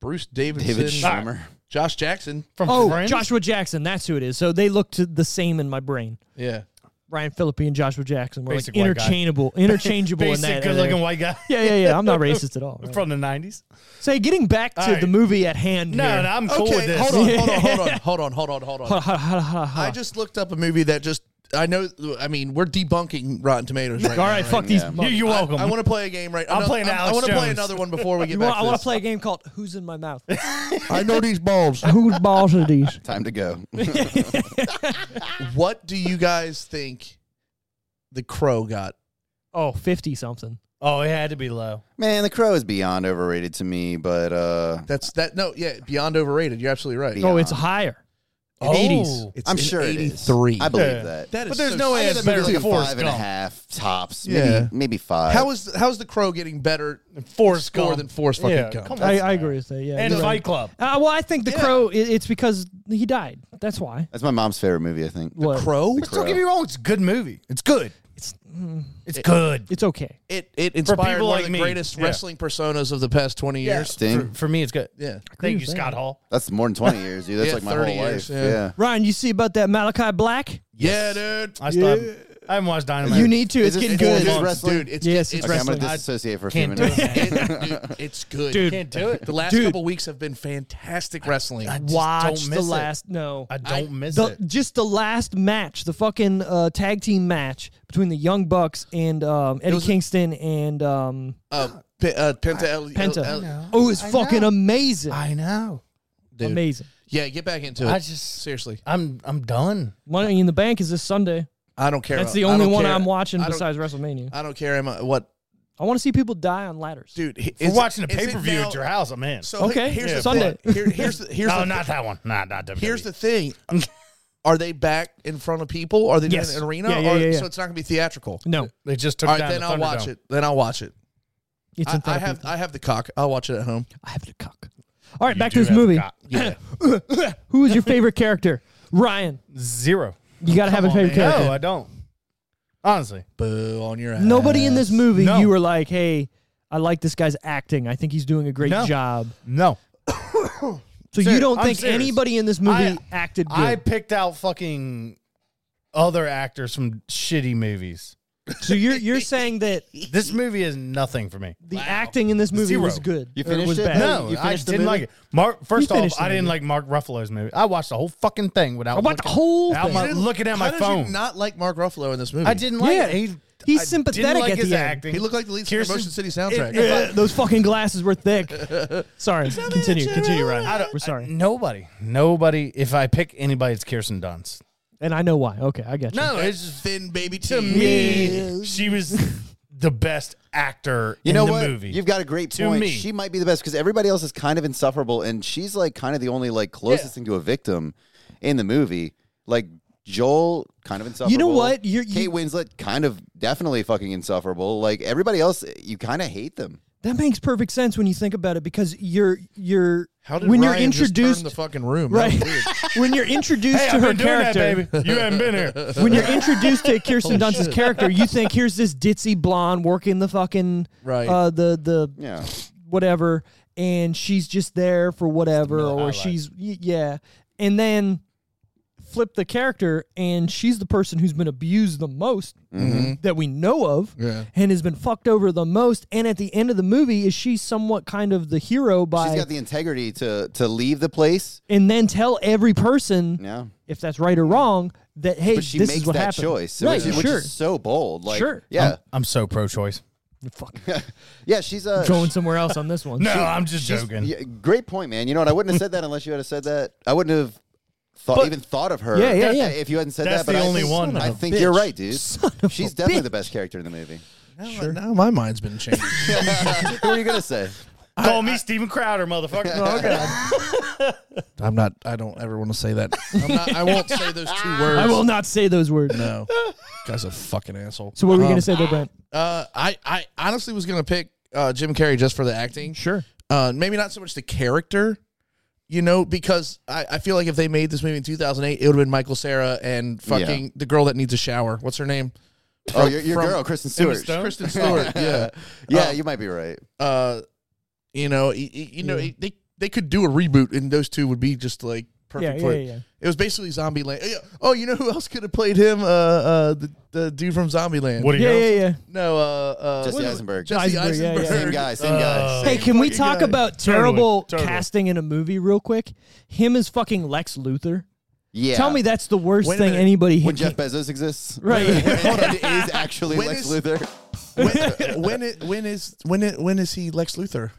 Bruce Davidson, David Schwimmer. Josh Jackson. From Oh, Friends? Joshua Jackson. That's who it is. So they looked the same in my brain. Yeah, Ryan Phillippe and Joshua Jackson were Basic like white guy. interchangeable, interchangeable in basic, that. good-looking white guy yeah, yeah, yeah. I'm not racist at all. right? from the nineties. Say, getting back to All right. the movie at hand. No, here. no, I'm cool with this. Hold on, hold on, hold on, hold on, hold on, hold on. Ha, ha, ha, ha, ha. I just looked up a movie that just I know I mean we're debunking Rotten Tomatoes right all now, right, fuck these. yeah. mother- You, are welcome. I, want to play a game right I'm another- playing I- I Alex want to play Jones. another one before we get You back want- I to want this. to play a game called Who's in My Mouth. I know these balls. Whose balls are these? Time to go. what do you guys think the crow got? Oh, 50 something. oh, it had to be low. Man, The Crow is beyond overrated to me, but uh, That's that no, yeah, beyond overrated. You're absolutely right. Oh, it's higher. Oh. 80s. It's I'm in sure it is. 83. I believe Yeah. that. That is But there's so no way I Yeah, give it's that better movie like than a Forrest five and a Gump. half tops. Yeah. Maybe maybe five. How is how's the crow getting better Forrest score Gump. than Forrest fucking Yeah, Gump? come on. I, I agree with that. Yeah. and you're right. Fight Club. Uh, well, I think the Yeah. crow. i it's because he died. That's why. That's my mom's favorite movie, I think. What? Crow? The Crow. Don't get me wrong; it's a good movie. It's good. It's It's good. it's okay. It it inspired people one like of the me, greatest yeah. wrestling personas of the past 20 years. Sting. For, for me, it's good. Yeah. Thank with you, that. Scott Hall. That's more than twenty years, dude. That's Yeah, like my whole 30 years, life. yeah. Yeah. Ryan, you see about that Malachi Black? Yeah, dude. I still have I haven't watched Dynamite. You need to. It's Is this getting full good. just Dude, wrestling? Dude, it's, Yes, it's it's, Okay, I'm gonna wrestling. disassociate for a few Can't do minutes. it. it- dude, it's good. Dude. Can't do it. The last Dude. couple weeks have been fantastic wrestling. I just don't Watch miss the it. last. No, I don't miss the, it. just the last match, the fucking uh, tag team match between the Young Bucks and um, Eddie Kingston and um, Uh, Pe- uh, Penta, El- Penta. El- El- oh, it's fucking amazing, I know. dude. amazing. Yeah, get back into it. I just- seriously, I'm I'm done. Money in the Bank is this Sunday. I don't care. That's about- the I only don't one care. I'm watching I don't- besides WrestleMania. I don't care Emma, what, I want to see people die on ladders. dude. h- We're is it- watching a is it pay per view now- at your house. I'm in. So Okay, here's yeah, the Sunday. thing. Here- here's the, here's no, the, not that one. Nah, not WWE. here's the thing. Are they back in front of people? Are they Yes. doing an arena? Yeah, yeah, Or- yeah, yeah. So it's not gonna be theatrical. No, They just took All right, down then the I'll watch Thunderdome. it. Then I'll watch it. it's I, in I therapy. have I have the cock. I'll watch it at home. I have to cuck. All right, You back to do this have movie. got- yeah. Who is your favorite character? Ryan. Zero. Oh, You got to have a favorite character. No, I don't. Honestly, Boo on your ass. Nobody in this movie No. you were like, hey, I like this guy's acting. I think he's doing a great No. job. no. So you Serious. don't I'm think serious. anybody in this movie I- acted good? I picked out fucking other actors from shitty movies. so you're you're saying that This movie is nothing for me. the acting in this movie Zero. was good. You or was finished it? bad. No, you I finished the didn't like movie? it. Mark, first finished off, the I didn't movie. like Mark Ruffalo's movie. I watched the whole fucking thing without. I watched the looking, whole without thing. my- looking at my How phone. Did you not like Mark Ruffalo in this movie? I didn't like. Yeah, it. he- I he's didn't sympathetic like at his the end. acting. He looked like the lead singer of Kirsten- Motion City soundtrack. It- Uh, those fucking glasses were thick. Sorry, continue, continue, I Ryan. don't- We're I- sorry, nobody, nobody. If I pick anybody, it's Kirsten Dunst. and I know why. Okay, I got you. No, it's just Thin baby to teeth. me, she was the best actor You in know the what? movie. You've got a great To point. me. She might be the best because everybody else is kind of insufferable, and she's like kind of the only like closest Yeah. thing to a victim in the movie. Like Joel, kind of insufferable. what? You're- you- Kate Winslet, kind of definitely fucking insufferable. Like everybody else, you kind of hate them. That makes perfect sense when you think about it because you're you're How did when you're Ryan just turn introduced the fucking room? That right was weird. when you're introduced hey, to I've her been doing character. that, baby. You haven't been here. When you're introduced to Kirsten Dunst's character, you think here's this ditzy blonde working the fucking Right. uh, the the Yeah. whatever, and she's just there for whatever, or highlight. she's y- yeah, and then flip the character, and she's the person who's been abused the most Mm-hmm. that we know of, Yeah. and has been fucked over the most, and at the end of the movie, is she somewhat kind of the hero by, She's got the integrity to to leave the place. and then tell every person Yeah. if that's right or wrong that hey, But she this makes is what that happened. choice, right? which, is, which sure, is so bold. Like, Sure. yeah, I'm so pro-choice. Fuck. yeah. She's uh, a going somewhere else on this one. No, I'm just joking. Yeah, great point, man. You know what? I wouldn't have said that unless you had have said that. I wouldn't have thought But- even thought of her. Yeah, yeah, yeah. If you hadn't said That's that, but the I only think- one, I though. think Bitch. you're right, dude. Son of a She's definitely bitch. the best character in the movie. Now, now my mind's been changed. Who are you gonna say? Call me Steven Crowder, motherfucker. I'm not. I don't ever want to say that. I'm not, I won't say those two words. I will not say those words. No, guy's a fucking asshole. So what were you Um, gonna say there, Brent? Uh, I I honestly was gonna pick uh, Jim Carrey just for the acting. Sure. Uh, maybe not so much the character, you know, because I, I feel like if they made this movie in 2008, it would have been Michael Sarah and fucking the girl that needs a shower. What's her name? Oh, your, your From- girl, Kristen Emma Stewart. Stone? Kristen Stewart. yeah. Yeah, Um, you might be right. Uh, you know, y- y- you know, they they could do a reboot, and those two would be just like Yeah, perfect. yeah, for yeah, it. It was basically Zombieland. Yeah. Oh, you know who else could have played him? Uh, uh, the, the dude from Zombieland. Woody yeah, Allen. yeah, yeah. No, uh, uh, Jesse what- Eisenberg. Jesse Eisenberg, yeah, Eisenberg. yeah. Same guy, same Uh, guy. Hey, Same. can we talk guy. about terrible Totally, totally. casting in a movie real quick? Him as fucking Lex Luthor. yeah. Tell me that's the worst Wait a thing minute. anybody when hit. Jeff Bezos exists. right. When it is actually When Lex is- Luthor. when, when, it, when is when it, when is he Lex Luthor?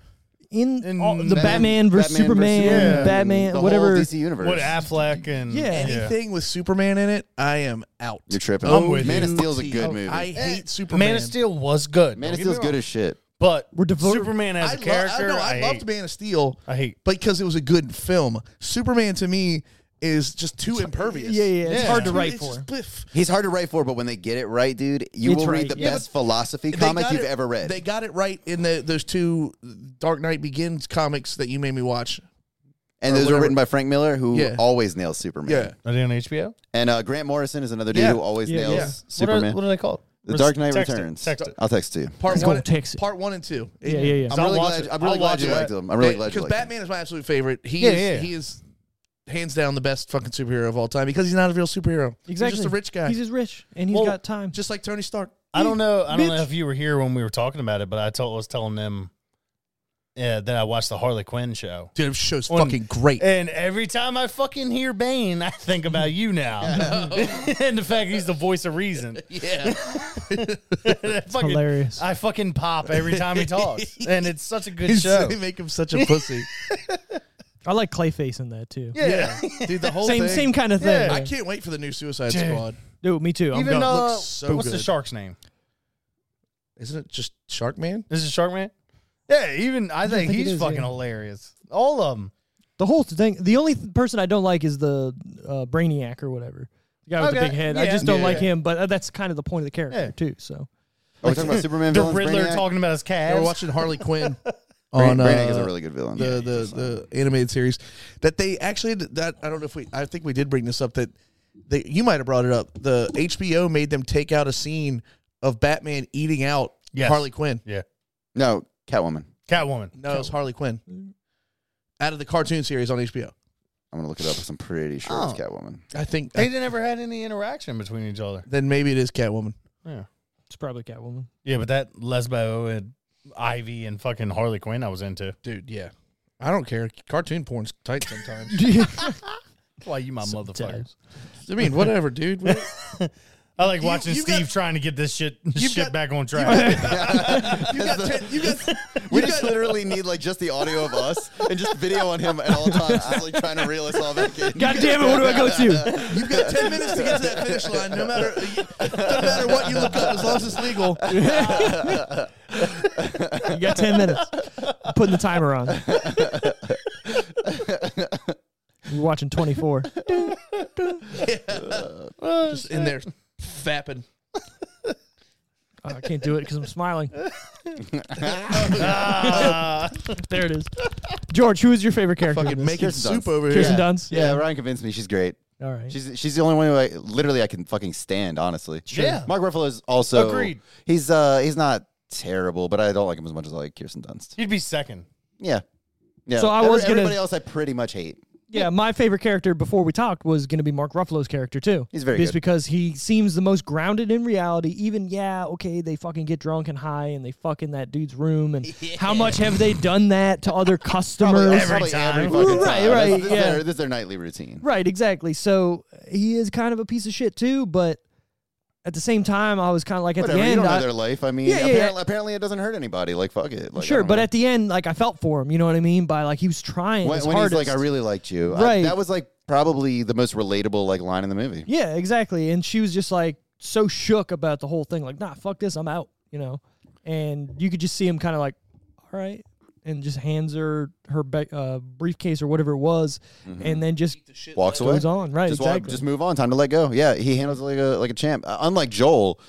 In, In all- the Batman Batman versus versus Superman, Superman, the Batman, whole whatever. DC universe. What Affleck and Yeah. Anything with Superman in it, I am out. You're tripping. I'm with Man you. of Steel's a good Oh, movie. I hate Superman. Man of Steel was good. Man Don't of get Steel's me wrong. good as shit. But We're devoted- Superman as I a lo- character, I, know, I, I loved hate. Man of Steel I hate. because it was a good film. Superman to me is just too impervious. yeah, yeah, it's Yeah. hard to Dude, write it's for. just bliff. He's hard to write for, but when they get it right, dude, you It's will right, read the yeah. best philosophy They comic got you've it- ever read. They got it right in the, those two Dark Knight Begins comics that you made me watch. and those were whatever. written by Frank Miller, who Yeah. always nails Superman. Yeah. Are they on HBO? And uh, Grant Morrison is another dude Yeah. who always Yeah, nails yeah. Superman. What are, what are they called? the Dark Knight Text it, Returns. text it. I'll text to you. Part It's one, called Text It. part one and two. Yeah, yeah, yeah. I'm I'll really watch glad. it. I'm really I'll glad watch you it. liked them. I'm really glad you because liked them. Batman is my absolute favorite. He Yeah, is, yeah, yeah. he is hands down the best fucking superhero of all time because he's not a real superhero. Exactly. He's just a rich guy. He's just rich, and he's Well, got time. Oh, just like Tony Stark. I don't know. I don't know bitch. if you were here when we were talking about it, but I told, was telling them yeah, that I watched the Harley Quinn show. Dude, this show's On- fucking great. And every time I fucking hear Bane, I think about you now. and the fact he's the voice of reason. Yeah. That fucking- hilarious. I fucking pop every time he talks. and it's such a good He's- show. They make him such a pussy. I like Clayface in that too. yeah. Dude, the whole same thing. same kind of thing. I can't wait for the new Suicide Dude. Squad. Dude, me too. I'm Even going. God, it uh, looks so what's the good. shark's name? Isn't it just Shark Man? Is it Shark Man? Yeah, even I think think, it he's is, fucking yeah. hilarious. All of them. the whole thing. The only th- person I don't like is the uh, Brainiac or whatever. The guy with the Okay, big head. I yeah. just don't Yeah. like him, but uh, that's kind of the point of the character Yeah. too. So Are we talking about Superman The villains? Riddler Brainiac? talking about his Yeah, calves. we're watching Harley Quinn Brain- on uh, Brainiac is a really good villain. the, the the animated series that they actually that I don't know if we I think we did bring this up that they you might have brought it up. The HBO made them take out a scene of Batman eating out Yes. Harley Quinn. yeah. no, Catwoman. Catwoman. No, it's Harley Quinn. Out of the cartoon series on HBO. I'm gonna look it up because I'm pretty sure Oh. it's Catwoman. I think They never had any interaction between each other. then maybe it is Catwoman. Yeah. it's probably Catwoman. Yeah, but that Lesbo and Ivy and fucking Harley Quinn I was into. Dude, yeah. I don't care. Cartoon porn's tight sometimes. Why you my motherfucker? Sometimes. I mean, whatever, dude. What- I like watching you've Steve got- trying to get this shit shit got- back on track. You got, ten, you got We just literally need like just the audio of us and just video on him at all times, just like trying to reel us all back in. God damn it! What do I go to? You've got ten minutes to get to that finish line. No matter, no matter what you look up, as long as it's legal. You got ten minutes. I'm putting the timer on. You're watching Oh, 24. Just in there, fapping. Oh, I can't do it because I'm smiling. there it is. George, who is your favorite character? in Fucking this? making Kirsten soup Dunst. over here. Kirsten Dunst. Yeah, Ryan convinced me she's great. All right. She's she's the only one who I literally I can fucking stand. Honestly, Yeah. Mark Ruffalo is also Agreed. He's uh he's not terrible, but I don't like him as much as I like Kirsten Dunst. You'd be second. Yeah, yeah. So I Every- was gonna- everybody else I pretty much hate. yeah, my favorite character before we talked was going to be Mark Ruffalo's character too. He's very just good. because he seems the most grounded in reality. Even yeah, okay, they fucking get drunk and high and they fuck in that dude's room. And how much have they done that to other customers? Probably every time. fucking Right, time. right, This, this is yeah. their, this is their nightly routine. Right, exactly. So he is kind of a piece of shit too, but at the same time, I was kind of like at Whatever. the you end, don't know I- their life. I mean, Yeah, yeah, yeah. apparently, apparently it doesn't hurt anybody. Like fuck it. Like, I sure, don't but know. at the end, like I felt for him. You know what I mean? By like he was trying when, his when he's hardest. like, I really liked you. I- Right. that was like probably the most relatable like line in the movie. yeah, exactly. And she was just like so shook about the whole thing. Like, nah, fuck this, I'm out. You know, and you could just see him kind of like, all right, and just hands her her be- uh, briefcase or whatever it was, and then just Walks away. goes on. Right, Mm-hmm. just, walk- exactly. just move on. Time to let go. Yeah, he handles it like a like a champ. Uh, unlike Joel,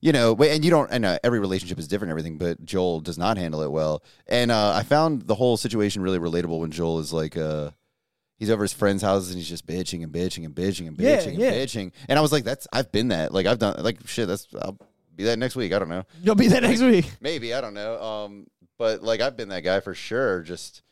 you know, wa- and you don't. And uh, every relationship is different, and everything. But Joel does not handle it well. And uh, I found the whole situation really relatable when Joel is like, uh, he's over his friend's houses and he's just bitching and bitching and bitching and bitching Yeah, and yeah. bitching. And I was like, that's I've been that. Like I've done like shit. That's I'll be that next week. I don't know. You'll be there next week. Maybe I don't know. Um, but like I've been that guy for sure. Just.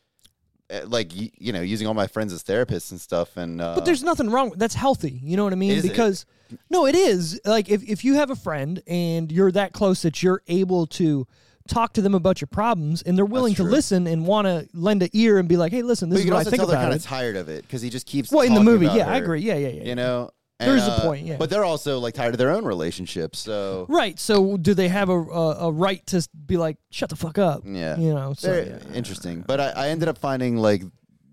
uh, Like y- you know, using all my friends as therapists and stuff, and uh, But there's nothing wrong. That's healthy. You know what I mean? Is it? because no, it is. Like if if you have a friend and you're that close that you're able to talk to them about your problems and they're willing to true. listen and want to lend a ear and be like, hey, listen, this But is you can what I also think tell they're about kind it. of tired of it because he just keeps. well, in the talking movie, about yeah, I her, agree. Yeah, yeah, yeah. You know, uh, There's a point, yeah. But they're also like tired of their own relationship. So Right. So do they have a, a a right to be like, shut the fuck up? yeah, You know. So They're interesting. But I, I ended up finding like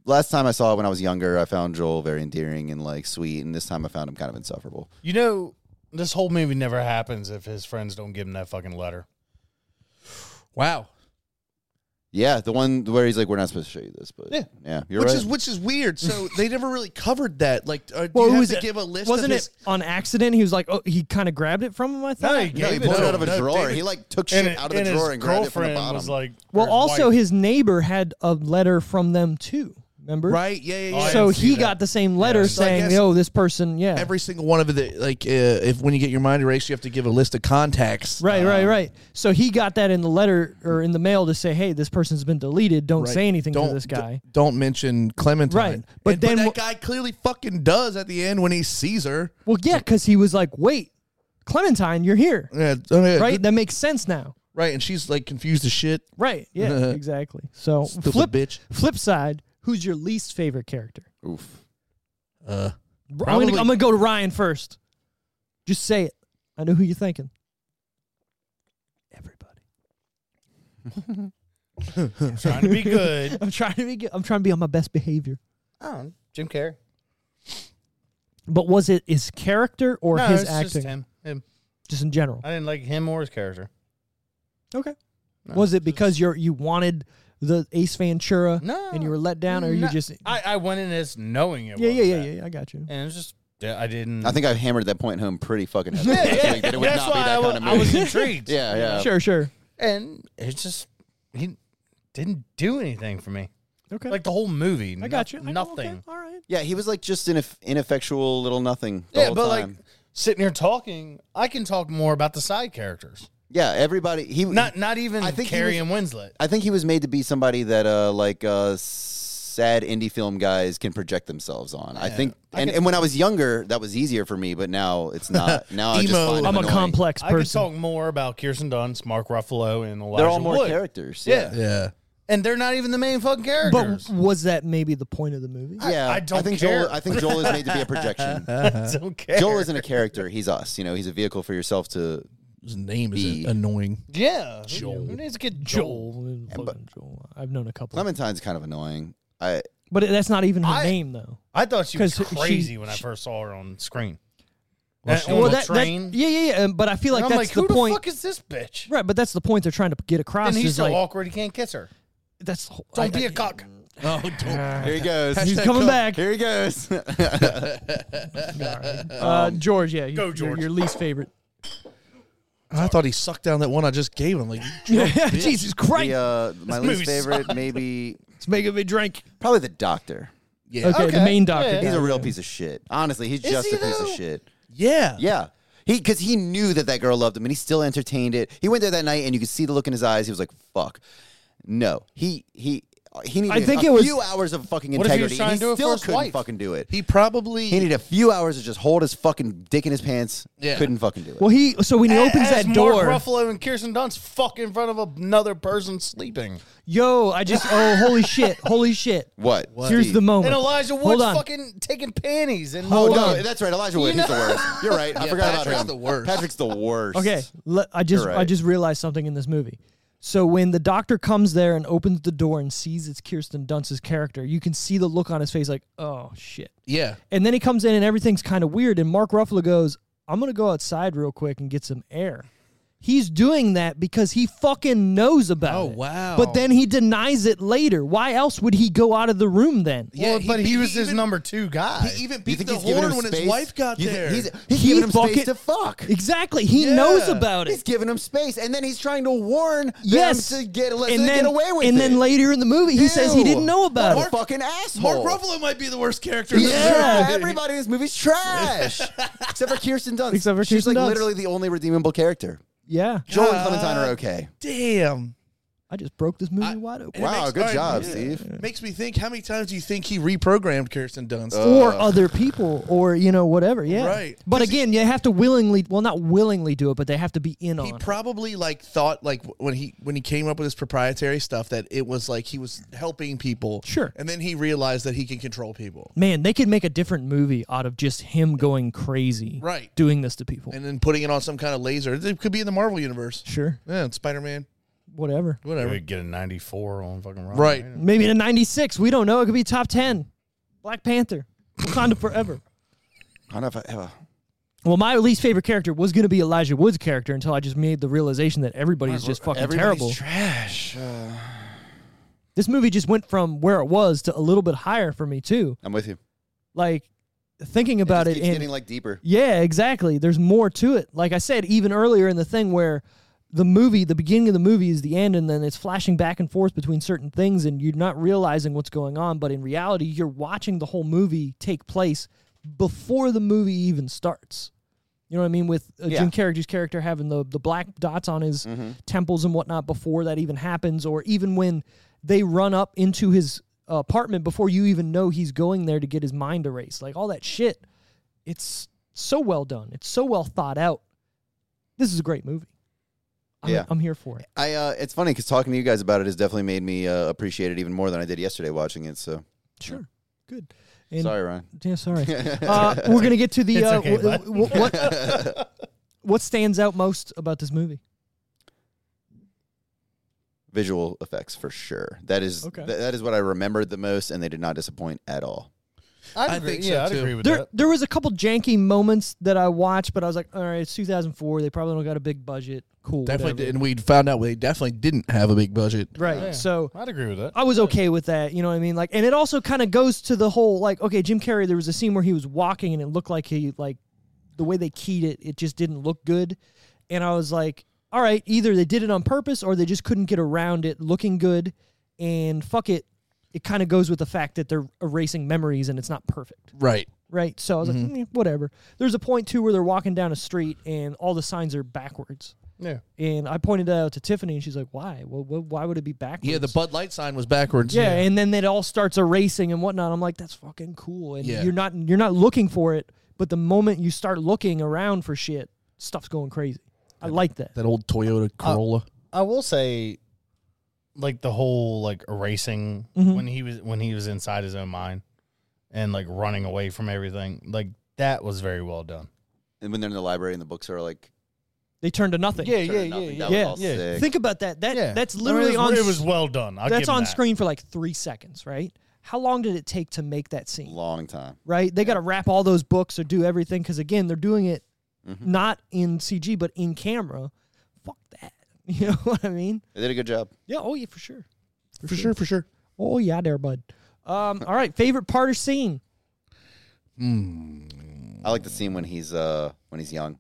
last time I saw it when I was younger, I found Joel very endearing and like sweet, and this time I found him kind of insufferable. You know, this whole movie never happens if his friends don't give him that fucking letter. Wow. Yeah, the one where he's like, "We're not supposed to show you this," but yeah, you're Which right. is which is weird. So they never really covered that. Like, uh, do Well, you have was to it- give a list? Wasn't of his, it on accident? He was like, oh, he kind of grabbed it from him. I thought. he no, he gave pulled it it to out of him. a no, drawer. David- He like took shit it- out of the his drawer and grabbed it from the girlfriend bottom. was like, well, or also wife. his neighbor had a letter from them too. Remember? right? Yeah, yeah, yeah. Oh, So didn't see he that. got the same letter So I saying, guess "Oh, this person, yeah." every single one of the like, uh, if when you get your mind erased, you have to give a list of contacts. Right, right, right. So he got that in the letter or in the mail to say, "Hey, this person's been deleted. Don't Right. say anything Don't- to this guy." d- don't mention Clementine. Right. But And- then that what- guy clearly fucking does at the end when he sees her. well, yeah, because he was like, "Wait, Clementine, you're here, Yeah, oh, yeah, right? good- That makes sense now." right. And she's like confused as shit. Right. Yeah. exactly. So Stupid flip bitch. flip side. Who's your least favorite character? Oof. Uh, I'm gonna, Probably- I'm gonna go to Ryan first. Just say it. I know who you're thinking. Everybody. Trying to be good. I'm trying to be. good. I'm trying to be on my best behavior. oh, Jim Carrey. But was it his character or no, his it's acting? just Just, him. him. in general. I didn't like him or his character. Okay. was it because you're you wanted the Ace Ventura No, and you were let down, or you no, just I, I went in as knowing it. yeah was yeah yeah that. yeah, yeah I got you. And it was just yeah, I didn't. I think I hammered that point home pretty fucking heavily. Yeah, last yeah. week that it would That's not be why that I, wa- kind of I was movie. intrigued. yeah, yeah. Sure sure. and it's just he didn't do anything for me. Okay. Like the whole movie, I got you. I know, okay, nothing. All right. Yeah, he was like just an ineff- ineffectual little nothing. The Yeah, whole but time. like sitting here talking, I can talk more about the side characters. yeah, everybody. He Not not even I think he Carrie was- and Winslet. I think he was made to be somebody that uh like uh sad indie film guys can project themselves on. I think and, and when I was younger that was easier for me, but now it's not. Now I just Emo. find him I'm a annoying. complex I could person. talk more about Kirsten Dunst, Mark Ruffalo, and Elijah They're all more Wood. characters. Yeah. yeah. and they're not even the main fucking characters. But was that maybe the point of the movie? Yeah. I don't think care. Joel I think Joel is made to be a projection. I don't care. Uh-huh. Joel isn't a character, he's us. You know, he's a vehicle for yourself to His name is E. Uh, annoying. yeah, Joel. Who needs to get Joel? Joel, fucking Joel. I've known a couple, Clementine's kind of annoying. I but that's not even her I- name though. I thought she was 'Cause she- crazy she- when I first saw her on screen. Well, Uh, she on was- the that, train. yeah, yeah, yeah. But I feel like And I'm that's like, the who the point, fuck is this bitch? right? But that's the point they're trying to get across. And he's is so like awkward he can't kiss her. that's the whole- Don't I- be I- a cock. Oh, don't. Here he goes. He's coming back. Here he goes. Uh, George, yeah, you, go, you're- George. Your least favorite. I thought he sucked down that one I just gave him. Like, Jesus Christ, The, uh, my least movie favorite, maybe it's making me drink. probably the doctor. yeah, Okay, the Okay. main doctor. Yeah. He's guy. a real piece of shit. Honestly, he's just he, a piece of though? shit. yeah, Yeah. He, because he knew that that girl loved him, and he still entertained it. He went there that night, and you could see the look in his eyes. He was like, "Fuck, no." He he uh, he needed I think a it was- few hours of fucking What if he was integrity. trying and he to do it for still his couldn't wife? fucking do it. He probably He needed a few hours to just hold his fucking dick in his pants. Yeah. Couldn't fucking do it. Well, he so when he opens As that door, Mark Ruffalo and Kirsten Dunst fuck in front of another person sleeping. yo, I just oh holy shit, holy shit. what? Here's Steve? the moment. And Elijah Hold Wood's on. fucking taking panties and Oh Hold no, on. that's right. Elijah Wood. He's the worst. You're right. I forgot Patrick's about him. the worst. Patrick's the worst. Okay, le- I just You're I right. just realized something in this movie. So when the doctor comes there and opens the door and sees it's Kirsten Dunst's character, you can see the look on his face like, "Oh shit." yeah. And then he comes in and everything's kind of weird and Mark Ruffalo goes, "I'm going to go outside real quick and get some air." He's doing that because he fucking knows about Oh, it. wow. But then he denies it later. Why else would he go out of the room then? Yeah, Well, but he, was his even- number two guy. He even You beat think the he's giving horn him when his space? wife got You think there. He's, he's He giving him fucking- space to fuck. Exactly. He Yeah. knows about He's it. giving him space, and then he's trying to warn them Yes. to get let and them then, get away with and it. then later in the movie, he says he Ew. didn't know What about a it. fucking asshole. Mark Ruffalo might be the worst character. in the Yeah, movie. everybody in this movie's trash except for Kirsten Dunst. Except for she's Kirsten like Dunst. literally the only redeemable character. Yeah. Joel and Clementine are okay. Damn. I just broke this movie wide open. And it Wow, makes- good all right, job, yeah. Steve. Makes me think. How many times do you think he reprogrammed Kirsten Dunst? or other people, or you know, whatever. Yeah, Right. But 'Cause again, you have to willingly, well, not willingly do it, but they have to be in on he it. probably like thought like w- when he when he came up with his proprietary stuff that it was like he was helping people. Sure. And then he realized that he can control people Man, they could make a different movie out of just him going crazy, Right. Doing this to people. and then putting it on some kind of laser. It could be in the Marvel universe. sure, Yeah, Spider Man, whatever. whatever. get a 94 on fucking Rotten Right. Tomatoes. Maybe in '96, we don't know. It could be top ten. Black Panther, Wakanda forever. I don't know uh, if I ever. Well, my least favorite character was going to be Elijah Wood's character until I just made the realization that everybody's just fucking terrible. trash. Uh, this movie just went from where it was to a little bit higher for me too. I'm with you. Like thinking about just it, keeps and getting like deeper. Yeah, exactly. There's more to it. Like I said even earlier in the thing where the movie, the beginning of the movie is the end, and then it's flashing back and forth between certain things, and you're not realizing what's going on. But in reality, you're watching the whole movie take place before the movie even starts. You know what I mean? With uh, Yeah. Jim Carrey's character having the the black dots on his temples and whatnot before that even happens, or even when they run up into his apartment before you even know he's going there to get his mind erased, like all that shit. It's so well done. It's so well thought out. This is a great movie. I'm, Yeah. I'm here for it. I uh, it's funny because talking to you guys about it has definitely made me uh, appreciate it even more than I did yesterday watching it. So Sure. Good. And, sorry, Ryan. Yeah, sorry. Uh, we're going to get to the. It's Uh, okay, w- bud. w- w- what, what stands out most about this movie? Visual effects for sure. That is Okay. th- that is what I remembered the most, and they did not disappoint at all. I agree- think so, yeah, I'd too. agree with There, that. there was a couple janky moments that I watched, but I was like, all right, it's 2004. They probably don't got a big budget. Cool. Definitely, whatever. did, and we found out we definitely didn't have a big budget. Right. Yeah. So I'd agree with that. I was okay with that. You know what I mean? Like, and it also kind of goes to the whole like, okay, Jim Carrey. There was a scene where he was walking, and it looked like he like the way they keyed it, it just didn't look good. And I was like, all right, either they did it on purpose or they just couldn't get around it looking good. And fuck it, it kind of goes with the fact that they're erasing memories and it's not perfect Right. right? So I was Mm-hmm. like, "Mm, whatever. There's a point too where they're walking down a street and all the signs are backwards. Yeah. And I pointed that out to Tiffany, and she's like, "Why? Well, wh- why would it be backwards?" Yeah, the Bud Light sign was backwards. yeah, and then it all starts erasing and whatnot. I'm like, "That's fucking cool." And Yeah. you're not you're not looking for it, but the moment you start looking around for shit, stuff's going crazy. I like that. that old Toyota Uh, Corolla. I will say, like the whole like erasing when he was when he was inside his own mind and like running away from everything, like that was very well done. And when they're in the library and the books are like They turn to nothing. turned to nothing, that yeah, was all yeah. sick. Think about that. That Oh, Yeah, that's I mean, literally it was, on It was well done. I'll give that's him on that. screen for like three seconds, right? How long did it take to make that scene? long time. right? They got to wrap all those books or do everything because again, they're doing it not in CG but in camera. Fuck that. You know what I mean? They did a good job. Yeah. Oh yeah, for sure. for, sure, for sure. Oh yeah, there, bud. Um, all right, favorite part or scene? I like the scene when he's uh when he's young,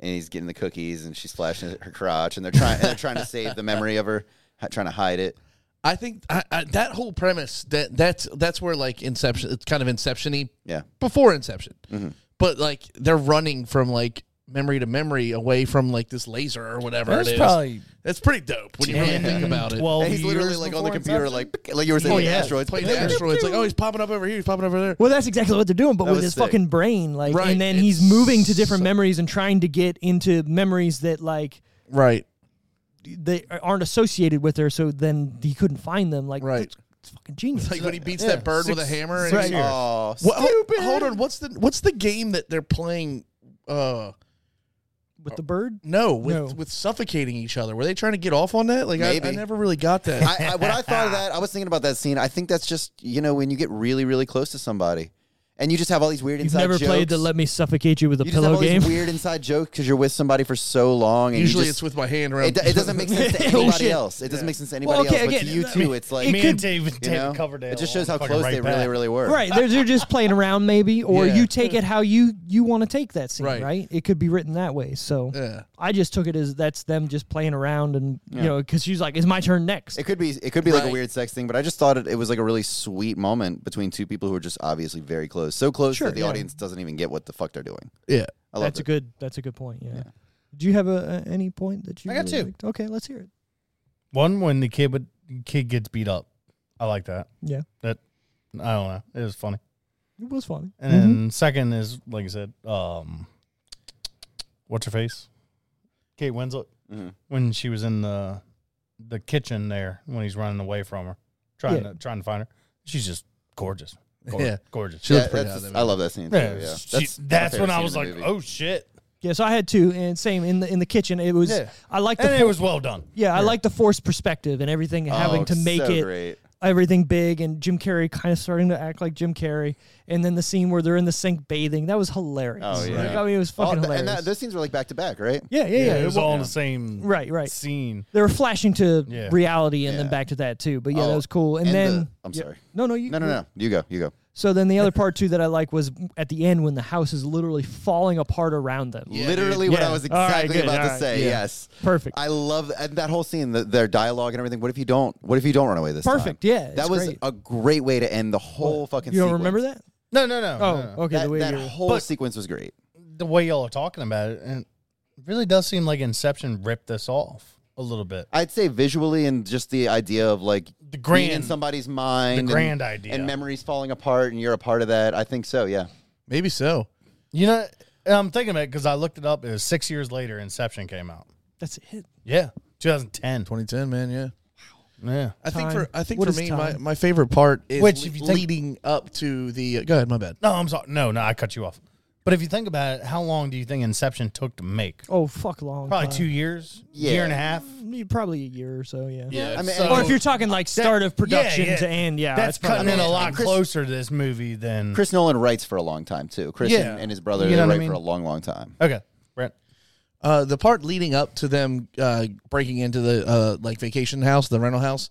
and he's getting the cookies, and she's flashing her crotch, and they're trying and they're trying to save the memory of her, h- trying to hide it. I think I, I, that whole premise that that's that's where like Inception. It's kind of Inception-y Yeah, before Inception, Mm-hmm. but like they're running from like memory to memory away from like this laser or whatever That's it is. probably that's pretty dope when you really think about it. twelve. and he's literally years like on the before computer, Inception. like like you were saying, yeah. asteroids. playing the asteroids. Like oh, he's popping up over here. He's popping over there. Well, that's exactly what they're doing, but That with was his sick. fucking brain, like, Right, and then he's it's moving to different so- memories and trying to get into memories that like Right. they aren't associated with her. So then he couldn't find them. Like, Right. it's, it's fucking genius. It's like when he beats Yeah. that bird with a Six- hammer. six and years. Oh, What- ho- hold on. What's the what's the game that they're playing? Uh, with the bird. no, with No. with suffocating each other. Were they trying to get off on that? Like I, I Maybe. never really got that. I, I, when I thought of that, I was thinking about that scene. I think that's just you know when you get really really close to somebody, and you just have all these weird You've inside never jokes. played the "Let Me Suffocate You with a you just have Pillow" all game. these weird inside jokes because you're with somebody for so long. And you Usually just- it's with my hand It, around. do- it doesn't make sense to Oh, anybody shit. else. It doesn't make sense to Well, anybody okay, else. But to again, you I two, it's like it Me could- and David, you know, David Coverdale. it just shows on how fucking close right they back. really really were. Right, they're, they're just playing around, maybe, or Yeah. you take it how you you want to take that scene, right. Right. It could be written that way. So Yeah. I just took it as that's them just playing around, and you know, because she's like, "It's my turn next." It could be it could be like a Right. weird sex thing, but I just thought it, it was like a really sweet moment between two people who are just obviously very close, so close Sure, that the yeah. audience doesn't even get what the fuck they're doing. Yeah. I love that's a it. good. That's a good point. Yeah. Do you have a, a any point that you? I got really two. liked? Okay, let's hear it. One when the kid would kid gets beat up. I like that. Yeah, That I don't know. It was funny. it was funny. And then second is like I said, um, what's her face? Kate Winslet Mhm. when she was in the the kitchen there when he's running away from her, trying Yeah. to trying to find her. She's just gorgeous. Gor- Yeah. gorgeous. She Yeah, looks pretty that's- hot in that I love that scene. Too, yeah, yeah, she- that's, that's, my when favorite I scene was in the like, movie. oh shit, Yeah, so I had two, and same in the in the kitchen. It was Yeah. I like the and it for- was well done. yeah, I like the forced perspective and everything Oh, having to make so it Great. everything big and Jim Carrey kind of starting to act like Jim Carrey, and then the scene where they're in the sink bathing that was hilarious. Oh, yeah. Like, I mean it was fucking Oh, th- hilarious. and that, those scenes were like back to back, right? yeah, yeah, yeah. it was all in yeah. the same Right, right. scene. They were flashing to Yeah. reality and then Yeah. back to that too. But yeah, that Oh, was cool. And, and then the- I'm yeah. sorry. no, no, you No, no, no. You go. You go. So then the other part too that I like was at the end when the house is literally falling apart around them. Yeah, Literally dude. what Yeah. I was All right, exactly good, about all to right, say. yeah. Yes. Perfect. I love and that whole scene, the, their dialogue and everything. What if you don't? What if you don't run away this time? Perfect, yeah, it's That was great. a great way to end the whole fucking. you don't sequence. remember that? No, no, Oh, no. no, no. okay. the That, way that you whole But- sequence was great. The way y'all are talking about it, and it really does seem like Inception ripped this off a little bit. I'd say visually and just the idea of like being The in grand, somebody's mind, and- grand idea. and memories falling apart, and you're a part of that. I think so. Yeah. Maybe so. you know, and I'm thinking about it because I looked it up. It was six years later Inception came out. That's it. Yeah, 2010. 2010 man yeah Yeah, I think Time. for I think What for is me my, time? my favorite part is Which, le- if you take- leading up to the uh, go ahead my bad no, I'm sorry. No, no, I cut you off. But if you think about it, how long do you think Inception took to make? Oh fuck, long. Probably time. two years, Yeah. year and a half. Mm, Probably a year or so. Yeah. I mean, so- Or if you're talking like start of production yeah. to end, yeah, that's probably- cutting in a lot Chris- closer to this movie than Chris Nolan writes for a long time too. Chris Yeah. and, and his brother You they know what I write mean? for a long, long time. Okay, Brent. uh, the part leading up to them uh, breaking into the uh, like vacation house, the rental house,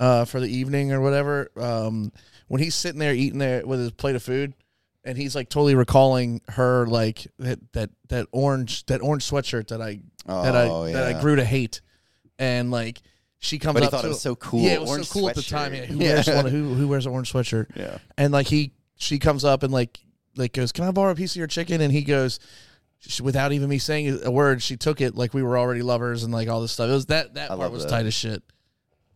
uh, for the evening or whatever. Um, when he's sitting there eating there with his plate of food, and he's like totally recalling her like that that that orange that orange sweatshirt that I that I Oh, that I yeah. grew to hate, and like she comes But he up thought to it was so cool. Yeah, it was Orange so cool at the time. sweatshirt. Yeah, who Yeah. wears one, who who wears an orange sweatshirt? Yeah. and like he she comes up and like like goes can i borrow a piece of your chicken and he goes sh without even me saying a word she took it like we were already lovers and like all this stuff it was that that I part love was that. tight as shit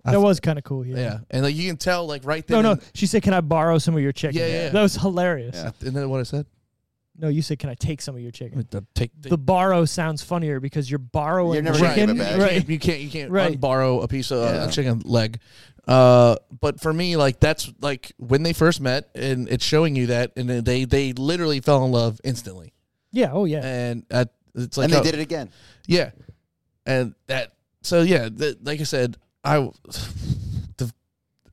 That was kind of cool. Yeah. yeah and like you can tell like right No, then no. She said, "Can I borrow some of your chicken?" Yeah, yeah. That was hilarious. Yeah. and then what i said No, you said, "Can I take some of your chicken?" the take The borrow sounds funnier because you're borrowing You're never gonna chicken, give it back. right? you can't you can't Right. borrow a piece of Yeah. a chicken leg uh but for me like that's like when they first met and it's showing you that and then they they literally fell in love instantly Yeah. Oh yeah. and uh, it's like and they oh, did it again. Yeah, and that. So yeah, that, like I said, I the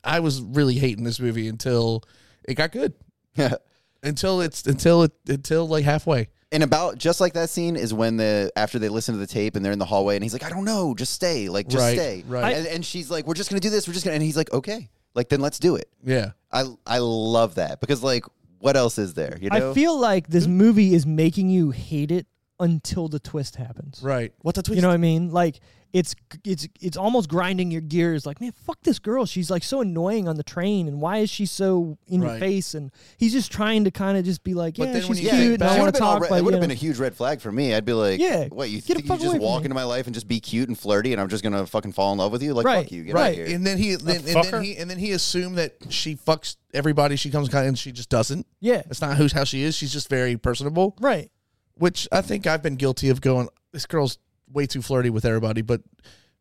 I was really hating this movie until it got good. Until it's until it until like halfway. and about just like that scene is when the after they listen to the tape and they're in the hallway and he's like, I don't know, just stay, like just Right, stay. right. And, and she's like, We're just gonna do this. We're just gonna. And he's like, Okay, like then let's do it. Yeah, I I love that because like what else is there? You know. I feel like this movie is making you hate it until the twist happens. right. What the twist? You know what I mean? Like it's it's it's almost grinding your gears. Like man, fuck this girl. She's like so annoying on the train, and why is she so in your Right. face? And he's just trying to kind of just be like, yeah, then when she's you cute, think and back- I It want would've to been all talk. re- but, it would have you been a know. huge red flag for me. I'd be like, Yeah, what you get the think you fuck just away from walk me. into my life and just be cute and flirty, and I'm just gonna fucking fall in love with you? Like, Right, fuck you, get out right. of here. And then he then, and then fucker. he and then he assumed that she fucks everybody she comes con- and she just doesn't. yeah, That's not who's how she is. She's just very personable, right. which I think I've been guilty of going. This girl's way too flirty with everybody, but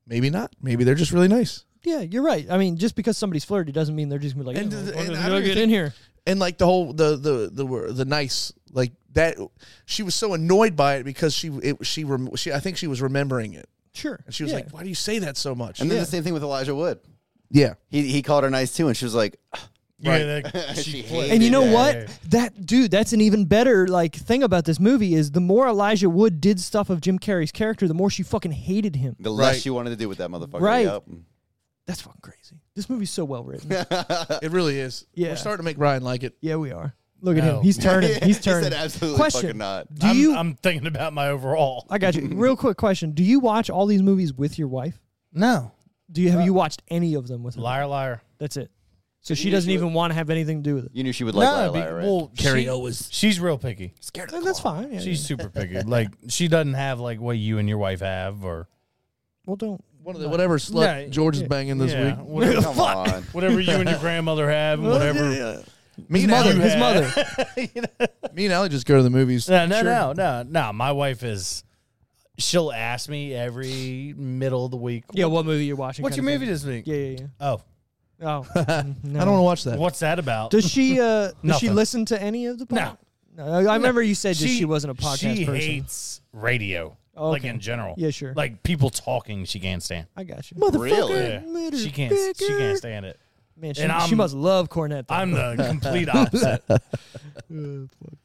maybe not. Maybe they're just really nice. Yeah, you're right. I mean, just because somebody's flirty doesn't mean they're just gonna be like, And "Yeah, th- well, and okay, I go don't get even in think- here. and like the whole the the the the nice like that she was so annoyed by it because she it, she rem, she I think she was remembering it Sure. and she was yeah. like why do you say that so much and then the same thing with Elijah Wood. yeah He he called her nice too, and she was like, Yeah, Right. that- She she hated flipped. And you know Yeah. what? That dude, that's an even better like thing about this movie is the more Elijah Wood did stuff of Jim Carrey's character, the more she fucking hated him. the less Right. she wanted to do with that motherfucker. Right. Yep. That's fucking crazy. This movie's so well written. Uh, it really is Yeah. we're starting to make Ryan like it yeah, we are. Look at No. him. He's turning. Yeah, He's he turning. said absolutely question. fucking not. Do I'm, you? i I'm thinking about my overall. got you. Real quick question. Do you watch all these movies with your wife? No, Do you have Uh, you watched any of them with her? liar, liar. That's it. So she you doesn't do it- even want to have anything to do with it. You knew she would like Lila, no, be- right? well, Carrie she- O was she's real picky. scared And that's fine. Yeah, She's yeah. super picky. Like she doesn't have like what you and your wife have, or well. Don't. one of the whatever slut Yeah, George yeah. is banging this Yeah, week Whatever, Come on. whatever you and your grandmother have, and whatever. me His and mother. Allie, His had. mother. me and Allie just go to the movies No, no, Sure. no, no, no. My wife is. She'll ask me every middle of the week. Yeah. What movie you're watching? What's your kind of movie this week? thing. Yeah. Yeah. Oh, Yeah. Oh. no. I don't want to watch that what's that about? Does she? Uh, does she Nothing. listen to any of the? No. Pod- no. I- I remember you said just she, wasn't a podcast she person. hates radio, Oh, like okay. in general. Yeah, sure. Like people talking, she can't stand. I got you. Really? Yeah. She can't. She can't stand it. Man, she, And she I'm- must love Cornet. though. I'm the complete opposite. Uh, fuck.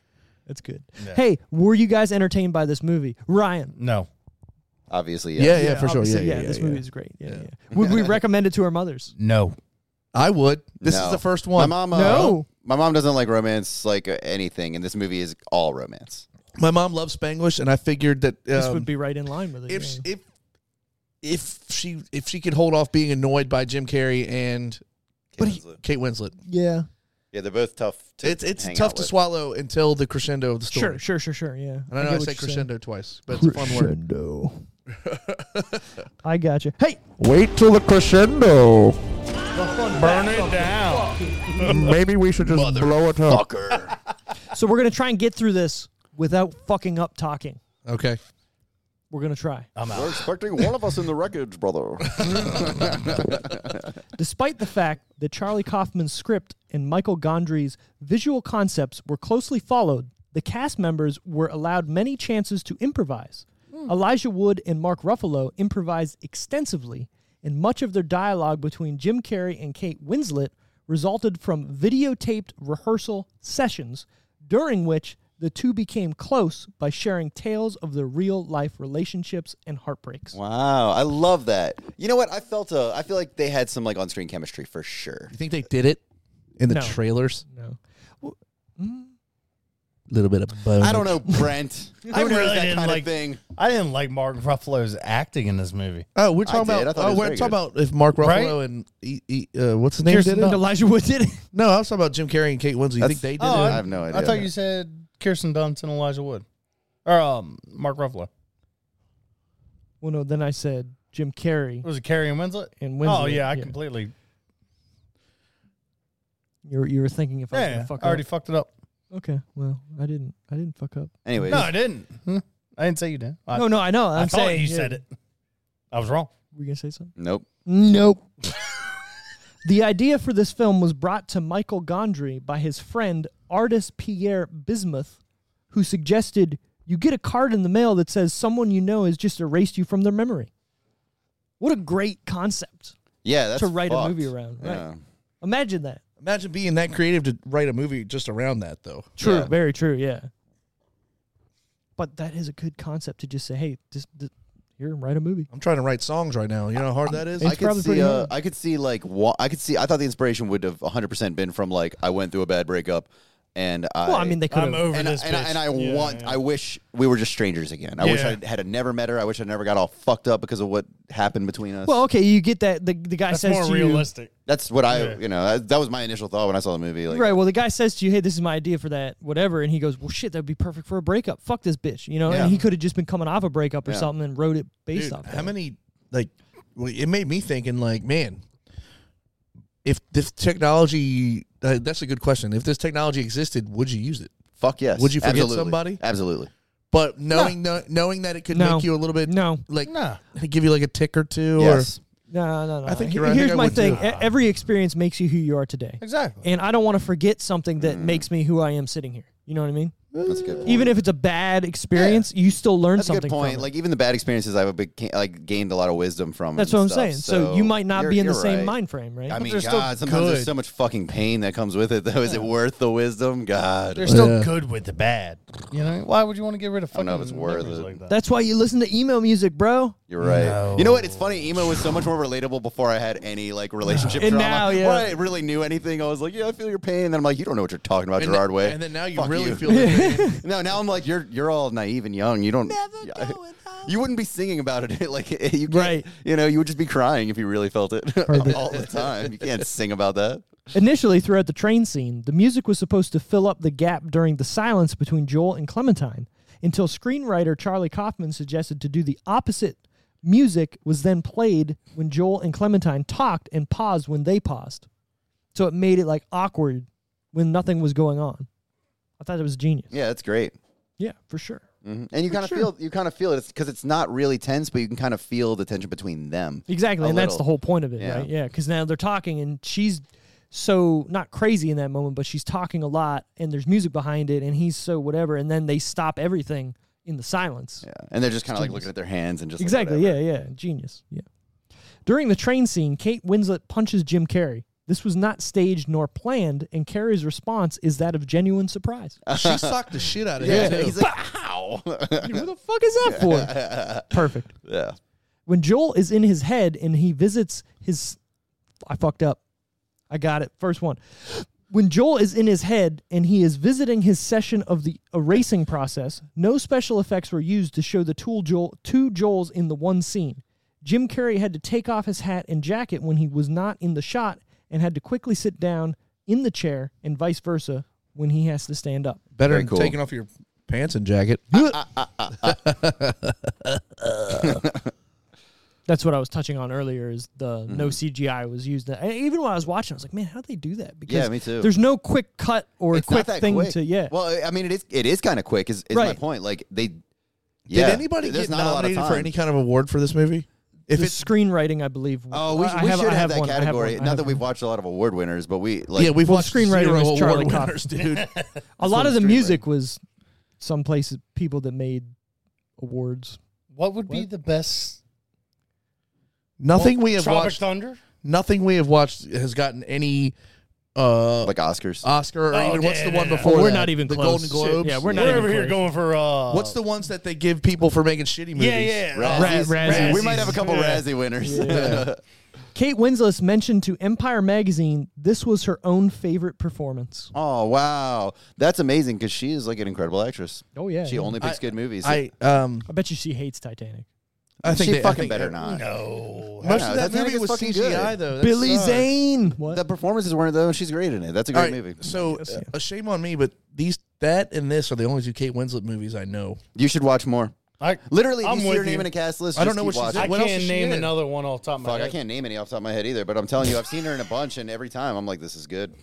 That's good. Yeah. Hey, were you guys entertained by this movie, Ryan? No, Obviously, yeah yeah. yeah, for sure yeah obviously, yeah, yeah, this yeah. movie is great. Yeah, yeah. Would we recommend it to our mothers? no. I would this No. is the first one My mom. Uh, No. My mom doesn't like romance, like uh, anything, and this movie is all romance. My mom loves Spanglish, and I figured that um, this would be right in line with it. if yeah. sh- if if she if she could hold off being annoyed by Jim Carrey and but he- Winslet. Kate Winslet, yeah. Yeah, they're both tough. To it's it's hang tough out to with. swallow until the crescendo of the story. Sure, sure, sure, sure. Yeah. And I know I, get what say you're saying. crescendo twice, but it's a fun word. I got you. Hey, Wait till the crescendo. Burn it down. Maybe we should just blow it up. so we're gonna try and get through this without fucking up talking. Okay. We're gonna try. I'm out. We're expecting one of us in the wreckage, brother. Despite the fact that Charlie Kaufman's script and Michael Gondry's visual concepts were closely followed, the cast members were allowed many chances to improvise. Elijah Wood and Mark Ruffalo improvised extensively, and much of their dialogue between Jim Carrey and Kate Winslet resulted from videotaped rehearsal sessions during which the two became close by sharing tales of their real life relationships and heartbreaks. wow, I love that. You know what? I felt uh, I feel like they had some like on-screen chemistry for sure. You think they did it in the No. trailers? No. A little bit of bone. I don't know, Brent. I Who knows really that didn't kind like- of thing. I didn't like Mark Ruffalo's acting in this movie. Oh, we're I talking did. I about. thought it Oh, was we're very talking good. about if Mark Right? Ruffalo and E- E- uh, what's the name Kirsten did it? Dunst. Elijah Wood did it. No, I was talking about Jim Carrey and Kate Winslet. You That's- think they did Oh, it? I have no idea. I thought you said Kirsten Dunst and Elijah Wood, or um, Mark Ruffalo. Well, no, then I said Jim Carrey. Was it Carrie and Winslet? And oh Winslet, yeah, I yeah. completely. You were, you were thinking if I was Yeah, gonna fuck I already up. fucked it up. Okay, well, I didn't. I didn't fuck up. Anyway, No, I didn't. Hmm? I didn't say you did. I, no, no, I know. I I'm thought saying you said it. I was wrong. Were you gonna say something? nope. Nope. the idea for this film was brought to Michael Gondry by his friend artist Pierre Bismuth, who suggested you get a card in the mail that says someone you know has just erased you from their memory. What a great concept! Yeah, that's To write a fucked. movie around, right. Yeah. Imagine that. Imagine being that creative to write a movie just around that, though. True. Yeah. Very true. Yeah. But that is a good concept to just say, hey, just, just here, write a movie. I'm trying to write songs right now. You know how hard that is? It's I could probably see. pretty Uh, hard. I could see like. Wa- I could see. I thought the inspiration would have 100 percent been from like I went through a bad breakup, and I. Well, I mean, they could I'm have. over and, I- this. and, I, and I bitch. Yeah, want. yeah. I wish we were just strangers again. I wish Yeah. I had never met her. I wish I never got all fucked up because of what happened between us. Well, okay, you get that. The, the guy That's says more to realistic. that's what I. yeah. You know, that, that was my initial thought when I saw the movie. Like, you, right? Well, the guy says to you, hey, this is my idea for that, whatever. And he goes, well, shit, that'd be perfect for a breakup. Fuck this bitch, you know? Yeah. And he could have just been coming off a breakup or Yeah. something and wrote it based Dude, off how that. many like well, it made me thinking like man if this technology uh, that's a good question if this technology existed would you use it Fuck yes. Would you forget Absolutely. somebody? Absolutely. but knowing no. knowing that it could No. make you a little bit No, like Nah. give you like a tick or two Yes. no, no, no. I think He- you're right. I Here's think I my would thing too. E- every experience makes you who you are today. Exactly. And I don't want to forget something Mm. that makes me who I am sitting here. You know what I mean? That's a good. Point. Even if it's a bad experience, you still learn that's a something. good point. From it. Like even the bad experiences, I've beca- like gained a lot of wisdom from. That's what and I'm stuff, saying. So, you might not you're- be in the you're same right. mind frame, right? I mean, they're still God, sometimes good. there's so much fucking pain that comes with it, though. Is it worth the wisdom? God. They're still Yeah. good with the bad. You know, why would you want to get rid of don't fucking know if it's worth memories it. like that? That's why you listen to emo music, bro. You're right. No. You know what? It's funny. Emo was so much more relatable before I had any like relationship And drama. now, yeah. Before I really knew anything, I was like, yeah, I feel your pain. And then I'm like, you don't know what you're talking about, and, Gerard then- Way. and then now you Fuck really you. feel it No, now I'm like, you're you're all naive and young. You don't. Yeah, you wouldn't be singing about it like you can't- Right. You know, you would just be crying if you really felt it all the time. You can't sing about that. Initially, throughout the train scene, the music was supposed to fill up the gap during the silence between Joel and Clementine until screenwriter Charlie Kaufman suggested to do the opposite. Music was then played when Joel and Clementine talked and paused when they paused. So it made it like awkward when nothing was going on. I thought it was genius. Yeah, that's great. Yeah, for sure. hmm And you kind of feel you kind of feel it because it's not really tense, but you can kind of feel the tension between them. Exactly, a and that's the little. whole point of it, Yeah. right? Yeah, because now they're talking, and she's so not crazy in that moment, but she's talking a lot, and there's music behind it, and he's so whatever, and then they stop everything in the silence. Yeah, and they're just kind of like looking at their hands and just like, exactly. whatever. Yeah, yeah, genius. Yeah. During the train scene, Kate Winslet punches Jim Carrey. This was not staged nor planned, and Carrey's response is that of genuine surprise. in she sucked the shit out of Yeah, it too. he's like, how? Who the fuck is that for? Perfect. yeah. when Joel is in his head and he visits his I fucked up. I got it. First one. when Joel is in his head and he is visiting his session of the erasing process, no special effects were used to show the tool Joel, two Joels in the one scene. Jim Carrey had to take off his hat and jacket when he was not in the shot and had to quickly sit down in the chair and vice versa when he has to stand up. Better Very than cool. Ah, taking off your pants and jacket. That's what I was touching on earlier is the no Mm-hmm. CGI was used. And even while I was watching, I was like, man, how'd they do that? Because me too. there's no quick cut or It's quick not that thing quick. to, yeah. Well, I- I mean, it is. It is kind of quick. Is, is my Right. point? Like they. Yeah. Did anybody There's get not a lot of nominated for time. any kind of award for this movie? If the it's screenwriting, I believe. Oh, we, I- I we should I have, that one, I category. one, I Not have that we've one. watched a lot of award winners, but we like. yeah, we've Well, watched screenwriter zero was award Charlie Kaufman. winners, dude. A lot of the Streamwriting. music was some places people that made awards. What would be the best? nothing we have Tropic watched. Thunder. Nothing we have watched has gotten any uh, like Oscars. Oscar or Oh, even what's yeah, the yeah, one yeah. before? we're that? not even the close. Golden Globes. Yeah, we're not We're even over here close. going for uh. What's the ones that they give people for making shitty movies? Yeah, yeah. Razzies. Ra- Razzies. We might have a couple Yeah. Razzie winners. Kate Winslet mentioned to Empire magazine this was her own favorite performance. oh wow, that's amazing because she is like an incredible actress. Oh yeah, She yeah. only picks I- good movies. I um, I bet you she hates Titanic. I think she they, I fucking think- e better not. No. Most Yeah, of that Titanic movie is was fucking CGI good. though. That Billy sucks. Zane. What? The performances weren't though. and She's great in it. That's a All great right, movie. so Yes, uh, yeah. a shame on me, but these that and this are the only two Kate Winslet movies I know. You should watch more. I, Literally, if I'm you see with her name you. in a cast list. I don't just know what keep she's watching. in. I What else can't is she name in? another one off the top of my Fuck, head. I can't name any off the top of my head either, but I'm telling you, I've seen her in a bunch, and every time I'm like, this is good.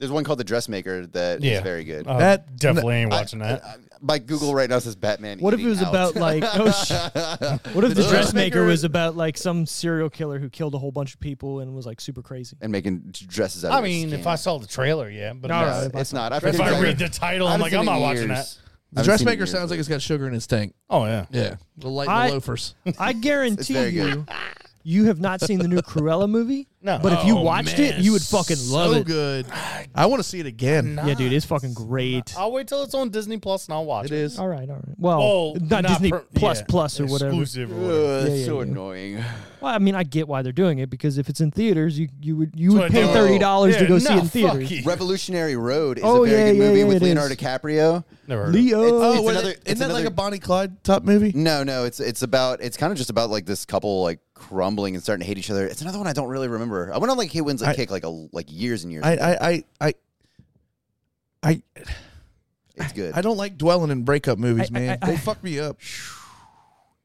There's one called The Dressmaker that is Yeah. very good. Uh, That- definitely ain't watching that. My Google right now says Batman. what if it eating was out. about like? Oh, sh- what if the Dressmaker- dressmaker was about like some serial killer who killed a whole bunch of people and was like super crazy? and making dresses out? I of his mean, skin. if I saw the trailer, yeah, but No, no, Uh, it's not. I've if seen I it. read the title, I I'm haven't like, seen I'm it in not watching that. years. The I haven't seen it in dressmaker years, sounds but- like it's got sugar in its tank. Oh yeah, Yeah, the light I- the loafers. I guarantee very good. you, you have not seen the new Cruella movie. No. but if you Oh, watched man, it, you would it's fucking love so it. good. I want to see it again. Yeah, dude, it's fucking great. I'll wait till it's on Disney Plus and I'll watch It it. is. All right, all right. Well, Oh, not, Disney per- Plus yeah, Plus or whatever. Exclusive or whatever. Ugh, Yeah, yeah, so yeah. annoying. Well, I mean, I get why they're doing it because if it's in theaters, you you would you So I would pay don't- thirty dollars to Yeah, go see nah, it in theaters. fuck you. Revolutionary Road is Oh, a very yeah, good yeah, movie yeah, with it Leonardo is. DiCaprio. Never heard of it. Leo, It's Oh, wait, another- isn't it's that like another- a Bonnie Clyde type movie? No, no, it's it's about it's kind of just about like this couple like crumbling and starting to hate each other. It's another one I don't really remember. I went on like Kate Winslet I- kick like a like years and years. I, I, I, I, I, it's good. I don't like dwelling in breakup movies, I- man. I- I- they fuck me up.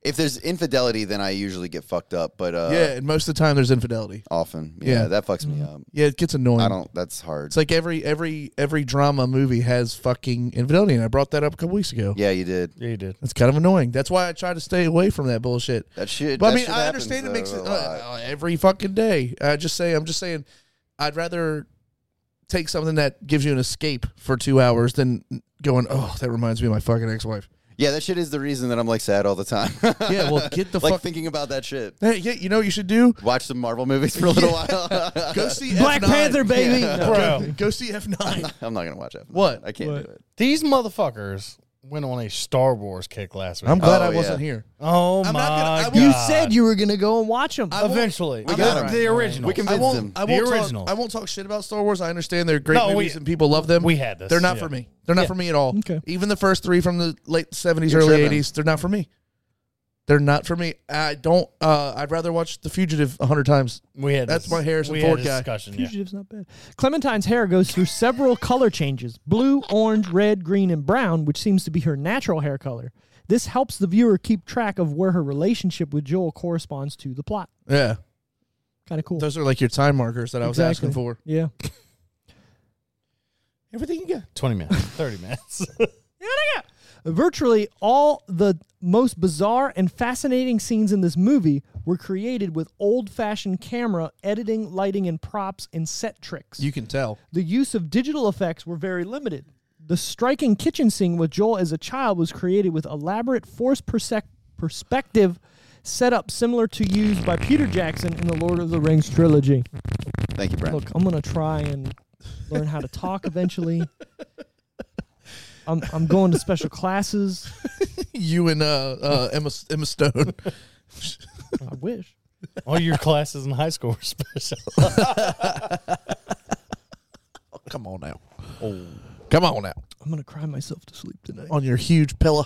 if there's infidelity, then I usually get fucked up. But uh, yeah, and most of the time there's infidelity. often, yeah, Yeah. Mm-hmm. that fucks me up. Yeah, it gets annoying. I don't. That's hard. It's like every every every drama movie has fucking infidelity, and I brought that up a couple weeks ago. yeah, you did. Yeah, you did. That's kind of annoying. That's why I try to stay away from that bullshit. That shit. But I that mean, shit I happens, understand it though, makes it a uh, lot. uh, every fucking day. I just say, I'm just saying, I'd rather take something that gives you an escape for two hours than going, oh, that reminds me of my fucking ex-wife. yeah, that shit is the reason that I'm like sad all the time. Yeah, well, get the like fuck. thinking about that shit. Hey, yeah, you know what you should do? Watch some Marvel movies for a little while. Go see Black F9. Panther, baby. No. bro. Go see F9. I'm not gonna watch that. What? I can't What? do it. These motherfuckers went on a Star Wars kick last week. I'm glad Oh, I wasn't yeah. here. oh I'm my not gonna- I god! won't- You said you were gonna go and watch them. won't- eventually. We I'm got not him. the original. We I convinced won't. them. I The won't original. Talk, I won't talk shit about Star Wars. I understand they're great No, we- movies and people love them. we had this, They're not yeah. for me. They're not Yeah. for me at all. Okay. Even the first three from the late seventies, You're early tripping. eighties, they're not for me. They're not for me. I don't. Uh, I'd rather watch The Fugitive a hundred times. we had That's this- my Harrison we Ford had this guy. discussion. Yeah. Fugitive's not bad. Clementine's hair goes through several color changes blue, orange, red, green, and brown, which seems to be her natural hair color. This helps the viewer keep track of where her relationship with Joel corresponds to the plot. Yeah, Kind of cool. those are like your time markers that I was Exactly. asking for. Yeah. Everything you got. Twenty minutes, thirty minutes. Virtually all the most bizarre and fascinating scenes in this movie were created with old fashioned camera, editing, lighting, and props and set tricks. You can tell. the use of digital effects were very limited. The striking kitchen scene with Joel as a child was created with elaborate force persec- perspective setup similar to used by Peter Jackson in the Lord of the Rings trilogy. Thank you, Brent. Look, I'm going to try and learn how to talk eventually. I'm, I'm going to special classes. you and uh, uh, Emma Emma Stone. I wish. All your classes in high school were special. Oh, Come on now. Come on now. I'm gonna cry myself to sleep tonight. Oh. On your huge pillow.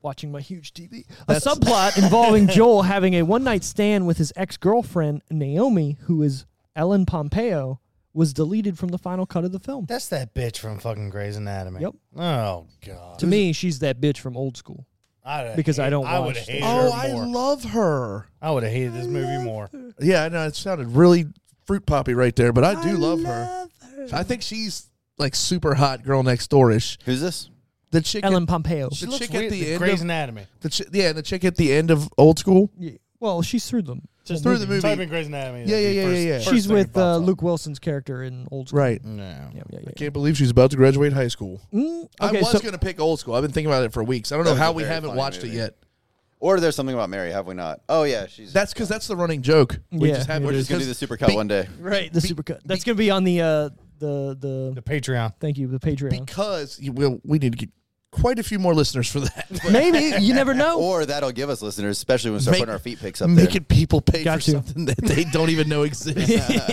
watching my huge TV. a subplot involving Joel having a one night stand with his ex girlfriend, Naomi, who is Ellen Pompeo, was deleted from the final cut of the film. That's that bitch from fucking Grey's Anatomy. Yep. Oh god. to me, she's that bitch from old school. I'd Because I don't I would watch hate that. her Oh, I more. love her. I would have hated this movie more. Yeah, I know it sounded really fruit poppy right there, but I do love, her. I think she's like super hot girl next door ish. Who's this? The chick, Ellen Pompeo. the looks chick weird- at the end, Grey's of, Anatomy. the chi- yeah, and the chick at the end of Old School. Yeah. Well, she's through them. Just Through the movie. Type in Grey's Anatomy. Yeah, that'd be yeah, yeah, first- yeah, yeah. first She's thing that with uh, pops up. Luke Wilson's character in old school. Mm, Right. No. Yeah, yeah, yeah. Can't believe she's about to graduate high school. Mm, I okay, was so gonna pick Old School. I've been thinking about it for weeks. I don't That know was a how we very haven't funny watched movie. it yet. Or there's something about Mary, have we not? Oh yeah, she's. That's because that's the running joke. We Yeah, just haven't. it we're just gonna do the supercut be- one day. right the supercut. That's gonna be on the uh, the the. The Patreon. Thank you, the Patreon. because you- we'll, we need to get quite a few more listeners for that. Maybe you never know. Or that'll give us listeners, especially when we start Make- putting our feet pics up there. Making people pay Got for to. something that they don't even know exists.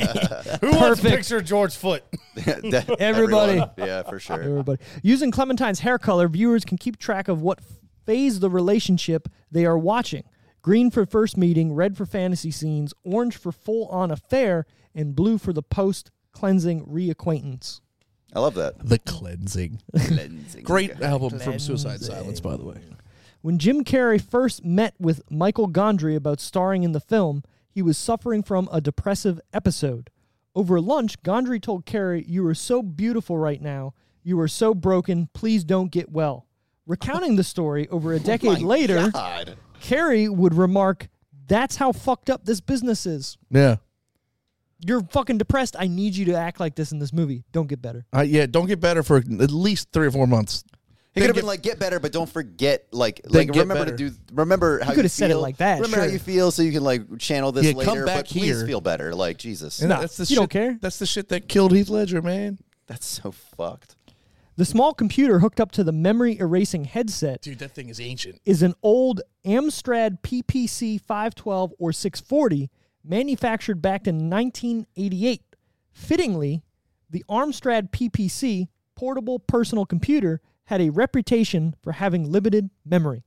Who wants a Perfect. picture of George Foot? That- Everybody. everyone. Yeah, for sure. everybody. Using Clementine's hair color, viewers can keep track of what phase the relationship they are watching. Green for first meeting, red for fantasy scenes, orange for full on affair, and blue for the post cleansing reacquaintance. I love that. the cleansing. Cleansing. Great album from Suicide Silence, by the way. When Jim Carrey first met with Michael Gondry about starring in the film, he was suffering from a depressive episode. Over lunch, Gondry told Carrey, You are so beautiful right now. You are so broken. Please don't get well. Recounting the story over a decade later, God. Carrey would remark, That's how fucked up this business is. Yeah. You're fucking depressed. I need you to act like this in this movie. Don't get better. Uh, yeah, don't get better for at least three or four months. He could have get- been like, get better, but don't forget, like, Then like get remember better. to do, remember how you could've said it feel. like that, Remember how sure. you feel, so you can like channel this Yeah, come later. back but please here. feel better, like Jesus. And No, that's the you shit, don't care. That's the shit that killed Heath Ledger, man. That's so fucked. The small computer hooked up to the memory erasing headset Dude, that thing is ancient. is an old Amstrad PPC 512 or 640 manufactured back in 1988. Fittingly, the Amstrad PPC portable personal computer had a reputation for having limited memory.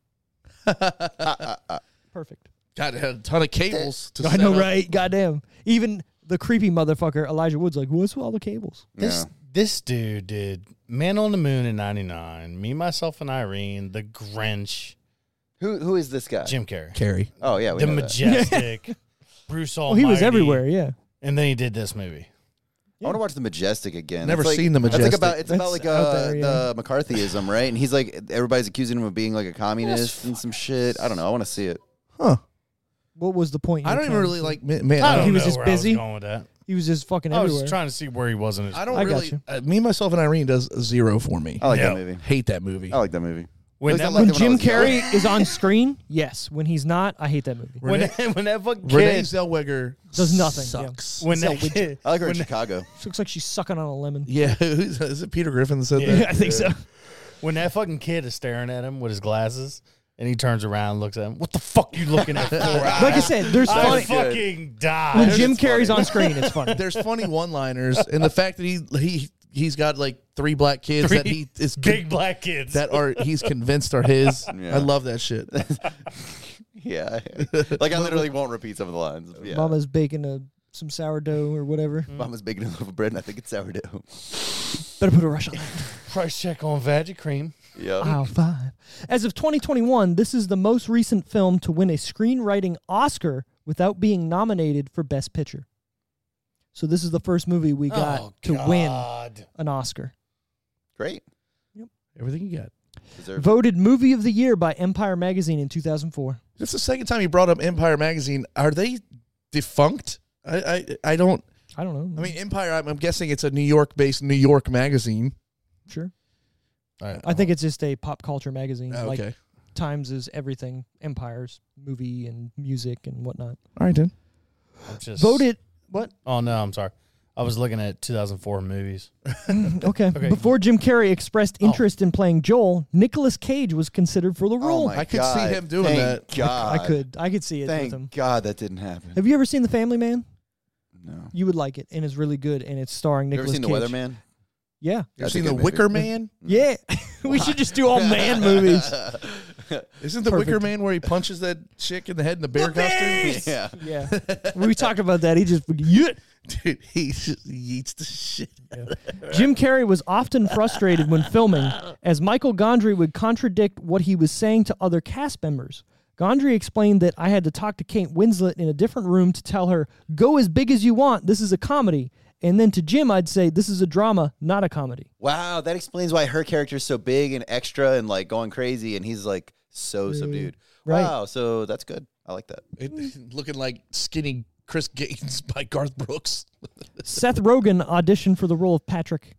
Perfect. God, it had a ton of cables. To I know, right? Goddamn. Even the creepy motherfucker Elijah Wood's like, what's with all the cables? This this dude did Man on the Moon in '99, Me, Myself, and Irene, The Grinch, Who who is this guy? Jim Carrey, Carry. Oh yeah, we The know that. Majestic, Bruce Oh, Almighty. he was everywhere, yeah. And then he did this movie. I want to watch the Majestic again. Never It's like- seen The that's Majestic. Like about, it's about It's like out uh, there, yeah. the McCarthyism, right? And he's like, everybody's accusing him of being like a communist and some shit. I don't know. I want to see it. Huh. What was the point? you I were don't even trying- really like, man. man I I don't He don't, was know just where busy. I was going with that. He was just fucking I was everywhere. just trying to see where he was in his. I don't I got really. you. Uh, me, myself, and Irene does zero for me. I like that Yeah. movie. hate that movie. Oh, I like that movie. when At least I that, liked when it I Jim was young. Carrey is on screen, yes. When he's not, I hate that movie. when, that, when that fucking Renee kid, Zellweger Does nothing, yeah. Sucks. when that kid, I like her in when- Chicago. Looks like she's sucking on a lemon. Yeah, who's, is it Peter Griffin that said Yeah. that? I think so. when that fucking kid is staring at him with his glasses, and he turns around, and looks at him. What the fuck you looking at? For? Like I said, there's I funny. fucking When died. Jim Carrey's on screen, it's funny. There's funny one-liners, and the fact that he he he's got like three black kids that he is big black kids. that are he's convinced are his. Yeah. I love that shit. Yeah. like I literally won't repeat some of the lines. Yeah. Mama's baking a, some sourdough or whatever. Mama's baking a loaf of bread, and I think it's sourdough. Better put a rush on that. price check on Veggie Cream. Yeah. Wow, five. As of 2021, this is the most recent film to win a screenwriting Oscar without being nominated for Best Picture. So this is the first movie we got to win God. an Oscar. Great. Everything you got. Deserved. Voted Movie of the Year by Empire Magazine in 2004. That's the second time you brought up Empire magazine. Are they defunct? I I, I don't. I don't know. I mean, Empire. I'm, I'm guessing it's a New York-based New York magazine. sure. All right. I uh, think it's just a pop culture magazine. Oh, Like okay. Times is everything, Empires, movie and music and whatnot. All right, then. I'm just- Voted what? Oh no, I'm sorry. I was looking at 2004 movies. Okay. Okay. Before Jim Carrey expressed interest in playing Joel, Nicolas Cage was considered for the Oh role. my I could see God. him doing Thank that. God. I could I could see it with him. Thank God that didn't happen. Have you ever seen The Family Man? No. You would like it, and it's really good, and it's starring You ever Nicholas seen Cage. The Weatherman? Mm. Yeah, You ever That's a seen good the movie. Wicker Man? yeah. we should just do all man movies. Isn't the Wicker Perfect. Man where he punches that chick in the head in the bear costume? yeah. Yeah, we talked about that. He just yeah. Dude, he just yeets the shit. Jim Carrey was often frustrated when filming, as Michael Gondry would contradict what he was saying to other cast members. Gondry explained that I had to talk to Kate Winslet in a different room to tell her, "Go as big as you want. This is a comedy." And then to Jim, I'd say, "This is a drama, not a comedy." Wow, that explains why her character's so big and extra and like going crazy, and he's like so subdued. Mm, Right. Wow, so that's good. I like that. It, looking like skinny Chris Gaines by Garth Brooks. Seth Rogen auditioned for the role of Patrick.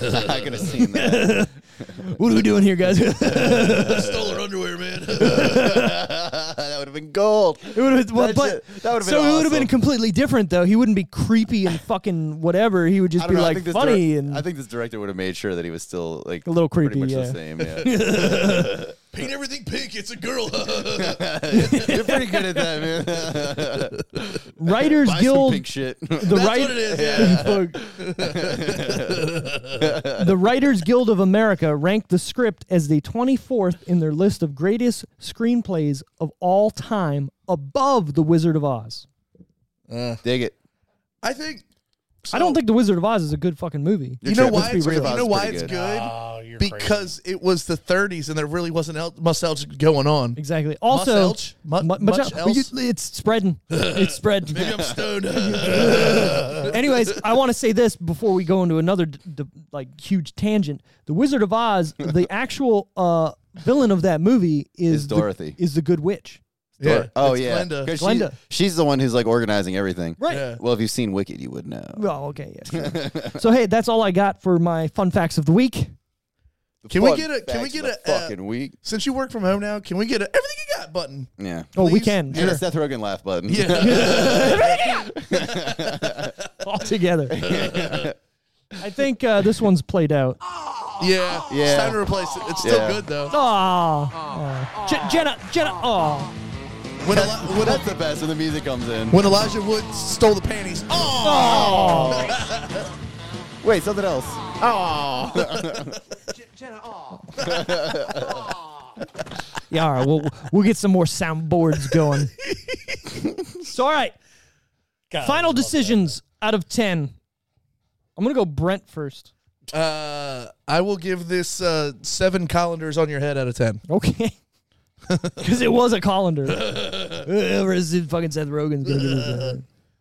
I could have seen that. What are we doing here, guys? I stole her underwear, man. that would have been gold. It would have, well, That's but it. That would've so been it would have been awesome. completely different though. He wouldn't be creepy and fucking whatever. He would just be like this funny direct- and I think this director would have made sure that he was still like A little creepy, Pretty much yeah. the same. Yeah. Paint everything pink. It's a girl. You're pretty good at that, man. Writers Buy some Guild pink shit. the right Fuck. the Writers Guild of America ranked the script as the 24th in their list of greatest screenplays of all time above The Wizard of Oz. Dig it. I think. I don't think The Wizard of Oz is a good fucking movie. You know Let's why be it's, real. you Wizard of Oz know is why pretty it's good? good. Ah, Oh, you're crazy. because it was the 30s and there really wasn't el- much else going on. Exactly. Also, elch? Mu- mu- much el- else? you- it's spreading. It's spreading. I'm stoned. Anyways, I want to say this before we go into another d- d- like huge tangent. The Wizard of Oz, the actual uh, villain of that movie is Is Dorothy. the, is the Good Witch. yeah. Oh it's yeah, Glinda. 'Cause she- Glinda. she's the one who's like organizing everything. Right. Yeah. Well, if you've seen Wicked, you would know. Oh, okay. Yeah. sure. so hey, that's all I got for my fun facts of the week. The Can we fun get a- can facts we of get the a, uh, fucking week? Since you work from home now, can we get a everything you got button? Yeah. Oh, we Please. can And a sure. Seth Rogen laugh button. all together. I think uh, this one's played out. Yeah. Yeah. It's time to replace it. It's still Yeah. good though. Oh, Jenna, Jenna. Oh, When, Eli- when, That's the best when the music comes in. when Elijah Wood stole the panties. Oh, Wait, something else. yeah. All right, we'll we'll get some more soundboards going. so all right, God, I final love that. decisions out of ten. I'm gonna go Brent first. Uh, I will give this uh, seven colanders on your head out of ten. Okay. Because it was a colander. Whoever is it, fucking Seth Rogen's gonna give this.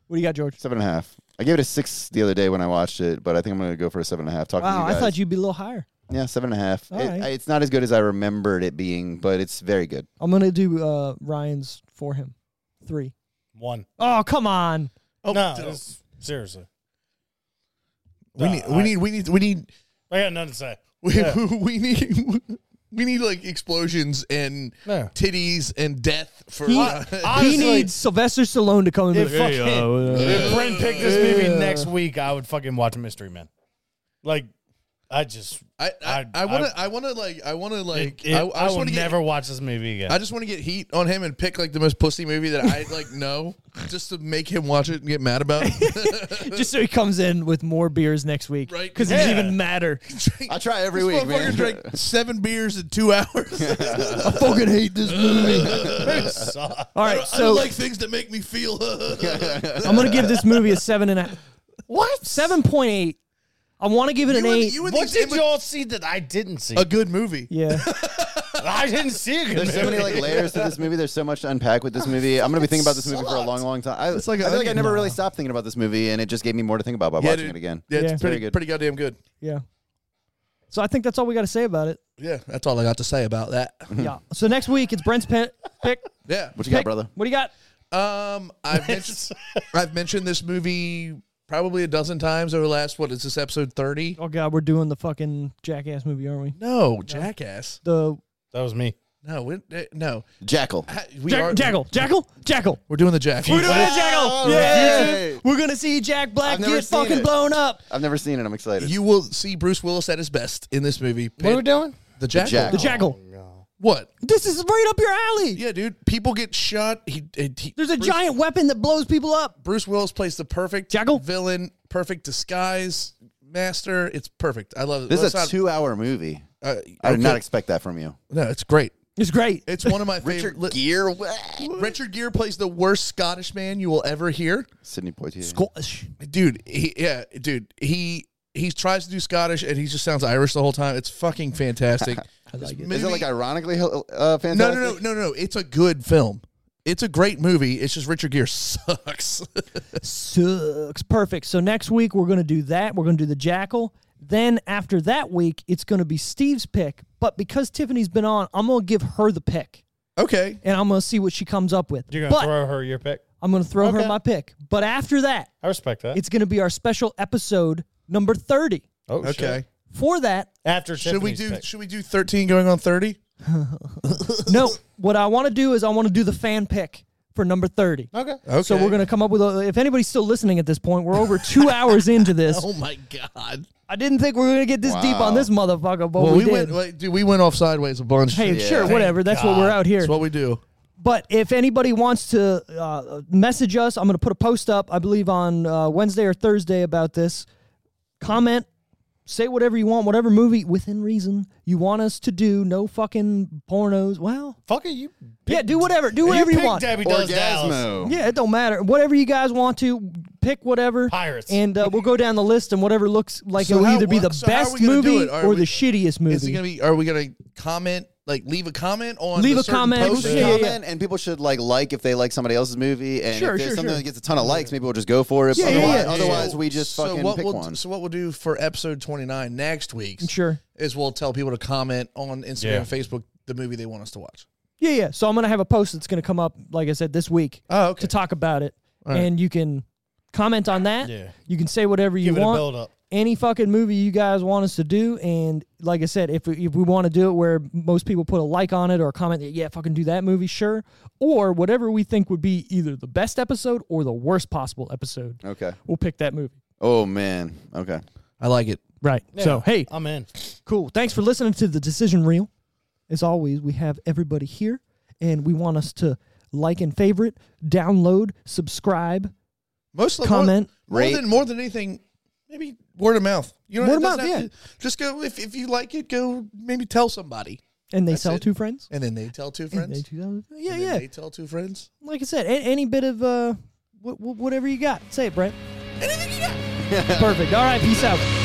What do you got, George? Seven and a half. I gave it a six the other day when I watched it, but I think I'm gonna go for a seven and a half. Talking to Wow, you I guys. thought you'd be a little higher. Yeah, seven and a half. All It- right. I- it's not as good as I remembered it being, but it's very good. I'm gonna do uh, Ryan's for him. Three. one. Oh come on! Oh, no, dude. it's- seriously, we need, we I- need, we need, we need, I got nothing to say. we, we need, we need like explosions and Yeah. titties and death for. He, uh, he needs Sylvester Stallone to come and be If like, "Hey, fucking- uh, uh, If Brent picked this movie next week, I would fucking watch Mystery Men. Like, I just, I, I, I- I want to, I want to like, I want to like, it, it- I, I, I just will want to never Get, watch this movie again. I just want to get heat on him and pick like the most pussy movie that I like know, just to make him watch it and get mad about. just so he comes in with more beers next week, Right. Because it doesn't Yeah. even matter. I try every This week, motherfucker man. drank seven beers in two hours. I fucking hate this movie. It sucks. All right, so things that make me feel. I'm gonna give this movie a seven and a what? Seven point eight. I want to give it an You and- eight. you and what these did imma- y'all see that I didn't see? a good movie. yeah, I didn't see it. There's so many like layers to this movie. There's so much to unpack with this movie. I'm gonna be thinking about this movie for a long, long time. I, like I feel like I onion never really stopped thinking about this movie, and it just gave me more to think about by watching dude. it again. Yeah, Yeah. it's pretty, Very good. pretty goddamn good. yeah. So I think that's all we got to say about it. Yeah, that's all I got to say about that. Hmm. Yeah. So next week it's Brent's pe- pick. Yeah. Mm-hmm. What you pick. got, brother? What do you got? Um, I've mentioned, I've mentioned this movie probably a dozen times over the last what is this episode thirty? Oh God, we're doing the fucking jackass movie, aren't we? No, Jackass. The That was me. No, we, eh, no. Jackal. Ha- We Jack- are, Jackal, Jackal, Jackal. We're doing the Jack. We're doing it, All Jackal. right. Yeah. Yay. We're gonna see Jack Black I've never get seen fucking it. blown up. I've never seen it. I'm excited. You will see Bruce Willis at his best in this movie. What are we doing? The Jackal. Jackal. The Jackal. What? This is right up your alley. Yeah, dude. People get shot. He, he There's a giant weapon that blows people up. Bruce Willis plays the perfect Jackal? villain, perfect disguise master. It's perfect. I love it. This is Let's a not- two-hour movie. uh, I did not okay. expect that from you. No, it's great. It's great. It's one of my favorite. Richard li- Gear, Richard Gere plays the worst Scottish man you will ever hear. Sydney Poitier. Scottish. Dude, he, yeah, dude, he he tries to do Scottish and he just sounds Irish the whole time. It's fucking fantastic. Is it like no, ironically uh, fantastic? no, no, no, no. It's a good film. It's a great movie. It's just Richard Gere sucks. Sucks. Perfect. So next week we're going to do that. We're going to do the Jackal. Then after that week, it's going to be Steve's pick. But because Tiffany's been on, I'm going to give her the pick, okay, and I'm going to see what she comes up with. You're gonna but throw her your pick. I'm going to throw her Okay. my pick. But after that, I respect that. it's going to be our special episode number 30. oh, shit. okay. For that, After Should we Tiffany's do? pick. Should we do thirteen going on thirty? no, what I want to do is I want to do the fan pick for number 30. okay. Okay. So we're going to come up with a, if anybody's still listening at this point, we're over 2 hours into this. Oh my god. I didn't think we were going to get this deep on this motherfucker, but Well, Oh, we, we, did. went. Like, dude, we went off sideways a bunch. Hey, Yeah. sure, Thank whatever. That's what we're out here. That's what we do. But if anybody wants to uh, message us, I'm going to put a post up, I believe, on uh, Wednesday or Thursday about this. Comment, say whatever you want, whatever movie within reason you want us to do. No fucking pornos. Well, Fuck it, you. yeah, do whatever. Do whatever you, pick want. Debbie Does Dallas. Orgasmo. Yeah, it don't matter. Whatever you guys want to pick, whatever. Pirates. And uh, we'll go down the list, and whatever looks like So it'll how- either be the so how are best we gonna do movie it? Are or we- the shittiest movie. Is it gonna be? Are we gonna comment? Like leave a comment on. Leave the a certain comment. post? Yeah, yeah, yeah. Comment, and people should like like if they like somebody else's movie, and Sure, if there's sure, something sure. that gets a ton of likes, maybe we'll just go for it. Yeah, yeah, otherwise, yeah. otherwise we just so fucking what pick we'll, one. So what we'll do for episode twenty nine next week sure. is we'll tell people to comment on Instagram Yeah. and Facebook the movie they want us to watch. Yeah, yeah. So I'm gonna have a post that's gonna come up, like I said, this week Oh, okay. to talk about it, and you can comment on that. Yeah. You can say whatever you Give it a want. build up. Any fucking movie you guys want us to do, and like I said, if we, if we want to do it where most people put a like on it or a comment that yeah, fucking do that movie, sure, or whatever we think would be either the best episode or the worst possible episode, okay. we'll pick that movie. Oh man. Okay. I like it. Right. So hey, I'm in. Uh, Cool. Thanks for listening to the decision reel. As always, we have everybody here, and we want us to like and favorite, download, subscribe. Most of Comment. more, more Rate. than more than anything, maybe word of mouth. You know, Word it of doesn't mouth, have yeah. to- Just go if, if you like it, go maybe tell somebody, And they That's tell it. two friends. and then they tell two And they friends. two- yeah, and then yeah. They tell two friends. Like I said, a- any bit of uh, wh- wh- whatever you got, say it, Brent. Anything you got. Perfect. All right. Peace out.